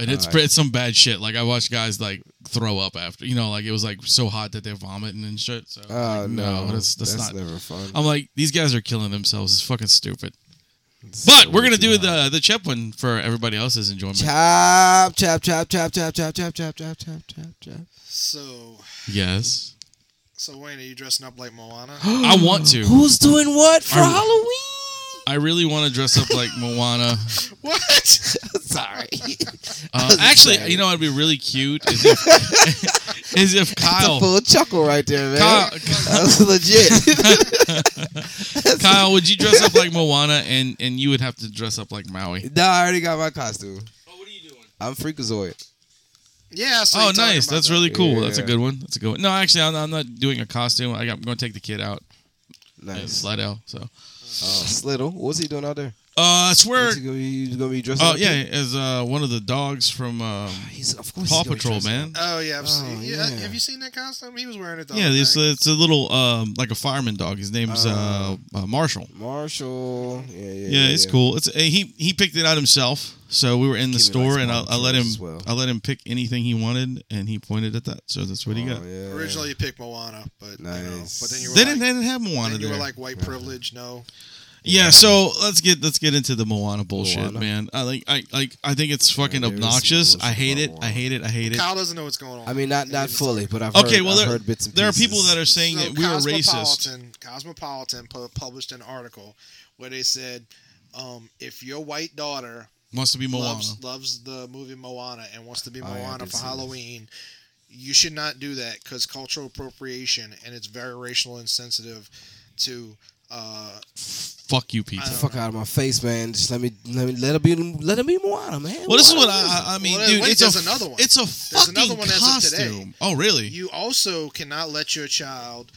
[SPEAKER 1] And it's,
[SPEAKER 2] Alright.
[SPEAKER 1] it's some bad shit. Like I watched guys like throw up after, you know, like it was like so hot that they're vomiting and shit. So
[SPEAKER 2] Oh
[SPEAKER 1] like,
[SPEAKER 2] no,
[SPEAKER 1] that's, that's, not.
[SPEAKER 2] never fun.
[SPEAKER 1] I'm like, these guys are killing themselves. It's fucking stupid.
[SPEAKER 2] It's
[SPEAKER 1] But
[SPEAKER 2] so
[SPEAKER 1] we're gonna do
[SPEAKER 2] hot.
[SPEAKER 1] the the chip one for everybody else's enjoyment.
[SPEAKER 2] Chop, chop, chop, chop, chop, chop, chop, chop, chop, chop, chop, chop.
[SPEAKER 3] So,
[SPEAKER 1] yes,
[SPEAKER 3] so Wayne, are you dressing up like Moana?
[SPEAKER 1] I want to.
[SPEAKER 2] Who's doing what for
[SPEAKER 1] Are we-
[SPEAKER 2] Halloween?
[SPEAKER 1] I really want to dress up like Moana.
[SPEAKER 3] what?
[SPEAKER 2] sorry.
[SPEAKER 1] Uh, actually, you know, it'd be really cute is if, is if
[SPEAKER 2] That's a
[SPEAKER 1] Kyle,
[SPEAKER 2] full chuckle right there, man.
[SPEAKER 1] Kyle,
[SPEAKER 2] That was legit.
[SPEAKER 1] Kyle, would you dress up like Moana and and you would have to dress up like Maui?
[SPEAKER 2] no, I already got my costume.
[SPEAKER 1] Oh, what are you doing?
[SPEAKER 2] I'm Freakazoid.
[SPEAKER 3] Yeah. So
[SPEAKER 1] Oh, nice. That's really cool. That's a
[SPEAKER 2] Yeah.
[SPEAKER 1] good one. That's a good one. No, actually, I'm, I'm not doing a costume. I got, I'm going to take the kid out. Nice.
[SPEAKER 2] Nice.
[SPEAKER 1] Slide out. So,
[SPEAKER 2] Oh, Slittle. What's he doing out there?
[SPEAKER 1] uh, I swear.
[SPEAKER 2] Is he gonna be, he's gonna be dressed
[SPEAKER 1] Oh
[SPEAKER 2] up?
[SPEAKER 1] yeah, as uh, one of the dogs from um,
[SPEAKER 2] He's, of course
[SPEAKER 1] Paw
[SPEAKER 2] he's gonna be
[SPEAKER 1] Patrol,
[SPEAKER 2] dressed up.
[SPEAKER 1] man.
[SPEAKER 3] Oh yeah, I've seen,
[SPEAKER 2] Oh,
[SPEAKER 3] yeah.
[SPEAKER 2] yeah.
[SPEAKER 3] Have you seen that costume? He was wearing it. The
[SPEAKER 1] Yeah,
[SPEAKER 3] whole
[SPEAKER 1] it's
[SPEAKER 3] thing.
[SPEAKER 1] a, it's a little um, like a fireman dog. His name's uh, uh, Marshall.
[SPEAKER 2] Marshall. Yeah, Oh. yeah.
[SPEAKER 1] Yeah, it's cool. It's uh, he he picked it out himself. So we were in the
[SPEAKER 2] Kimmy
[SPEAKER 1] store,
[SPEAKER 2] likes
[SPEAKER 1] and I,
[SPEAKER 2] Paw
[SPEAKER 1] I let him
[SPEAKER 2] Patrols as well.
[SPEAKER 1] I let him pick anything he wanted, and he pointed at that. So that's what he got.
[SPEAKER 2] Oh, yeah.
[SPEAKER 3] Originally, you picked Moana, but you know,
[SPEAKER 2] Nice.
[SPEAKER 3] but then you were
[SPEAKER 1] They
[SPEAKER 3] like,
[SPEAKER 1] didn't they didn't have Moana
[SPEAKER 3] then you
[SPEAKER 1] there.
[SPEAKER 3] were like white privilege. No,
[SPEAKER 1] yeah, so let's get let's get into the Moana bullshit,
[SPEAKER 2] Moana?
[SPEAKER 1] man. I like I like I think it's fucking
[SPEAKER 2] there is some
[SPEAKER 1] obnoxious. I
[SPEAKER 2] bullshit
[SPEAKER 1] hate it.
[SPEAKER 2] about
[SPEAKER 1] I hate it. I hate it.
[SPEAKER 3] Kyle doesn't know what's going on.
[SPEAKER 2] I mean, not not fully, but I've
[SPEAKER 1] Okay,
[SPEAKER 2] heard,
[SPEAKER 1] well
[SPEAKER 2] I've
[SPEAKER 1] there,
[SPEAKER 2] heard bits and
[SPEAKER 1] there are
[SPEAKER 2] pieces.
[SPEAKER 1] people that are saying
[SPEAKER 3] So
[SPEAKER 1] that we are racist.
[SPEAKER 3] Cosmopolitan, Cosmopolitan pu- published an article where they said, um, if your white daughter
[SPEAKER 1] Wants to be Moana.
[SPEAKER 3] loves loves the movie Moana and wants to be
[SPEAKER 2] yeah, I
[SPEAKER 3] Moana
[SPEAKER 2] did
[SPEAKER 3] for
[SPEAKER 2] see this.
[SPEAKER 3] Halloween, you should not do that because cultural appropriation and it's very racial insensitive to. Uh,
[SPEAKER 1] Fuck you, Pizza.
[SPEAKER 3] I don't
[SPEAKER 2] Fuck out of my face, man! Just let me let me let it be let it be Moana, man.
[SPEAKER 1] Well, this is what
[SPEAKER 2] Moana
[SPEAKER 1] I, I, I mean,
[SPEAKER 3] Well,
[SPEAKER 1] dude.
[SPEAKER 3] wait,
[SPEAKER 1] it's
[SPEAKER 3] there's
[SPEAKER 1] a,
[SPEAKER 3] another one.
[SPEAKER 1] It's a fucking
[SPEAKER 3] another one as of today.
[SPEAKER 1] costume. Oh, really?
[SPEAKER 3] you also cannot let your child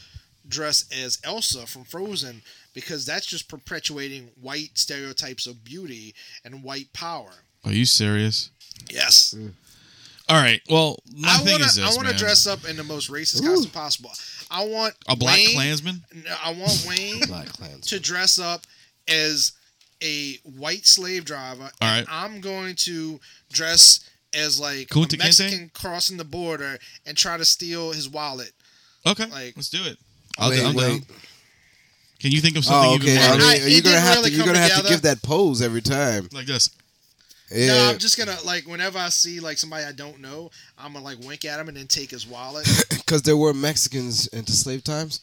[SPEAKER 3] dress as Elsa from Frozen because that's just perpetuating white stereotypes of beauty and white power.
[SPEAKER 1] are you serious?
[SPEAKER 3] Yes.
[SPEAKER 1] All right. Well, my
[SPEAKER 3] I
[SPEAKER 1] thing
[SPEAKER 3] want
[SPEAKER 1] is
[SPEAKER 3] to.
[SPEAKER 1] this,
[SPEAKER 3] I want to
[SPEAKER 1] man.
[SPEAKER 3] dress up in the most racist costume possible. I want
[SPEAKER 1] a black
[SPEAKER 3] Wayne,
[SPEAKER 1] Klansman.
[SPEAKER 3] No, I want Wayne
[SPEAKER 2] Black Klansman.
[SPEAKER 3] to dress up as a white slave driver.
[SPEAKER 1] All right.
[SPEAKER 3] and I'm going to dress as like
[SPEAKER 1] Kunta
[SPEAKER 3] a
[SPEAKER 1] Kinte?
[SPEAKER 3] Mexican crossing the border and try to steal his wallet.
[SPEAKER 1] Okay,
[SPEAKER 3] Like-
[SPEAKER 1] let's do it. I'll
[SPEAKER 2] Wait,
[SPEAKER 1] do, I'm
[SPEAKER 2] wait.
[SPEAKER 1] down. Can you think of something
[SPEAKER 2] Oh,
[SPEAKER 1] you
[SPEAKER 2] okay.
[SPEAKER 1] can
[SPEAKER 2] I
[SPEAKER 3] And
[SPEAKER 1] wear
[SPEAKER 3] I-
[SPEAKER 2] mean,
[SPEAKER 3] it
[SPEAKER 2] you're gonna
[SPEAKER 3] didn't
[SPEAKER 2] have
[SPEAKER 3] really
[SPEAKER 2] to you're gonna
[SPEAKER 3] come
[SPEAKER 2] have to
[SPEAKER 3] together.
[SPEAKER 2] give that pose every time.
[SPEAKER 1] like this?
[SPEAKER 2] Yeah.
[SPEAKER 3] No, I'm just gonna like whenever I see like somebody I don't know, I'm gonna like wink at him and then take his wallet.
[SPEAKER 2] Because there were Mexicans into slave times.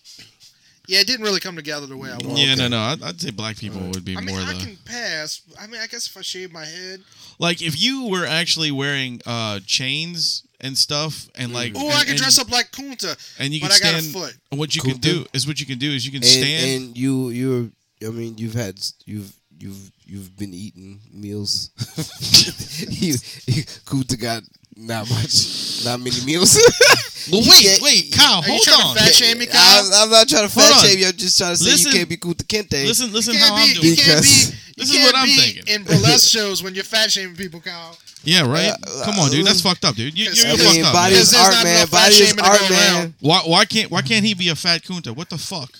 [SPEAKER 3] yeah, it didn't really come together the way I wanted.
[SPEAKER 1] Yeah, no, no. I'd, I'd say black people would be
[SPEAKER 3] I mean,
[SPEAKER 1] more
[SPEAKER 3] I
[SPEAKER 1] the
[SPEAKER 3] can pass. I mean, I guess if I shave my head,
[SPEAKER 1] like if you were actually wearing uh chains and stuff, and like
[SPEAKER 3] oh,
[SPEAKER 1] and,
[SPEAKER 3] I could
[SPEAKER 1] and-
[SPEAKER 3] dress up like Kunta.
[SPEAKER 1] and you
[SPEAKER 3] but
[SPEAKER 1] can
[SPEAKER 3] I got a
[SPEAKER 1] stand.
[SPEAKER 3] foot.
[SPEAKER 1] and What you
[SPEAKER 2] Cool
[SPEAKER 1] can do
[SPEAKER 2] dude.
[SPEAKER 1] is what you can do is you can
[SPEAKER 2] And,
[SPEAKER 1] stand.
[SPEAKER 2] and you you I mean you've had you've you've you've been eating meals. you, you Kuta got not much, not many meals.
[SPEAKER 1] Well,
[SPEAKER 2] you
[SPEAKER 1] wait,
[SPEAKER 2] can't-
[SPEAKER 1] wait, Kyle,
[SPEAKER 3] you
[SPEAKER 1] hold
[SPEAKER 3] trying to
[SPEAKER 1] on.
[SPEAKER 3] fat shame me, Kyle?
[SPEAKER 2] I'm, I'm not trying to
[SPEAKER 1] Hold
[SPEAKER 2] fat
[SPEAKER 1] on.
[SPEAKER 2] shame you. I'm just trying to say
[SPEAKER 1] Listen-
[SPEAKER 2] you can't be Kuta Kinte.
[SPEAKER 1] Listen, listen,
[SPEAKER 3] You
[SPEAKER 1] how I'm
[SPEAKER 3] can't
[SPEAKER 1] doing.
[SPEAKER 3] be. You can't
[SPEAKER 2] Because-
[SPEAKER 3] be. You
[SPEAKER 1] This is
[SPEAKER 3] can't
[SPEAKER 1] what I'm
[SPEAKER 3] be
[SPEAKER 1] thinking.
[SPEAKER 3] in burlesque shows when you're fat shaming people, Kyle.
[SPEAKER 1] Yeah, right.
[SPEAKER 2] Uh,
[SPEAKER 1] Come on, dude. That's
[SPEAKER 2] uh,
[SPEAKER 1] fucked up, dude. You, you're,
[SPEAKER 2] I
[SPEAKER 1] you're
[SPEAKER 2] mean,
[SPEAKER 1] fucked up. man.
[SPEAKER 2] body
[SPEAKER 3] Because
[SPEAKER 2] is
[SPEAKER 3] there's
[SPEAKER 2] art,
[SPEAKER 3] not
[SPEAKER 2] man.
[SPEAKER 3] enough
[SPEAKER 2] Body
[SPEAKER 3] fat
[SPEAKER 2] is
[SPEAKER 3] shaming to
[SPEAKER 2] art,
[SPEAKER 3] go
[SPEAKER 2] man.
[SPEAKER 3] around.
[SPEAKER 1] Why, why can't why can't he be a fat kunta? What the fuck?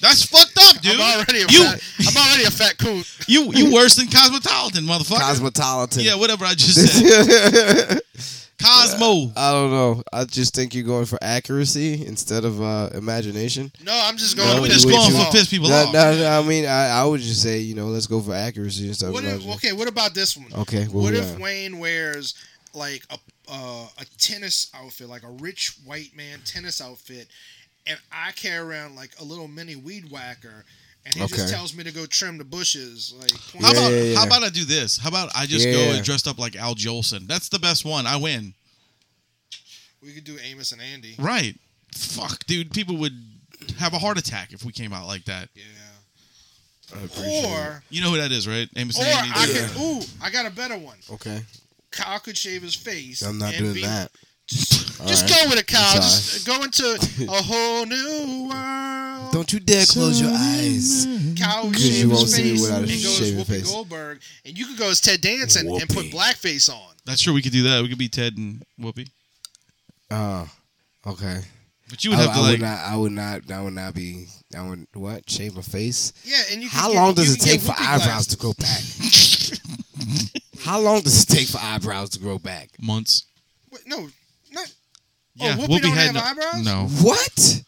[SPEAKER 1] That's fucked up, dude.
[SPEAKER 3] I'm already a
[SPEAKER 1] you
[SPEAKER 3] fat. I'm already a fat coon.
[SPEAKER 1] you you worse than cosmopolitan, motherfucker.
[SPEAKER 2] Cosmopolitan.
[SPEAKER 1] yeah, whatever I just said. Cosmo.
[SPEAKER 2] I don't know. I just think you're going for accuracy instead of uh, imagination.
[SPEAKER 3] No, I'm just going.
[SPEAKER 2] No,
[SPEAKER 1] we
[SPEAKER 3] with
[SPEAKER 1] just
[SPEAKER 3] the
[SPEAKER 2] wait,
[SPEAKER 1] going
[SPEAKER 2] you-
[SPEAKER 1] for
[SPEAKER 3] football.
[SPEAKER 1] piss people
[SPEAKER 2] No,
[SPEAKER 1] off.
[SPEAKER 2] no, no, I mean, I, I would just say, you know, let's go for accuracy instead of
[SPEAKER 3] What if,
[SPEAKER 2] imagination.
[SPEAKER 3] okay, what about this one?
[SPEAKER 2] Okay, well,
[SPEAKER 3] what
[SPEAKER 2] we
[SPEAKER 3] if
[SPEAKER 2] are.
[SPEAKER 3] Wayne wears like a uh, a tennis outfit, like a rich white man tennis outfit, and I carry around like a little mini weed whacker, and he
[SPEAKER 2] Okay.
[SPEAKER 3] just tells me to go trim the bushes, like point
[SPEAKER 1] How
[SPEAKER 2] Yeah,
[SPEAKER 1] about
[SPEAKER 2] yeah, yeah.
[SPEAKER 1] how about I do this? How about I just go
[SPEAKER 2] Yeah.
[SPEAKER 1] and dressed up like Al Jolson? That's the best one. I win.
[SPEAKER 3] we could do Amos and Andy.
[SPEAKER 1] Right. Fuck, dude. People would have a heart attack if we came out like that.
[SPEAKER 3] Yeah.
[SPEAKER 2] appreciate
[SPEAKER 3] Or
[SPEAKER 1] You know who that is, right? Amos
[SPEAKER 3] or
[SPEAKER 1] and Andy.
[SPEAKER 3] I
[SPEAKER 1] dude.
[SPEAKER 3] could ooh, I got a better one.
[SPEAKER 2] Okay,
[SPEAKER 3] Kyle could shave his face.
[SPEAKER 2] I'm not
[SPEAKER 3] and
[SPEAKER 2] doing
[SPEAKER 3] be-
[SPEAKER 2] that. All
[SPEAKER 3] Just
[SPEAKER 2] right.
[SPEAKER 3] go with it, Kyle.
[SPEAKER 2] I'm
[SPEAKER 3] Just go into a whole new world.
[SPEAKER 2] Don't you dare close your eyes.
[SPEAKER 3] Kyle would
[SPEAKER 2] 'Cause
[SPEAKER 3] shave
[SPEAKER 2] you won't
[SPEAKER 3] his
[SPEAKER 2] see me
[SPEAKER 3] face
[SPEAKER 2] without
[SPEAKER 3] and
[SPEAKER 2] a
[SPEAKER 3] go as
[SPEAKER 2] shaving
[SPEAKER 3] Whoopi
[SPEAKER 2] face.
[SPEAKER 3] Goldberg, and you could go as Ted Danson and put
[SPEAKER 2] Whoopi.
[SPEAKER 3] blackface on.
[SPEAKER 1] That's sure we could do that. We could be Ted and Whoopi.
[SPEAKER 2] Oh, okay.
[SPEAKER 1] But you
[SPEAKER 2] I,
[SPEAKER 1] would have
[SPEAKER 2] I
[SPEAKER 1] to
[SPEAKER 2] would
[SPEAKER 1] like
[SPEAKER 2] not. I would not. I would not be. I would what? Shave my face.
[SPEAKER 3] Yeah, and you. Could
[SPEAKER 2] How
[SPEAKER 3] get-
[SPEAKER 2] long
[SPEAKER 3] you
[SPEAKER 2] does it
[SPEAKER 3] could get
[SPEAKER 2] take for
[SPEAKER 3] Whoopi
[SPEAKER 2] eyebrows
[SPEAKER 3] glasses.
[SPEAKER 2] to grow back? How long does it take for eyebrows to grow back?
[SPEAKER 1] months.
[SPEAKER 3] Wait, no, not.
[SPEAKER 1] Yeah,
[SPEAKER 3] oh, Whoopi,
[SPEAKER 1] Whoopi
[SPEAKER 3] don't
[SPEAKER 1] had
[SPEAKER 3] have eyebrows.
[SPEAKER 1] no,
[SPEAKER 2] What?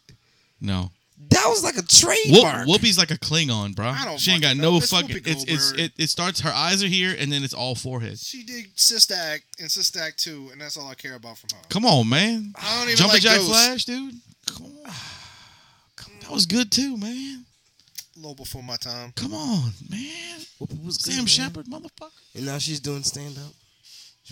[SPEAKER 1] no,
[SPEAKER 2] That was like a
[SPEAKER 1] Whoop,
[SPEAKER 2] trademark.
[SPEAKER 1] Whoopi's like a Klingon, bro.
[SPEAKER 3] I don't
[SPEAKER 1] She ain't got
[SPEAKER 3] fucking
[SPEAKER 1] no
[SPEAKER 3] know. It's
[SPEAKER 1] fucking.
[SPEAKER 3] Whoopi
[SPEAKER 1] It's, it's
[SPEAKER 3] Goldberg.
[SPEAKER 1] it, it starts. Her eyes are here, and then it's all forehead.
[SPEAKER 3] She did Sister Act and Sister Act Two, and that's all I care about from her.
[SPEAKER 1] Come on, man.
[SPEAKER 3] I don't even
[SPEAKER 1] Jumping
[SPEAKER 3] like
[SPEAKER 1] Jack
[SPEAKER 3] Ghost.
[SPEAKER 1] Flash, dude. Come on. That was good too, man.
[SPEAKER 3] a little before my time.
[SPEAKER 1] Come on, man.
[SPEAKER 2] Whoopi was good,
[SPEAKER 1] Sam
[SPEAKER 2] man.
[SPEAKER 1] Shepard, motherfucker.
[SPEAKER 2] And now she's doing stand up.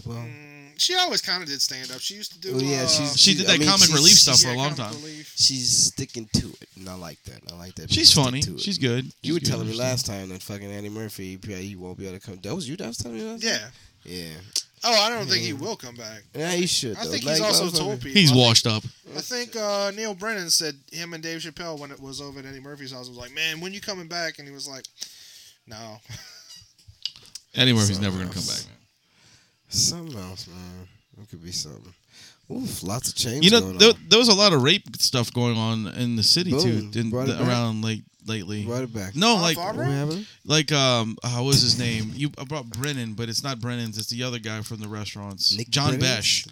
[SPEAKER 2] Well,
[SPEAKER 3] Mm, she always kind of did stand up. She used to do.
[SPEAKER 2] Oh, yeah,
[SPEAKER 3] uh,
[SPEAKER 2] she's-
[SPEAKER 1] She did
[SPEAKER 2] I
[SPEAKER 1] that
[SPEAKER 2] mean,
[SPEAKER 1] comic
[SPEAKER 2] she's-
[SPEAKER 1] relief
[SPEAKER 2] she's-
[SPEAKER 1] stuff
[SPEAKER 3] yeah,
[SPEAKER 1] for a long
[SPEAKER 3] comic
[SPEAKER 1] time.
[SPEAKER 3] relief.
[SPEAKER 2] she's sticking to it, and I like that. I like that.
[SPEAKER 1] She's
[SPEAKER 2] people stick
[SPEAKER 1] funny.
[SPEAKER 2] to it.
[SPEAKER 1] She's good.
[SPEAKER 2] You were
[SPEAKER 1] She's good.
[SPEAKER 2] telling me last time that fucking Andy Murphy, he, he won't be able to come. That was you that was telling me that.
[SPEAKER 3] Yeah.
[SPEAKER 2] yeah,
[SPEAKER 3] Oh, I don't think he will come back.
[SPEAKER 2] yeah. He should.
[SPEAKER 3] I
[SPEAKER 2] though.
[SPEAKER 3] think
[SPEAKER 2] Like,
[SPEAKER 3] he's also
[SPEAKER 2] motherfucker.
[SPEAKER 3] told people.
[SPEAKER 1] He's
[SPEAKER 3] I think-
[SPEAKER 1] washed up.
[SPEAKER 3] I think uh, Neil Brennan said him and Dave Chappelle when it was over at Eddie Murphy's house was like, "Man, when you coming back?" And he was like, "No."
[SPEAKER 1] Eddie Murphy's
[SPEAKER 2] Something
[SPEAKER 1] never gonna come
[SPEAKER 2] else.
[SPEAKER 1] back. Man.
[SPEAKER 2] Something else, man. It could be something. Oof, lots of change.
[SPEAKER 1] You know,
[SPEAKER 2] going
[SPEAKER 1] there,
[SPEAKER 2] on.
[SPEAKER 1] there was a lot of rape stuff going on in the city
[SPEAKER 2] Boom.
[SPEAKER 1] too, in,
[SPEAKER 2] Brought it back.
[SPEAKER 1] around like lately.
[SPEAKER 2] brought it back.
[SPEAKER 1] No,
[SPEAKER 3] Ron
[SPEAKER 1] like
[SPEAKER 3] Farber?
[SPEAKER 2] what happened?
[SPEAKER 1] like um, uh, what was his name? You I brought Brennan, but it's not Brennan's. It's the other guy from the restaurants,
[SPEAKER 2] Nick
[SPEAKER 1] John
[SPEAKER 2] Brennan?
[SPEAKER 1] Besh.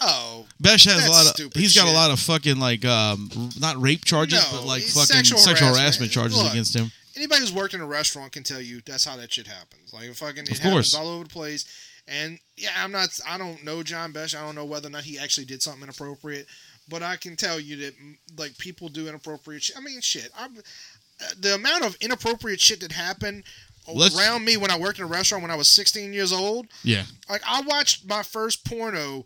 [SPEAKER 3] Oh,
[SPEAKER 1] Besh has
[SPEAKER 3] That's
[SPEAKER 1] a lot of.
[SPEAKER 3] stupid
[SPEAKER 1] He's got
[SPEAKER 3] shit.
[SPEAKER 1] a lot of fucking like um, r- not rape charges,
[SPEAKER 3] No,
[SPEAKER 1] but like
[SPEAKER 3] he's
[SPEAKER 1] fucking
[SPEAKER 3] sexual
[SPEAKER 1] sexual, harassment,
[SPEAKER 3] harassment.
[SPEAKER 1] charges
[SPEAKER 3] Look,
[SPEAKER 1] against him.
[SPEAKER 3] anybody who's worked in a restaurant can tell you that's how that shit happens. Like, fucking, it
[SPEAKER 1] Of
[SPEAKER 3] happens
[SPEAKER 1] course.
[SPEAKER 3] all over the place. And yeah, I'm not. I don't know John Besh. I don't know whether or not he actually did something inappropriate. But I can tell you that mm, like people do inappropriate. Shit. I mean, shit. I'm, uh, the amount of inappropriate shit that happened
[SPEAKER 1] Let's-
[SPEAKER 3] around me when I worked in a restaurant when I was 16 years old.
[SPEAKER 1] Yeah,
[SPEAKER 3] Like I watched my first porno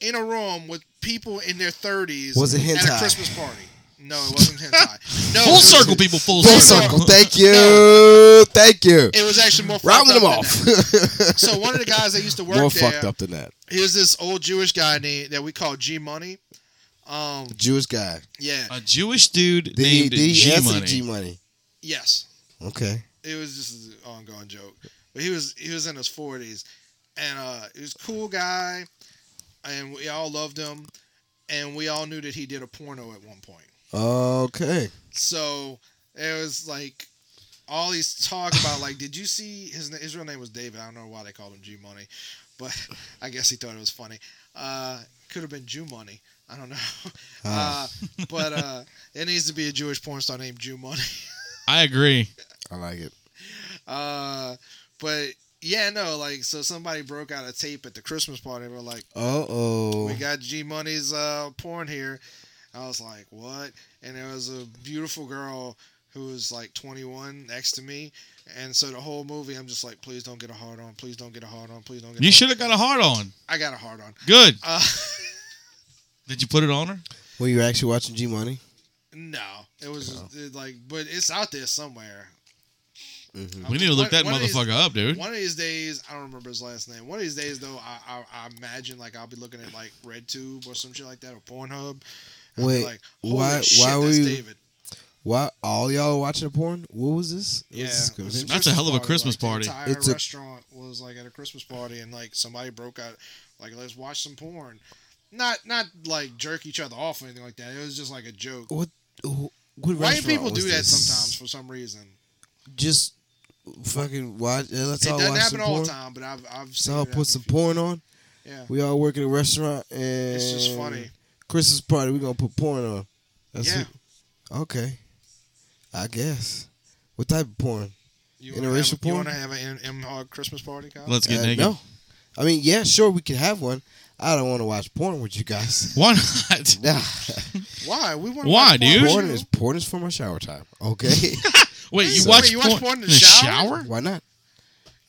[SPEAKER 3] in a room with people in their thirties.
[SPEAKER 2] Was it
[SPEAKER 3] At
[SPEAKER 2] hentai?
[SPEAKER 3] a Christmas party. No, it wasn't hentai. No, it
[SPEAKER 1] full
[SPEAKER 3] was-
[SPEAKER 1] circle, people, full,
[SPEAKER 2] Full
[SPEAKER 1] circle.
[SPEAKER 2] circle. Thank you. Thank you.
[SPEAKER 3] It was actually more fucked
[SPEAKER 2] Rounding
[SPEAKER 3] up
[SPEAKER 2] them
[SPEAKER 3] than
[SPEAKER 2] off.
[SPEAKER 3] that. So one uh, of the guys that used to work
[SPEAKER 2] More
[SPEAKER 3] there,
[SPEAKER 2] fucked up than that.
[SPEAKER 3] he was this old Jewish guy named that we call G Money. Um,
[SPEAKER 2] Jewish guy.
[SPEAKER 3] yeah,
[SPEAKER 1] A Jewish dude
[SPEAKER 2] Did he,
[SPEAKER 1] named
[SPEAKER 2] did he
[SPEAKER 1] G
[SPEAKER 2] answer
[SPEAKER 1] Money.
[SPEAKER 2] G Money?
[SPEAKER 3] yes,
[SPEAKER 2] Okay.
[SPEAKER 3] it was just an ongoing joke. But he was he was in his forties, and uh, he was a cool guy, and we all loved him, and we all knew that he did a porno at one point.
[SPEAKER 2] Okay.
[SPEAKER 3] So it was like all these talk about like, did you see his na- his real name was David? I don't know why they called him G Money, but I guess he thought it was funny. Uh, could have been Jew Money. I don't know. Uh,
[SPEAKER 2] Ah.
[SPEAKER 3] but uh, it needs to be a Jewish porn star named Jew Money.
[SPEAKER 1] I agree.
[SPEAKER 2] I like it.
[SPEAKER 3] Uh, but yeah, no, like so somebody broke out a tape at the Christmas party. We're like.
[SPEAKER 2] Uh oh.
[SPEAKER 3] we got G Money's uh, porn here. I was like, what? And there was a beautiful girl who was like 21 next to me. And so the whole movie, I'm just like, please don't get a hard on. Please don't get a hard on. Please don't get a
[SPEAKER 1] You
[SPEAKER 3] hard
[SPEAKER 1] should have got a hard on.
[SPEAKER 3] I got a hard on.
[SPEAKER 1] Good.
[SPEAKER 3] Uh,
[SPEAKER 1] Did you put it on her?
[SPEAKER 2] Were you actually watching G Money?
[SPEAKER 3] no, it was just, it, like, but it's out there somewhere.
[SPEAKER 2] Mm-hmm.
[SPEAKER 3] I'm
[SPEAKER 1] We
[SPEAKER 3] just-
[SPEAKER 1] need to look that
[SPEAKER 3] one- one of these-
[SPEAKER 1] motherfucker up, dude.
[SPEAKER 3] One of these days, I don't remember his last name. One of these days, though, I, I, I imagine like I'll be looking at like RedTube or some shit like that or Pornhub. I'll be
[SPEAKER 2] Wait,
[SPEAKER 3] like, holy
[SPEAKER 2] why-
[SPEAKER 3] shit,
[SPEAKER 2] why were
[SPEAKER 3] that's
[SPEAKER 2] you-
[SPEAKER 3] David.
[SPEAKER 2] Why all y'all are watching porn? What was this? What
[SPEAKER 3] Yeah,
[SPEAKER 2] was this
[SPEAKER 3] it was
[SPEAKER 2] convention?
[SPEAKER 1] That's a hell of a Christmas party.
[SPEAKER 3] Like, the entire
[SPEAKER 2] It's a-
[SPEAKER 3] restaurant was like at a Christmas party, and like somebody broke out, like let's watch some porn. Not not like jerk each other off or anything like that. It was just like a joke.
[SPEAKER 2] What? who- What
[SPEAKER 3] Why do
[SPEAKER 2] restaurant
[SPEAKER 3] people do
[SPEAKER 2] was
[SPEAKER 3] that
[SPEAKER 2] this?
[SPEAKER 3] sometimes for some reason?
[SPEAKER 2] Just fucking watch. yeah, Let's
[SPEAKER 3] It
[SPEAKER 2] all
[SPEAKER 3] doesn't
[SPEAKER 2] watch
[SPEAKER 3] happen
[SPEAKER 2] some
[SPEAKER 3] all
[SPEAKER 2] porn.
[SPEAKER 3] the time, but I've I've
[SPEAKER 2] Let's
[SPEAKER 3] seen
[SPEAKER 2] all
[SPEAKER 3] it
[SPEAKER 2] put
[SPEAKER 3] happen
[SPEAKER 2] some
[SPEAKER 3] a few-
[SPEAKER 2] porn on.
[SPEAKER 3] Yeah,
[SPEAKER 2] We all work in a restaurant and
[SPEAKER 3] it's just funny.
[SPEAKER 2] Christmas party. We gonna put porn on. That's
[SPEAKER 3] Yeah.
[SPEAKER 2] it. Okay. I guess. What type of porn?
[SPEAKER 3] You
[SPEAKER 2] Interracial porn?
[SPEAKER 3] want to have, an M hog Christmas party, Kyle?
[SPEAKER 1] Let's get
[SPEAKER 2] Uh,
[SPEAKER 1] naked.
[SPEAKER 2] No. I mean, yeah, sure, we can have one. I don't want to watch porn with you guys.
[SPEAKER 1] Why not?
[SPEAKER 2] Nah.
[SPEAKER 3] Why? We want.
[SPEAKER 1] Why, dude?
[SPEAKER 2] porn is porn is for my shower time. Okay.
[SPEAKER 1] Wait, you
[SPEAKER 3] So-
[SPEAKER 1] watch,
[SPEAKER 3] Wait, you watch porn in the shower?
[SPEAKER 2] Why not?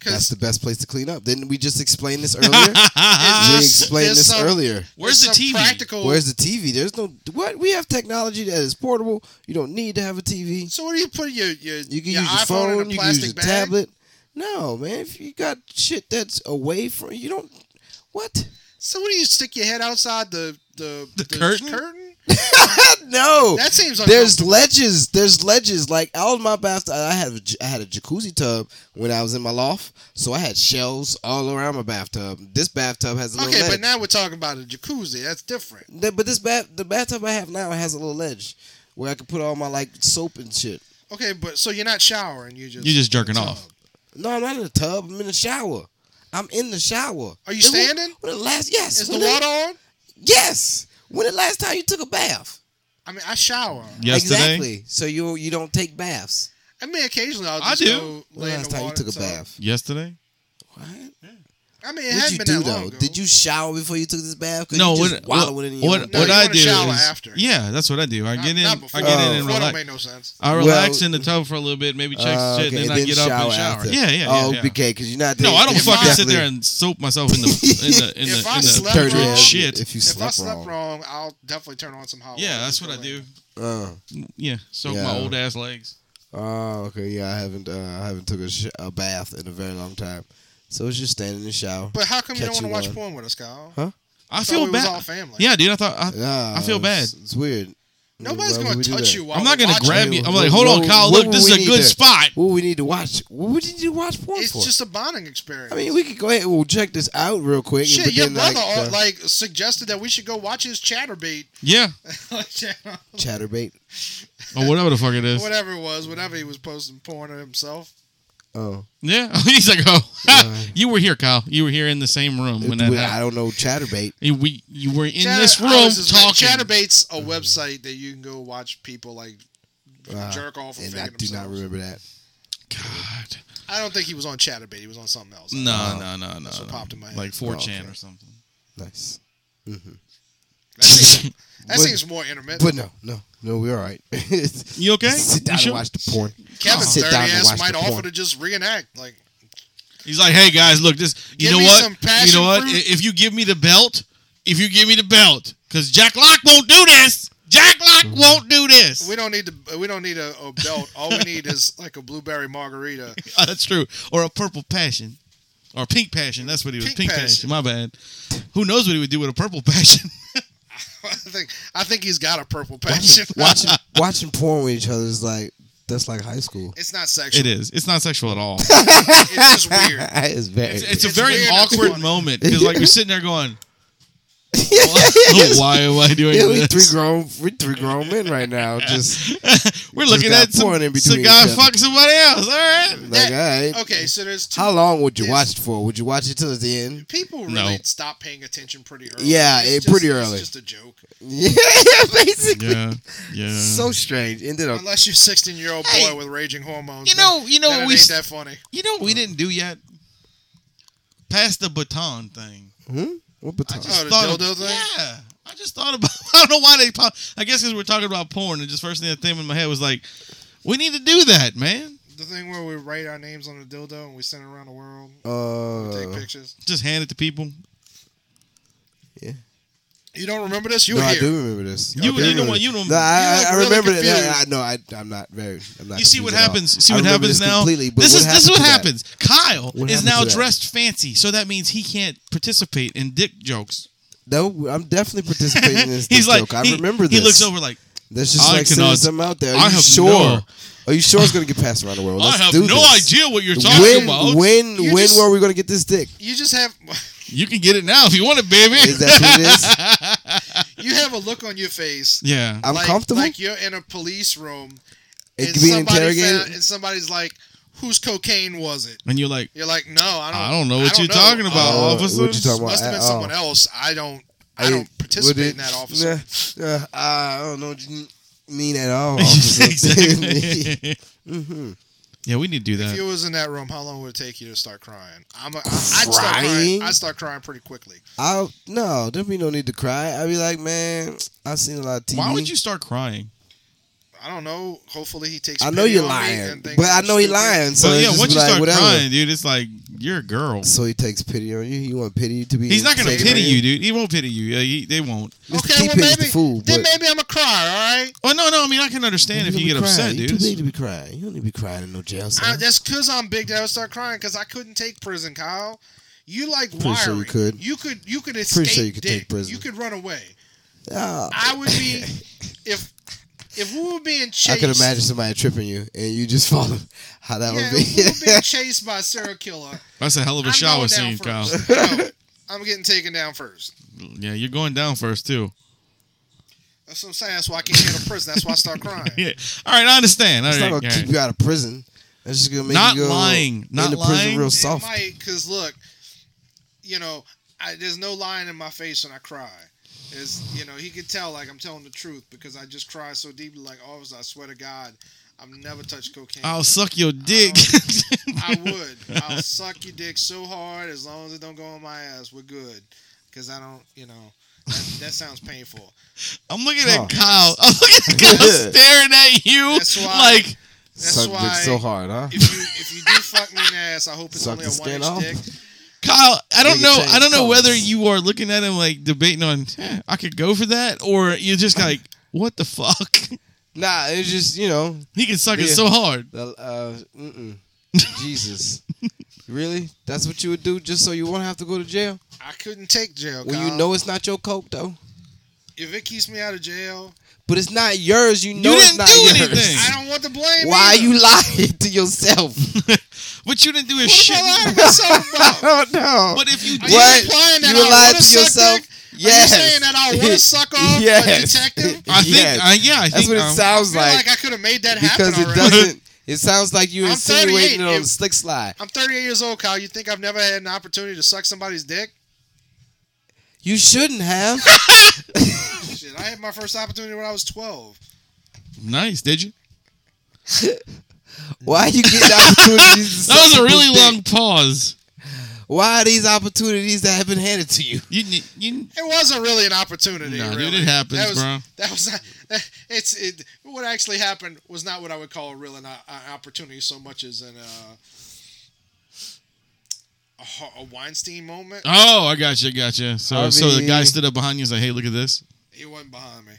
[SPEAKER 2] That's
[SPEAKER 3] Because
[SPEAKER 2] the best place to clean up. Didn't we just explain this earlier? we explained
[SPEAKER 3] there's
[SPEAKER 2] this
[SPEAKER 3] some-
[SPEAKER 2] earlier.
[SPEAKER 1] Uh-huh. Where's the TV?
[SPEAKER 3] Practical.
[SPEAKER 2] Where's the TV? There's no what we have technology that is portable. You don't need to have a TV.
[SPEAKER 3] so what do you put your your,
[SPEAKER 2] You can
[SPEAKER 3] your
[SPEAKER 2] use your
[SPEAKER 3] iPhone
[SPEAKER 2] phone,
[SPEAKER 3] in a
[SPEAKER 2] you can use
[SPEAKER 3] plastic
[SPEAKER 2] your
[SPEAKER 3] bag?
[SPEAKER 2] tablet. No, man, if you got shit that's away from you don't what?
[SPEAKER 3] So what do you stick your head outside the the,
[SPEAKER 1] The curtain?
[SPEAKER 2] no.
[SPEAKER 3] That seems
[SPEAKER 2] There's
[SPEAKER 3] uncomfortable.
[SPEAKER 2] ledges. There's ledges. Like out of my bath, I had a j- I had a jacuzzi tub when I was in my loft, so I had shelves all around my bathtub. This bathtub has a little
[SPEAKER 3] okay,
[SPEAKER 2] ledge.
[SPEAKER 3] but now we're talking about a jacuzzi. That's different.
[SPEAKER 2] The- but this bath, the bathtub I have now has a little ledge where I can put all my like soap and shit.
[SPEAKER 3] Okay, but so you're not showering. You just
[SPEAKER 1] You're just jerking
[SPEAKER 3] tub.
[SPEAKER 1] off.
[SPEAKER 2] No, I'm not in the tub. I'm in the shower. I'm in the shower.
[SPEAKER 3] Are you
[SPEAKER 2] Then when-
[SPEAKER 3] standing?
[SPEAKER 2] When the last yes.
[SPEAKER 3] Is the
[SPEAKER 2] when
[SPEAKER 3] water on?
[SPEAKER 2] Yes. When the last time you took a bath?
[SPEAKER 3] I mean, I shower.
[SPEAKER 1] Yesterday?
[SPEAKER 2] Exactly. So you you don't take baths.
[SPEAKER 3] I mean, occasionally I'll
[SPEAKER 1] I
[SPEAKER 3] just
[SPEAKER 1] do.
[SPEAKER 3] go
[SPEAKER 2] When the
[SPEAKER 3] lay in
[SPEAKER 2] last
[SPEAKER 3] the
[SPEAKER 2] time you
[SPEAKER 3] water
[SPEAKER 2] took a
[SPEAKER 3] tub.
[SPEAKER 2] bath?
[SPEAKER 1] Yesterday?
[SPEAKER 2] What?
[SPEAKER 3] I mean,
[SPEAKER 2] What'd
[SPEAKER 3] it
[SPEAKER 2] you
[SPEAKER 3] hadn't been
[SPEAKER 2] do
[SPEAKER 3] that long
[SPEAKER 2] though?
[SPEAKER 3] ago.
[SPEAKER 2] Did you shower before you took this bath? 'Cause
[SPEAKER 1] No,
[SPEAKER 2] you
[SPEAKER 1] what
[SPEAKER 2] just wallowing
[SPEAKER 1] what,
[SPEAKER 2] in your
[SPEAKER 1] what,
[SPEAKER 3] No,
[SPEAKER 1] what
[SPEAKER 3] you
[SPEAKER 1] I
[SPEAKER 3] wanna
[SPEAKER 1] do
[SPEAKER 3] shower
[SPEAKER 1] is-
[SPEAKER 3] after.
[SPEAKER 1] yeah, that's what I do. I
[SPEAKER 3] Not-
[SPEAKER 1] get in,
[SPEAKER 3] not before.
[SPEAKER 1] I get in and
[SPEAKER 2] Oh.
[SPEAKER 3] Before don't
[SPEAKER 1] relax.
[SPEAKER 3] make no sense.
[SPEAKER 1] I
[SPEAKER 2] Well-
[SPEAKER 1] relax in the tub for a little bit, maybe check
[SPEAKER 2] Oh,
[SPEAKER 1] shit,
[SPEAKER 2] okay,
[SPEAKER 1] and then, I get up and shower.
[SPEAKER 2] after.
[SPEAKER 1] Yeah, yeah,
[SPEAKER 2] Oh,
[SPEAKER 1] yeah.
[SPEAKER 2] because you're not.
[SPEAKER 1] no,
[SPEAKER 2] there-
[SPEAKER 1] I don't
[SPEAKER 2] if
[SPEAKER 1] fucking sit
[SPEAKER 2] definitely-
[SPEAKER 1] there and soak myself in the in the in the,
[SPEAKER 3] If I
[SPEAKER 1] in the
[SPEAKER 3] slept
[SPEAKER 2] Turn
[SPEAKER 1] dirty
[SPEAKER 2] it
[SPEAKER 3] wrong-
[SPEAKER 2] in.
[SPEAKER 1] shit.
[SPEAKER 2] If you
[SPEAKER 3] If I
[SPEAKER 2] slept
[SPEAKER 3] slept
[SPEAKER 2] wrong,
[SPEAKER 3] wrong, I'll definitely turn on some hot water.
[SPEAKER 1] Yeah, that's
[SPEAKER 3] and
[SPEAKER 1] what I
[SPEAKER 3] go
[SPEAKER 1] do.
[SPEAKER 2] Uh,
[SPEAKER 1] Yeah, soak
[SPEAKER 2] Yeah.
[SPEAKER 1] my old ass legs.
[SPEAKER 2] Oh, okay. Yeah, I haven't. Uh, I haven't took a, sh- a bath in a very long time, so it's just standing in the shower.
[SPEAKER 3] But how come you don't
[SPEAKER 2] Catch
[SPEAKER 3] want to
[SPEAKER 2] you
[SPEAKER 3] watch
[SPEAKER 2] one.
[SPEAKER 3] porn with us, Kyle?
[SPEAKER 2] Huh?
[SPEAKER 1] I
[SPEAKER 3] Thought we
[SPEAKER 1] feel
[SPEAKER 3] was all
[SPEAKER 1] bad.
[SPEAKER 3] family.
[SPEAKER 1] Yeah, dude, I thought I,
[SPEAKER 2] Nah,
[SPEAKER 1] I feel
[SPEAKER 2] Ah, it's- It's, weird.
[SPEAKER 3] Nobody's
[SPEAKER 2] Why
[SPEAKER 3] gonna
[SPEAKER 2] would we do
[SPEAKER 3] touch
[SPEAKER 2] that?
[SPEAKER 3] you. While
[SPEAKER 1] I'm not gonna
[SPEAKER 3] we're watching
[SPEAKER 1] grab
[SPEAKER 2] it.
[SPEAKER 1] you. I'm like,
[SPEAKER 2] What-
[SPEAKER 1] hold on,
[SPEAKER 2] what-
[SPEAKER 1] Kyle.
[SPEAKER 2] what
[SPEAKER 1] Look,
[SPEAKER 2] would
[SPEAKER 1] this
[SPEAKER 2] we
[SPEAKER 1] is a
[SPEAKER 2] need
[SPEAKER 1] good
[SPEAKER 2] to-
[SPEAKER 1] spot.
[SPEAKER 2] What we need to watch? What would you need to watch porn
[SPEAKER 3] It's
[SPEAKER 2] for?
[SPEAKER 3] just a bonding experience.
[SPEAKER 2] I mean, we could go ahead. and We'll check this out real quick.
[SPEAKER 3] shit.
[SPEAKER 2] but
[SPEAKER 3] Your
[SPEAKER 2] then,
[SPEAKER 3] brother
[SPEAKER 2] like,
[SPEAKER 3] like,
[SPEAKER 2] the
[SPEAKER 3] like suggested that we should go watch his chatterbait,
[SPEAKER 1] Yeah,
[SPEAKER 2] chatterbait.
[SPEAKER 1] or whatever the fuck it is.
[SPEAKER 3] whatever it was, whatever he was posting porn of himself.
[SPEAKER 2] Oh,
[SPEAKER 1] Yeah, he's like, oh,
[SPEAKER 2] Uh,
[SPEAKER 1] you were here, Kyle. You were here in the same room when that
[SPEAKER 2] Well,
[SPEAKER 1] happened.
[SPEAKER 2] I don't know chatterbait.
[SPEAKER 1] You- we you were in
[SPEAKER 3] Chatter-
[SPEAKER 1] this
[SPEAKER 3] I
[SPEAKER 1] room
[SPEAKER 3] was just like,
[SPEAKER 1] talking.
[SPEAKER 3] Chatterbait's a website that you can go watch people like
[SPEAKER 2] Uh,
[SPEAKER 3] jerk off and
[SPEAKER 2] and I
[SPEAKER 3] figure
[SPEAKER 2] do not
[SPEAKER 3] themselves.
[SPEAKER 2] remember that.
[SPEAKER 1] God,
[SPEAKER 3] I don't think he was on Chatterbait. He was on something else.
[SPEAKER 1] no, no, no, no.
[SPEAKER 3] That's what
[SPEAKER 1] no.
[SPEAKER 3] popped in my head.
[SPEAKER 1] Like 4chan
[SPEAKER 2] okay.
[SPEAKER 1] or something.
[SPEAKER 2] Nice,
[SPEAKER 3] That seems, that
[SPEAKER 2] But-
[SPEAKER 3] seems more intermittent.
[SPEAKER 2] but no, no, no. We're all right.
[SPEAKER 1] You okay?
[SPEAKER 2] Sit
[SPEAKER 1] You
[SPEAKER 2] down
[SPEAKER 1] sure?
[SPEAKER 2] and watch the porn.
[SPEAKER 3] Kevin's
[SPEAKER 2] sit
[SPEAKER 3] dirty
[SPEAKER 2] down and
[SPEAKER 3] ass
[SPEAKER 2] watch
[SPEAKER 3] might
[SPEAKER 2] the
[SPEAKER 3] offer
[SPEAKER 2] porn.
[SPEAKER 3] to just reenact. Like,
[SPEAKER 1] He's like, hey guys, look, this. You
[SPEAKER 3] Give
[SPEAKER 1] know
[SPEAKER 3] me
[SPEAKER 1] what?
[SPEAKER 3] some passion
[SPEAKER 1] You know what?
[SPEAKER 3] fruit.
[SPEAKER 1] I- If you give me the belt, if you give me the belt, because Jack Lock won't do this. Jack Lock
[SPEAKER 2] Mm-hmm.
[SPEAKER 1] won't do this.
[SPEAKER 3] we don't need to. We don't need a, a belt. All we need is like a blueberry margarita.
[SPEAKER 1] Oh, that's true. Or a purple passion. Or a pink passion. That's what he was.
[SPEAKER 3] Pink
[SPEAKER 1] Pink, passion.
[SPEAKER 3] passion.
[SPEAKER 1] My bad. Who knows what he would do with a purple passion?
[SPEAKER 3] I think. I think he's got a purple passion.
[SPEAKER 2] Watching watching porn with each other is like that's like high school.
[SPEAKER 3] It's not sexual.
[SPEAKER 1] it is. It's not sexual at all.
[SPEAKER 3] It's just weird.
[SPEAKER 2] it's very.
[SPEAKER 1] It's, it's a
[SPEAKER 3] It's
[SPEAKER 1] very
[SPEAKER 3] weird, it's
[SPEAKER 1] awkward
[SPEAKER 3] funny.
[SPEAKER 1] moment because like you're sitting there going, "Why am I doing
[SPEAKER 2] Yeah, we
[SPEAKER 1] this?"
[SPEAKER 2] three grown, we three grown men right now. Just
[SPEAKER 1] We're looking
[SPEAKER 2] got
[SPEAKER 1] at some,
[SPEAKER 2] porn in
[SPEAKER 1] some
[SPEAKER 2] between
[SPEAKER 1] guy
[SPEAKER 2] each other.
[SPEAKER 1] fuck somebody else. All right.
[SPEAKER 2] like, all right.
[SPEAKER 3] Okay, so there's two
[SPEAKER 2] How long would you
[SPEAKER 3] Yes.
[SPEAKER 2] watch it for? Would you watch it till the end?
[SPEAKER 3] people really
[SPEAKER 1] No.
[SPEAKER 3] stop paying attention pretty early.
[SPEAKER 2] Yeah,
[SPEAKER 3] It's
[SPEAKER 2] it-
[SPEAKER 3] just-
[SPEAKER 2] pretty
[SPEAKER 3] it's
[SPEAKER 2] early.
[SPEAKER 3] just a joke.
[SPEAKER 2] Yeah, basically.
[SPEAKER 1] Yeah, yeah.
[SPEAKER 2] So strange. Ended up.
[SPEAKER 3] Unless you're 16 year old boy
[SPEAKER 1] Hey,
[SPEAKER 3] with raging hormones.
[SPEAKER 1] you know, you know
[SPEAKER 3] then, then
[SPEAKER 1] what
[SPEAKER 3] it
[SPEAKER 1] we,
[SPEAKER 3] ain't
[SPEAKER 1] s-
[SPEAKER 3] that funny.
[SPEAKER 1] you know what we didn't do yet. Pass the baton thing.
[SPEAKER 2] Hmm? What
[SPEAKER 1] I
[SPEAKER 2] baton?
[SPEAKER 1] just
[SPEAKER 3] Oh, the
[SPEAKER 1] thought
[SPEAKER 3] dildo
[SPEAKER 1] of,
[SPEAKER 3] thing?
[SPEAKER 1] Yeah. I just thought about I don't know why they pop I guess because we're talking about porn and just first thing that came in my head was like, we need to do that, man.
[SPEAKER 3] The thing where we write our names on a dildo and we send it around the world, take
[SPEAKER 2] Uh,
[SPEAKER 3] pictures.
[SPEAKER 1] Just hand it to people.
[SPEAKER 3] You don't remember this? You
[SPEAKER 2] no,
[SPEAKER 3] were
[SPEAKER 2] I
[SPEAKER 3] here.
[SPEAKER 2] do remember this.
[SPEAKER 1] You,
[SPEAKER 2] I do
[SPEAKER 1] you know
[SPEAKER 2] remember
[SPEAKER 1] what? You
[SPEAKER 2] this.
[SPEAKER 1] know.
[SPEAKER 2] No, I,
[SPEAKER 3] look
[SPEAKER 2] I, I
[SPEAKER 3] really
[SPEAKER 2] remember it.
[SPEAKER 3] confused.
[SPEAKER 2] I, I know. I, I'm not very. I'm not.
[SPEAKER 1] you see what
[SPEAKER 2] confused at all.
[SPEAKER 1] happens.
[SPEAKER 2] I
[SPEAKER 1] See what
[SPEAKER 2] remember
[SPEAKER 1] happens
[SPEAKER 2] this
[SPEAKER 1] now.
[SPEAKER 2] Completely, but
[SPEAKER 1] This
[SPEAKER 2] what
[SPEAKER 1] is this is what
[SPEAKER 2] happened to
[SPEAKER 1] happens. Kyle
[SPEAKER 2] What
[SPEAKER 1] is
[SPEAKER 2] happened
[SPEAKER 1] now
[SPEAKER 2] to that?
[SPEAKER 1] dressed fancy, so that means he can't participate in dick jokes.
[SPEAKER 2] that? No, I'm definitely participating in this.
[SPEAKER 1] He's like,
[SPEAKER 2] joke. I
[SPEAKER 1] he-
[SPEAKER 2] remember this.
[SPEAKER 1] He looks over like,
[SPEAKER 2] That's just
[SPEAKER 1] I
[SPEAKER 2] like sending
[SPEAKER 1] cannot-
[SPEAKER 2] some out there. Are
[SPEAKER 1] I
[SPEAKER 2] you
[SPEAKER 1] have
[SPEAKER 2] sure?
[SPEAKER 1] no-
[SPEAKER 2] Are you sure it's gonna get passed around the world? Let's
[SPEAKER 1] I have
[SPEAKER 2] do
[SPEAKER 1] no
[SPEAKER 2] this.
[SPEAKER 1] idea what you're talking
[SPEAKER 2] When,
[SPEAKER 1] about.
[SPEAKER 2] when,
[SPEAKER 3] You
[SPEAKER 2] when
[SPEAKER 3] just-
[SPEAKER 2] were we gonna get this dick?
[SPEAKER 3] You just have
[SPEAKER 1] You can get it now if you want it, baby.
[SPEAKER 2] Is that what it is?
[SPEAKER 3] you have a look on your face.
[SPEAKER 1] yeah.
[SPEAKER 2] I'm
[SPEAKER 3] like,
[SPEAKER 2] comfortable.
[SPEAKER 3] Like you're in a police room.
[SPEAKER 2] it
[SPEAKER 3] and
[SPEAKER 2] could be
[SPEAKER 3] somebody
[SPEAKER 2] interrogated.
[SPEAKER 3] found- and somebody's like, "Whose cocaine was it?"
[SPEAKER 1] and you're like,
[SPEAKER 3] You're like, "No, Oh, I don't.
[SPEAKER 1] I don't know what you're talking about,
[SPEAKER 2] Uh, what
[SPEAKER 1] officer.
[SPEAKER 2] you talking about?
[SPEAKER 3] Must have been
[SPEAKER 2] at
[SPEAKER 3] someone
[SPEAKER 2] all.
[SPEAKER 3] else. I don't. I
[SPEAKER 2] Hey,
[SPEAKER 3] don't
[SPEAKER 2] would
[SPEAKER 3] participate
[SPEAKER 2] it-
[SPEAKER 3] in that, officer.
[SPEAKER 2] Nah, uh, I don't know what you mean at all. officer.
[SPEAKER 1] exactly.
[SPEAKER 2] Mhm.
[SPEAKER 1] Yeah, we need to do
[SPEAKER 3] If
[SPEAKER 1] that.
[SPEAKER 3] you was in that room, how long would it take you to start crying? I'm a, I, I'd start crying.
[SPEAKER 2] Crying?
[SPEAKER 3] I'd start crying pretty quickly.
[SPEAKER 2] I'll no, there'd be no need to cry. I'd be like, man, I've seen a lot of TV.
[SPEAKER 1] Why would you start crying?
[SPEAKER 3] I don't know. Hopefully, he takes.
[SPEAKER 2] I know
[SPEAKER 3] pity
[SPEAKER 2] you're
[SPEAKER 3] on me
[SPEAKER 2] lying,
[SPEAKER 3] and thinks
[SPEAKER 2] but I
[SPEAKER 3] I'm
[SPEAKER 2] know he's
[SPEAKER 3] stupid.
[SPEAKER 2] lying. So
[SPEAKER 1] So
[SPEAKER 2] it's
[SPEAKER 1] yeah,
[SPEAKER 2] just
[SPEAKER 1] once you
[SPEAKER 2] like,
[SPEAKER 1] start
[SPEAKER 2] whatever.
[SPEAKER 1] crying, dude, it's like you're a girl.
[SPEAKER 2] So he takes pity on you. You want pity to be?
[SPEAKER 1] He's not gonna
[SPEAKER 2] taken
[SPEAKER 1] pity
[SPEAKER 2] on
[SPEAKER 1] you, dude. He won't pity you. Yeah, he, they won't.
[SPEAKER 2] Mr.
[SPEAKER 3] Okay, well
[SPEAKER 2] T-Pain's the
[SPEAKER 3] maybe
[SPEAKER 2] fool,
[SPEAKER 3] then
[SPEAKER 2] but-
[SPEAKER 3] maybe I'm a cry. All right,
[SPEAKER 1] Oh no, no. I mean, I can understand if
[SPEAKER 2] don't
[SPEAKER 1] you
[SPEAKER 2] be
[SPEAKER 1] get
[SPEAKER 2] crying.
[SPEAKER 1] upset,
[SPEAKER 2] You
[SPEAKER 1] dude.
[SPEAKER 2] too big to be crying. You don't need to be crying in no jail cell.
[SPEAKER 3] I, that's because I'm big that I would start crying because I couldn't take prison, Kyle. You like
[SPEAKER 2] Pretty sure you
[SPEAKER 3] wiring.
[SPEAKER 2] could.
[SPEAKER 3] You could. You could escape.
[SPEAKER 2] Pretty sure you could
[SPEAKER 3] dick.
[SPEAKER 2] take prison.
[SPEAKER 3] You could run away.
[SPEAKER 2] Ah.
[SPEAKER 3] I would be if if we were being chased.
[SPEAKER 2] I could imagine somebody tripping you and you just follow how that
[SPEAKER 3] Yeah,
[SPEAKER 2] would
[SPEAKER 3] if we were
[SPEAKER 2] be.
[SPEAKER 3] being chased by a serial killer.
[SPEAKER 1] That's a hell of a
[SPEAKER 3] I'm
[SPEAKER 1] shower
[SPEAKER 3] going down
[SPEAKER 1] scene, Kyle.
[SPEAKER 3] first. No, I'm getting taken down first.
[SPEAKER 1] Yeah, you're going down first too.
[SPEAKER 3] That's what I'm saying. That's why I can't handle prison. That's why I start crying.
[SPEAKER 1] Yeah. All right, I understand. All
[SPEAKER 2] It's
[SPEAKER 1] right,
[SPEAKER 2] not
[SPEAKER 1] all
[SPEAKER 2] gonna keep
[SPEAKER 1] right.
[SPEAKER 2] you out of prison. That's just gonna make
[SPEAKER 1] Not
[SPEAKER 2] you go
[SPEAKER 1] lying. Not
[SPEAKER 2] into
[SPEAKER 1] lying.
[SPEAKER 2] prison real
[SPEAKER 1] It
[SPEAKER 2] soft.
[SPEAKER 3] It might, because look, you know, I, there's no lying in my face when I cry. is you know he could tell like I'm telling the truth because I just cried so deeply like officer I swear to God I've never touched cocaine.
[SPEAKER 1] I'll suck your dick.
[SPEAKER 3] I would. I'll suck your dick so hard as long as it don't go on my ass. We're good because I don't you know that, that sounds painful.
[SPEAKER 1] I'm looking
[SPEAKER 2] Huh.
[SPEAKER 1] at Kyle. I'm looking at Kyle staring at you
[SPEAKER 3] That's why-
[SPEAKER 1] like
[SPEAKER 3] That's
[SPEAKER 2] Suck dick
[SPEAKER 3] why
[SPEAKER 2] so hard, huh?
[SPEAKER 3] if you if you do fuck me in the ass I hope it's
[SPEAKER 2] Suck
[SPEAKER 3] only
[SPEAKER 2] the
[SPEAKER 3] a one
[SPEAKER 2] skin
[SPEAKER 3] inch
[SPEAKER 2] off?
[SPEAKER 3] dick.
[SPEAKER 1] Kyle. I don't
[SPEAKER 2] Nigga
[SPEAKER 1] know.
[SPEAKER 2] changed
[SPEAKER 1] I don't know whether
[SPEAKER 2] colors.
[SPEAKER 1] you are looking at him like debating on "Eh, I could go for that, or you're just like what the fuck.
[SPEAKER 2] Nah, it's just you know,
[SPEAKER 1] He can suck it
[SPEAKER 2] Yeah.
[SPEAKER 1] so hard.
[SPEAKER 2] the, uh, mm-mm. Jesus. Really? That's what you would do just so you won't have to go to jail?
[SPEAKER 3] I couldn't take jail.
[SPEAKER 2] When you
[SPEAKER 3] Kyle.
[SPEAKER 2] know it's not your coke, though.
[SPEAKER 3] if it keeps me out of jail,
[SPEAKER 2] But it's not yours. You know it's
[SPEAKER 1] didn't
[SPEAKER 2] not
[SPEAKER 1] do
[SPEAKER 2] yours.
[SPEAKER 1] anything.
[SPEAKER 3] I don't want the blame.
[SPEAKER 2] Why
[SPEAKER 3] either.
[SPEAKER 2] you lying to yourself?
[SPEAKER 1] but you didn't do his
[SPEAKER 3] What
[SPEAKER 1] shit.
[SPEAKER 3] am I lying to myself about?
[SPEAKER 2] don't know.
[SPEAKER 1] But if you
[SPEAKER 3] Are
[SPEAKER 1] did,
[SPEAKER 3] you
[SPEAKER 2] What?
[SPEAKER 3] implying that
[SPEAKER 2] You
[SPEAKER 3] I
[SPEAKER 2] lied
[SPEAKER 3] wanna
[SPEAKER 2] to
[SPEAKER 3] suck
[SPEAKER 2] yourself?
[SPEAKER 3] dick?
[SPEAKER 2] Yes.
[SPEAKER 3] Are you saying that I want to suck off
[SPEAKER 2] Yes.
[SPEAKER 3] a detective?
[SPEAKER 1] I think.
[SPEAKER 2] Yes.
[SPEAKER 1] I- yeah, I
[SPEAKER 2] That's
[SPEAKER 1] think.
[SPEAKER 2] what it
[SPEAKER 1] um,
[SPEAKER 3] I
[SPEAKER 2] sounds
[SPEAKER 3] feel like,
[SPEAKER 2] like
[SPEAKER 3] I could have made that happen
[SPEAKER 2] because it
[SPEAKER 3] already.
[SPEAKER 2] doesn't. It sounds like you
[SPEAKER 3] I'm
[SPEAKER 2] insinuating
[SPEAKER 3] 38.
[SPEAKER 2] it on
[SPEAKER 3] It-
[SPEAKER 2] the slick slide.
[SPEAKER 3] I'm 38 years old, Kyle. You think I've never had an opportunity to suck somebody's dick?
[SPEAKER 2] You shouldn't have.
[SPEAKER 3] Shit, I had my first opportunity when I was 12.
[SPEAKER 1] nice. Did you?
[SPEAKER 2] Why are you getting opportunities? to
[SPEAKER 1] That was
[SPEAKER 2] suck
[SPEAKER 1] a really
[SPEAKER 2] people's dick?
[SPEAKER 1] long pause.
[SPEAKER 2] Why are these opportunities that have been handed to you?
[SPEAKER 1] You, you, you
[SPEAKER 3] It wasn't really an opportunity.
[SPEAKER 1] Nah, dude,
[SPEAKER 3] really.
[SPEAKER 1] it happens,
[SPEAKER 3] that was,
[SPEAKER 1] bro.
[SPEAKER 3] That was that, it's it. What actually happened was not what I would call a real an, an opportunity so much as an uh, a, Ho- a Weinstein moment.
[SPEAKER 1] Oh, I got you, I got you. So,
[SPEAKER 2] I
[SPEAKER 1] so the guy
[SPEAKER 2] mean-
[SPEAKER 1] stood up behind you and was like, "Hey, look at this."
[SPEAKER 3] He wasn't behind me.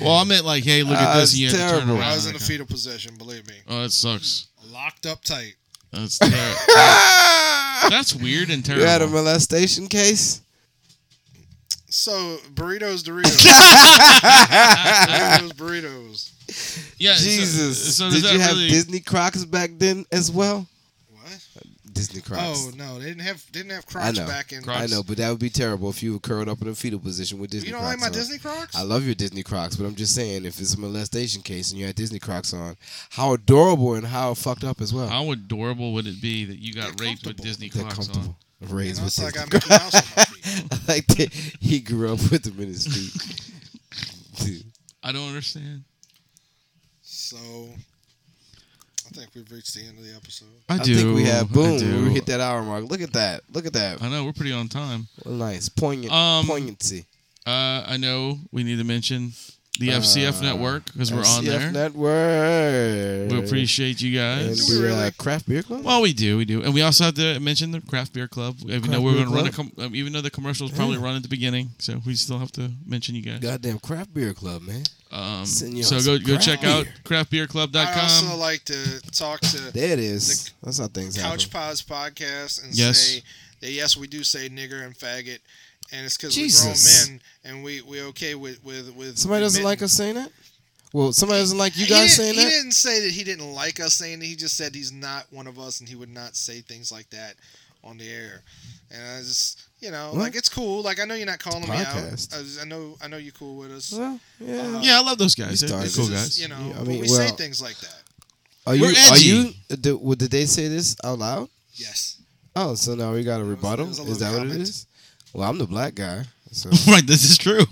[SPEAKER 1] Well, I meant like, "Hey, look at
[SPEAKER 2] Uh,
[SPEAKER 1] this."
[SPEAKER 2] it's
[SPEAKER 1] And you had to turn
[SPEAKER 2] terrible.
[SPEAKER 1] around.
[SPEAKER 3] I was in the
[SPEAKER 1] Okay.
[SPEAKER 3] fetal position. Believe me,
[SPEAKER 1] Oh, that sucks.
[SPEAKER 3] locked up tight.
[SPEAKER 1] That's terrible.
[SPEAKER 2] you
[SPEAKER 1] That's weird and terrible.
[SPEAKER 2] had a molestation case.
[SPEAKER 3] So burritos, Doritos, Doritos, burritos.
[SPEAKER 1] yeah, so-
[SPEAKER 2] Jesus,
[SPEAKER 1] So, does
[SPEAKER 2] did
[SPEAKER 1] that
[SPEAKER 2] you have
[SPEAKER 1] really?
[SPEAKER 2] Disney Crocs back then as well?
[SPEAKER 3] What?
[SPEAKER 2] Disney Crocs.
[SPEAKER 3] Oh no, they didn't have didn't have Crocs
[SPEAKER 2] know.
[SPEAKER 3] back in.
[SPEAKER 1] Crocs.
[SPEAKER 2] I know, but that would be terrible if you were curled up in a fetal position with Disney.
[SPEAKER 3] You don't
[SPEAKER 2] Crocs
[SPEAKER 3] like my
[SPEAKER 2] on.
[SPEAKER 3] Disney Crocs?
[SPEAKER 2] I love your Disney Crocs, but I'm just saying, if it's a molestation case and you had Disney Crocs on, how adorable and how fucked up as well.
[SPEAKER 1] How adorable would it be that you got
[SPEAKER 3] They're
[SPEAKER 1] raped with
[SPEAKER 3] comfortable.
[SPEAKER 1] Disney
[SPEAKER 2] They're
[SPEAKER 1] clocks on?
[SPEAKER 2] comfortable. Raised
[SPEAKER 3] You know,
[SPEAKER 2] with
[SPEAKER 3] it's like I
[SPEAKER 2] Disney.
[SPEAKER 3] Mickey Mouse on my feet.
[SPEAKER 2] I like that he grew up with them in his feet. Dude,
[SPEAKER 1] I don't understand.
[SPEAKER 3] So I think we've reached the end of the episode.
[SPEAKER 1] I,
[SPEAKER 2] I
[SPEAKER 1] do.
[SPEAKER 2] think we have boom.
[SPEAKER 1] I do.
[SPEAKER 2] We hit that hour mark. Look at that. Look at that.
[SPEAKER 1] I know we're pretty on time.
[SPEAKER 2] Nice poignant
[SPEAKER 1] Um,
[SPEAKER 2] poignancy.
[SPEAKER 1] Uh, I know we need to mention the
[SPEAKER 2] Uh,
[SPEAKER 1] FCF network because we're on
[SPEAKER 2] SCF
[SPEAKER 1] there.
[SPEAKER 2] Network.
[SPEAKER 1] We appreciate you
[SPEAKER 2] And
[SPEAKER 1] guys.
[SPEAKER 3] Do we
[SPEAKER 2] the
[SPEAKER 3] really?
[SPEAKER 2] uh, craft beer club.
[SPEAKER 1] Well, we do, we do, and we also have to mention the craft beer club. Even
[SPEAKER 2] Craft
[SPEAKER 1] though we're
[SPEAKER 2] Beer
[SPEAKER 1] going to run a,
[SPEAKER 2] Club.
[SPEAKER 1] com- um, even though the commercials probably run at the beginning, so we still have to mention you guys.
[SPEAKER 2] Goddamn craft beer club, man.
[SPEAKER 1] Um,
[SPEAKER 2] Send you
[SPEAKER 1] so
[SPEAKER 2] on
[SPEAKER 1] go
[SPEAKER 2] some
[SPEAKER 1] go
[SPEAKER 2] craft
[SPEAKER 1] check out
[SPEAKER 2] beer.
[SPEAKER 3] I also
[SPEAKER 1] craftbeerclub.com.
[SPEAKER 3] like to talk to
[SPEAKER 2] There it is. That's how things
[SPEAKER 3] Couch
[SPEAKER 2] happen.
[SPEAKER 3] Pods podcast and
[SPEAKER 1] Yes.
[SPEAKER 3] say that yes, we do say nigger and faggot, and it's because we're
[SPEAKER 2] Jesus.
[SPEAKER 3] grown men and we we okay with with with.
[SPEAKER 2] Somebody doesn't like
[SPEAKER 3] admitting-
[SPEAKER 2] us saying that. Well, somebody doesn't like you
[SPEAKER 3] He
[SPEAKER 2] guys
[SPEAKER 3] didn't-
[SPEAKER 2] saying
[SPEAKER 3] He
[SPEAKER 2] that.
[SPEAKER 3] didn't say that he didn't like us saying it. He just said he's not one of us and he would not say things like that on the air. And I just, you know,
[SPEAKER 2] What?
[SPEAKER 3] like it's cool. Like I know you're not calling me out. I,
[SPEAKER 2] Podcast.
[SPEAKER 3] just- I know, I know you're cool with us.
[SPEAKER 2] Well, yeah.
[SPEAKER 3] Uh,
[SPEAKER 1] Yeah, I love those guys.
[SPEAKER 2] You
[SPEAKER 1] They're, they're
[SPEAKER 2] started.
[SPEAKER 1] cool
[SPEAKER 3] It's
[SPEAKER 1] guys.
[SPEAKER 3] just, You know,
[SPEAKER 2] Yeah, I
[SPEAKER 3] but
[SPEAKER 2] mean,
[SPEAKER 3] we say
[SPEAKER 2] well-
[SPEAKER 3] things like that.
[SPEAKER 2] Are you?
[SPEAKER 1] We're
[SPEAKER 2] Are
[SPEAKER 1] edgy.
[SPEAKER 2] you? Did, well, did they say this out loud?
[SPEAKER 3] Yes.
[SPEAKER 2] Oh, so now we got a rebuttal.
[SPEAKER 3] was a
[SPEAKER 2] is
[SPEAKER 3] little
[SPEAKER 2] that what it
[SPEAKER 3] comment.
[SPEAKER 2] is? Well, I'm the black guy. So.
[SPEAKER 1] right, this is true.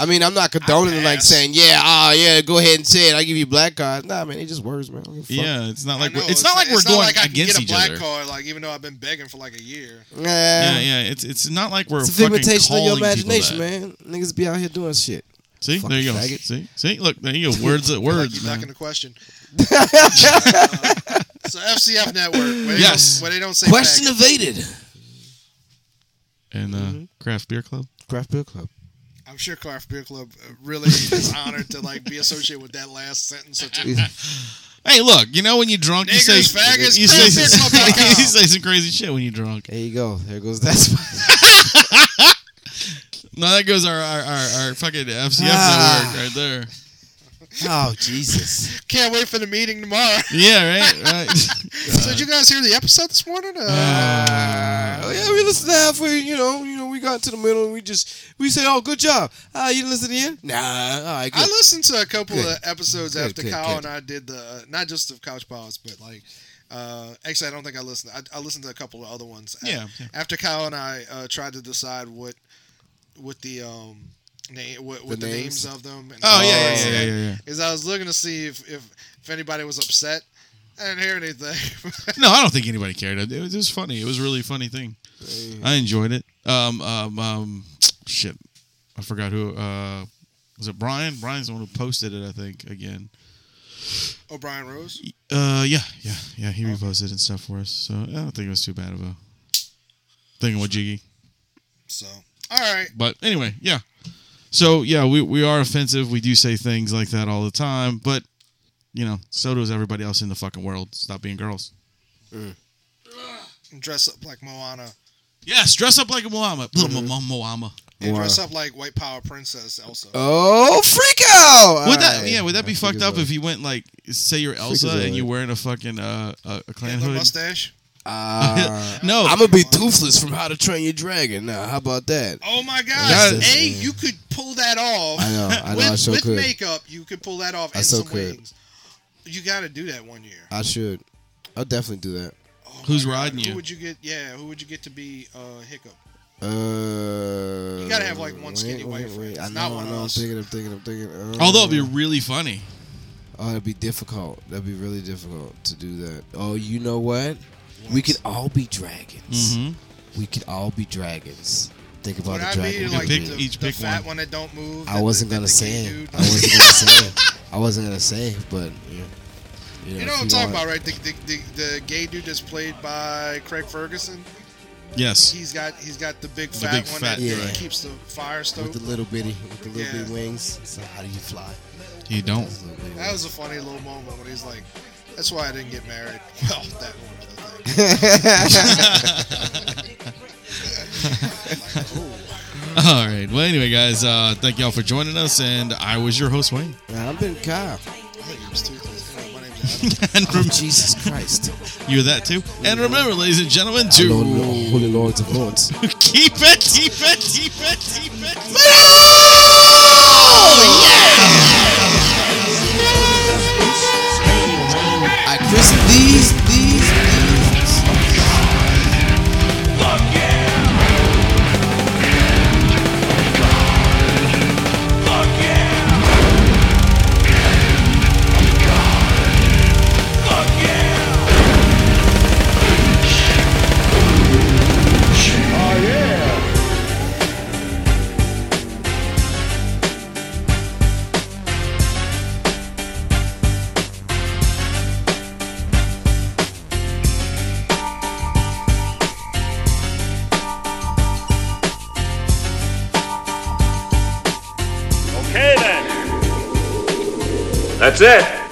[SPEAKER 2] I mean, I'm not condoning like
[SPEAKER 3] pass.
[SPEAKER 2] saying, yeah, ah, yeah, go ahead and say it. I give you black card. Nah, man, they just words, man. I don't give a fuck.
[SPEAKER 1] Yeah, it's not like
[SPEAKER 3] I know,
[SPEAKER 1] we're, it's, not like we're
[SPEAKER 3] it's
[SPEAKER 1] going
[SPEAKER 3] I can
[SPEAKER 1] against
[SPEAKER 3] get a
[SPEAKER 1] each
[SPEAKER 3] black
[SPEAKER 1] other.
[SPEAKER 3] Card, like even though I've been begging for like a year.
[SPEAKER 2] Nah.
[SPEAKER 1] Yeah, yeah, it's it's not like we're
[SPEAKER 2] It's a
[SPEAKER 1] fucking
[SPEAKER 2] figmentation of your
[SPEAKER 1] calling people
[SPEAKER 2] imagination,
[SPEAKER 1] that.
[SPEAKER 2] man. Niggas be out here doing shit.
[SPEAKER 1] See,
[SPEAKER 2] Fucking
[SPEAKER 1] there you go.
[SPEAKER 2] faggot.
[SPEAKER 1] See, see, look, there you go. Words, at
[SPEAKER 3] like
[SPEAKER 1] words,
[SPEAKER 3] you're not
[SPEAKER 1] man.
[SPEAKER 3] going to question. Uh, so FCF Network. Where they
[SPEAKER 1] Yes.
[SPEAKER 3] Don't, where they don't say
[SPEAKER 2] Question
[SPEAKER 3] faggot.
[SPEAKER 2] evaded.
[SPEAKER 1] And uh,
[SPEAKER 2] Mm-hmm.
[SPEAKER 1] craft beer club.
[SPEAKER 2] Craft beer club.
[SPEAKER 3] I'm sure Craft Beer Club uh, really is honored to like be associated with that last sentence. Or two.
[SPEAKER 1] Hey, look, you know when you're drunk, you say
[SPEAKER 3] Niggas, faggots,
[SPEAKER 1] you say,
[SPEAKER 3] craft beer club dot com.
[SPEAKER 1] you say some crazy shit when you're drunk.
[SPEAKER 2] There you go. There goes that spot.
[SPEAKER 1] No, that goes our our, our, our fucking FCF
[SPEAKER 2] Ah.
[SPEAKER 1] network right there.
[SPEAKER 2] oh Jesus.
[SPEAKER 3] Can't wait for the meeting tomorrow.
[SPEAKER 1] Yeah, right, right.
[SPEAKER 3] so did you guys hear the episode this morning? Uh,
[SPEAKER 2] Oh, yeah, we listened to halfway. You know, you know, we got to the middle and we just we said, "Oh, good job." Ah, you didn't listen to the end? Nah. All right,
[SPEAKER 3] I
[SPEAKER 2] good.
[SPEAKER 3] listened to a couple of episodes
[SPEAKER 2] Good,
[SPEAKER 3] after
[SPEAKER 2] good,
[SPEAKER 3] Kyle
[SPEAKER 2] good.
[SPEAKER 3] and I did the uh, not just the couch pause, but like uh, actually I don't think I listened. I, I listened to a couple of other ones.
[SPEAKER 1] Yeah, yeah.
[SPEAKER 3] After Kyle and I uh, tried to decide what with the um name with, with
[SPEAKER 2] The
[SPEAKER 3] the,
[SPEAKER 2] names?
[SPEAKER 3] names? of them. And
[SPEAKER 1] Oh, yeah,
[SPEAKER 2] Oh,
[SPEAKER 1] yeah, yeah, yeah, yeah.
[SPEAKER 3] Is I was looking to see if if, if anybody was upset. I didn't hear anything.
[SPEAKER 1] No, I don't think anybody cared. It was, it was funny. It was a really funny thing. I enjoyed it. Um, um, um, shit, I forgot who. Uh, was it Brian? Brian's the one who posted it. I think again.
[SPEAKER 3] O'Brien Rose.
[SPEAKER 1] Uh, yeah, yeah, yeah. He reposted and stuff for us, so I don't think it was too bad of a thing with Jiggy.
[SPEAKER 3] So all right,
[SPEAKER 1] But anyway, yeah. So yeah, we we are offensive. We do say things like that all the time, but you know, so does everybody else in the fucking world. Stop being girls.
[SPEAKER 3] dress up like Moana.
[SPEAKER 1] Yes, dress up like a Moama. Moama.
[SPEAKER 3] And dress
[SPEAKER 2] Wow.
[SPEAKER 3] up like White Power Princess Elsa.
[SPEAKER 2] Oh, freak out!
[SPEAKER 1] Would that
[SPEAKER 2] Alright.
[SPEAKER 1] yeah? Would that be
[SPEAKER 2] I think
[SPEAKER 1] fucked
[SPEAKER 2] it's
[SPEAKER 1] up
[SPEAKER 2] right.
[SPEAKER 1] if you went like say you're
[SPEAKER 2] it's
[SPEAKER 1] Elsa and
[SPEAKER 2] right.
[SPEAKER 1] you wearing a fucking uh, a, a clan
[SPEAKER 3] Hitler
[SPEAKER 1] hood?
[SPEAKER 3] mustache.
[SPEAKER 2] Ah.
[SPEAKER 1] no,
[SPEAKER 2] I'm gonna be toothless from How to Train Your Dragon. Now, how about that?
[SPEAKER 3] Oh my gosh!
[SPEAKER 1] That-
[SPEAKER 3] A, you could pull that off.
[SPEAKER 2] I know, I know,
[SPEAKER 3] with
[SPEAKER 2] I sure
[SPEAKER 3] with
[SPEAKER 2] could.
[SPEAKER 3] makeup, you could pull that off
[SPEAKER 2] I
[SPEAKER 3] and
[SPEAKER 2] so
[SPEAKER 3] some
[SPEAKER 2] could.
[SPEAKER 3] wings. You got to do that one year.
[SPEAKER 2] I should. I'll definitely do that.
[SPEAKER 3] Oh
[SPEAKER 1] Who's
[SPEAKER 3] my God.
[SPEAKER 1] riding
[SPEAKER 3] who
[SPEAKER 1] you?
[SPEAKER 3] Who would you get? Yeah, who would you get to be uh, Hiccup?
[SPEAKER 2] Uh,
[SPEAKER 3] You gotta have, like, one skinny white friend.
[SPEAKER 2] I know,
[SPEAKER 3] It's not one
[SPEAKER 2] I
[SPEAKER 3] of
[SPEAKER 2] know. I'm
[SPEAKER 3] us.
[SPEAKER 2] thinking, I'm thinking, I'm thinking. Uh,
[SPEAKER 1] although it'd Oh, be really funny.
[SPEAKER 2] oh, it'd be difficult. That'd be really difficult to do that. Oh, you know what? We
[SPEAKER 3] What?
[SPEAKER 2] could all be dragons.
[SPEAKER 1] hmm
[SPEAKER 2] We could all be dragons. Think about
[SPEAKER 3] Would
[SPEAKER 2] the
[SPEAKER 3] I
[SPEAKER 2] dragon.
[SPEAKER 3] be
[SPEAKER 2] we
[SPEAKER 3] like
[SPEAKER 1] pick
[SPEAKER 2] could
[SPEAKER 3] the,
[SPEAKER 2] be.
[SPEAKER 1] each
[SPEAKER 3] the
[SPEAKER 1] pick
[SPEAKER 3] fat
[SPEAKER 1] one.
[SPEAKER 3] one. that don't move?
[SPEAKER 2] I
[SPEAKER 3] that-
[SPEAKER 2] wasn't
[SPEAKER 3] that
[SPEAKER 2] gonna
[SPEAKER 3] the
[SPEAKER 2] say
[SPEAKER 3] gay
[SPEAKER 2] it.
[SPEAKER 3] dude-
[SPEAKER 2] I wasn't gonna say it. I wasn't gonna say it, but you know,
[SPEAKER 3] You
[SPEAKER 2] if
[SPEAKER 3] know what I'm
[SPEAKER 2] you
[SPEAKER 3] talking
[SPEAKER 2] want-
[SPEAKER 3] about, right? The, the, the, the gay dude that's played by Craig Ferguson.
[SPEAKER 1] Yes,
[SPEAKER 3] He's got he's got the big fat
[SPEAKER 1] big
[SPEAKER 3] one
[SPEAKER 1] fat
[SPEAKER 3] that
[SPEAKER 2] guy.
[SPEAKER 3] keeps the fire
[SPEAKER 2] With
[SPEAKER 3] stoked.
[SPEAKER 2] the little bitty, with the little
[SPEAKER 3] Yeah.
[SPEAKER 2] bitty wings. So how do you fly?
[SPEAKER 1] you don't.
[SPEAKER 2] Those little bitty
[SPEAKER 3] That
[SPEAKER 2] wings.
[SPEAKER 3] was a funny little moment when he's like, "That's why I didn't get married." Well, that one other thing.
[SPEAKER 1] All right. Well, anyway, guys, uh, thank y'all for joining us, and I was your host Wayne.
[SPEAKER 2] Nah, I've been Kyle.
[SPEAKER 3] I think it was toothless. Anyway, my name's Adam.
[SPEAKER 1] and
[SPEAKER 2] I'm
[SPEAKER 1] rem-
[SPEAKER 2] Oh, Jesus Christ.
[SPEAKER 1] you're that too. And remember, ladies and gentlemen,
[SPEAKER 2] Lord,
[SPEAKER 1] to
[SPEAKER 2] Lord, Holy Lords of Lords.
[SPEAKER 1] keep it, keep it, keep it, keep it.
[SPEAKER 2] I crisp these, these, these.
[SPEAKER 4] Okay then. That's it.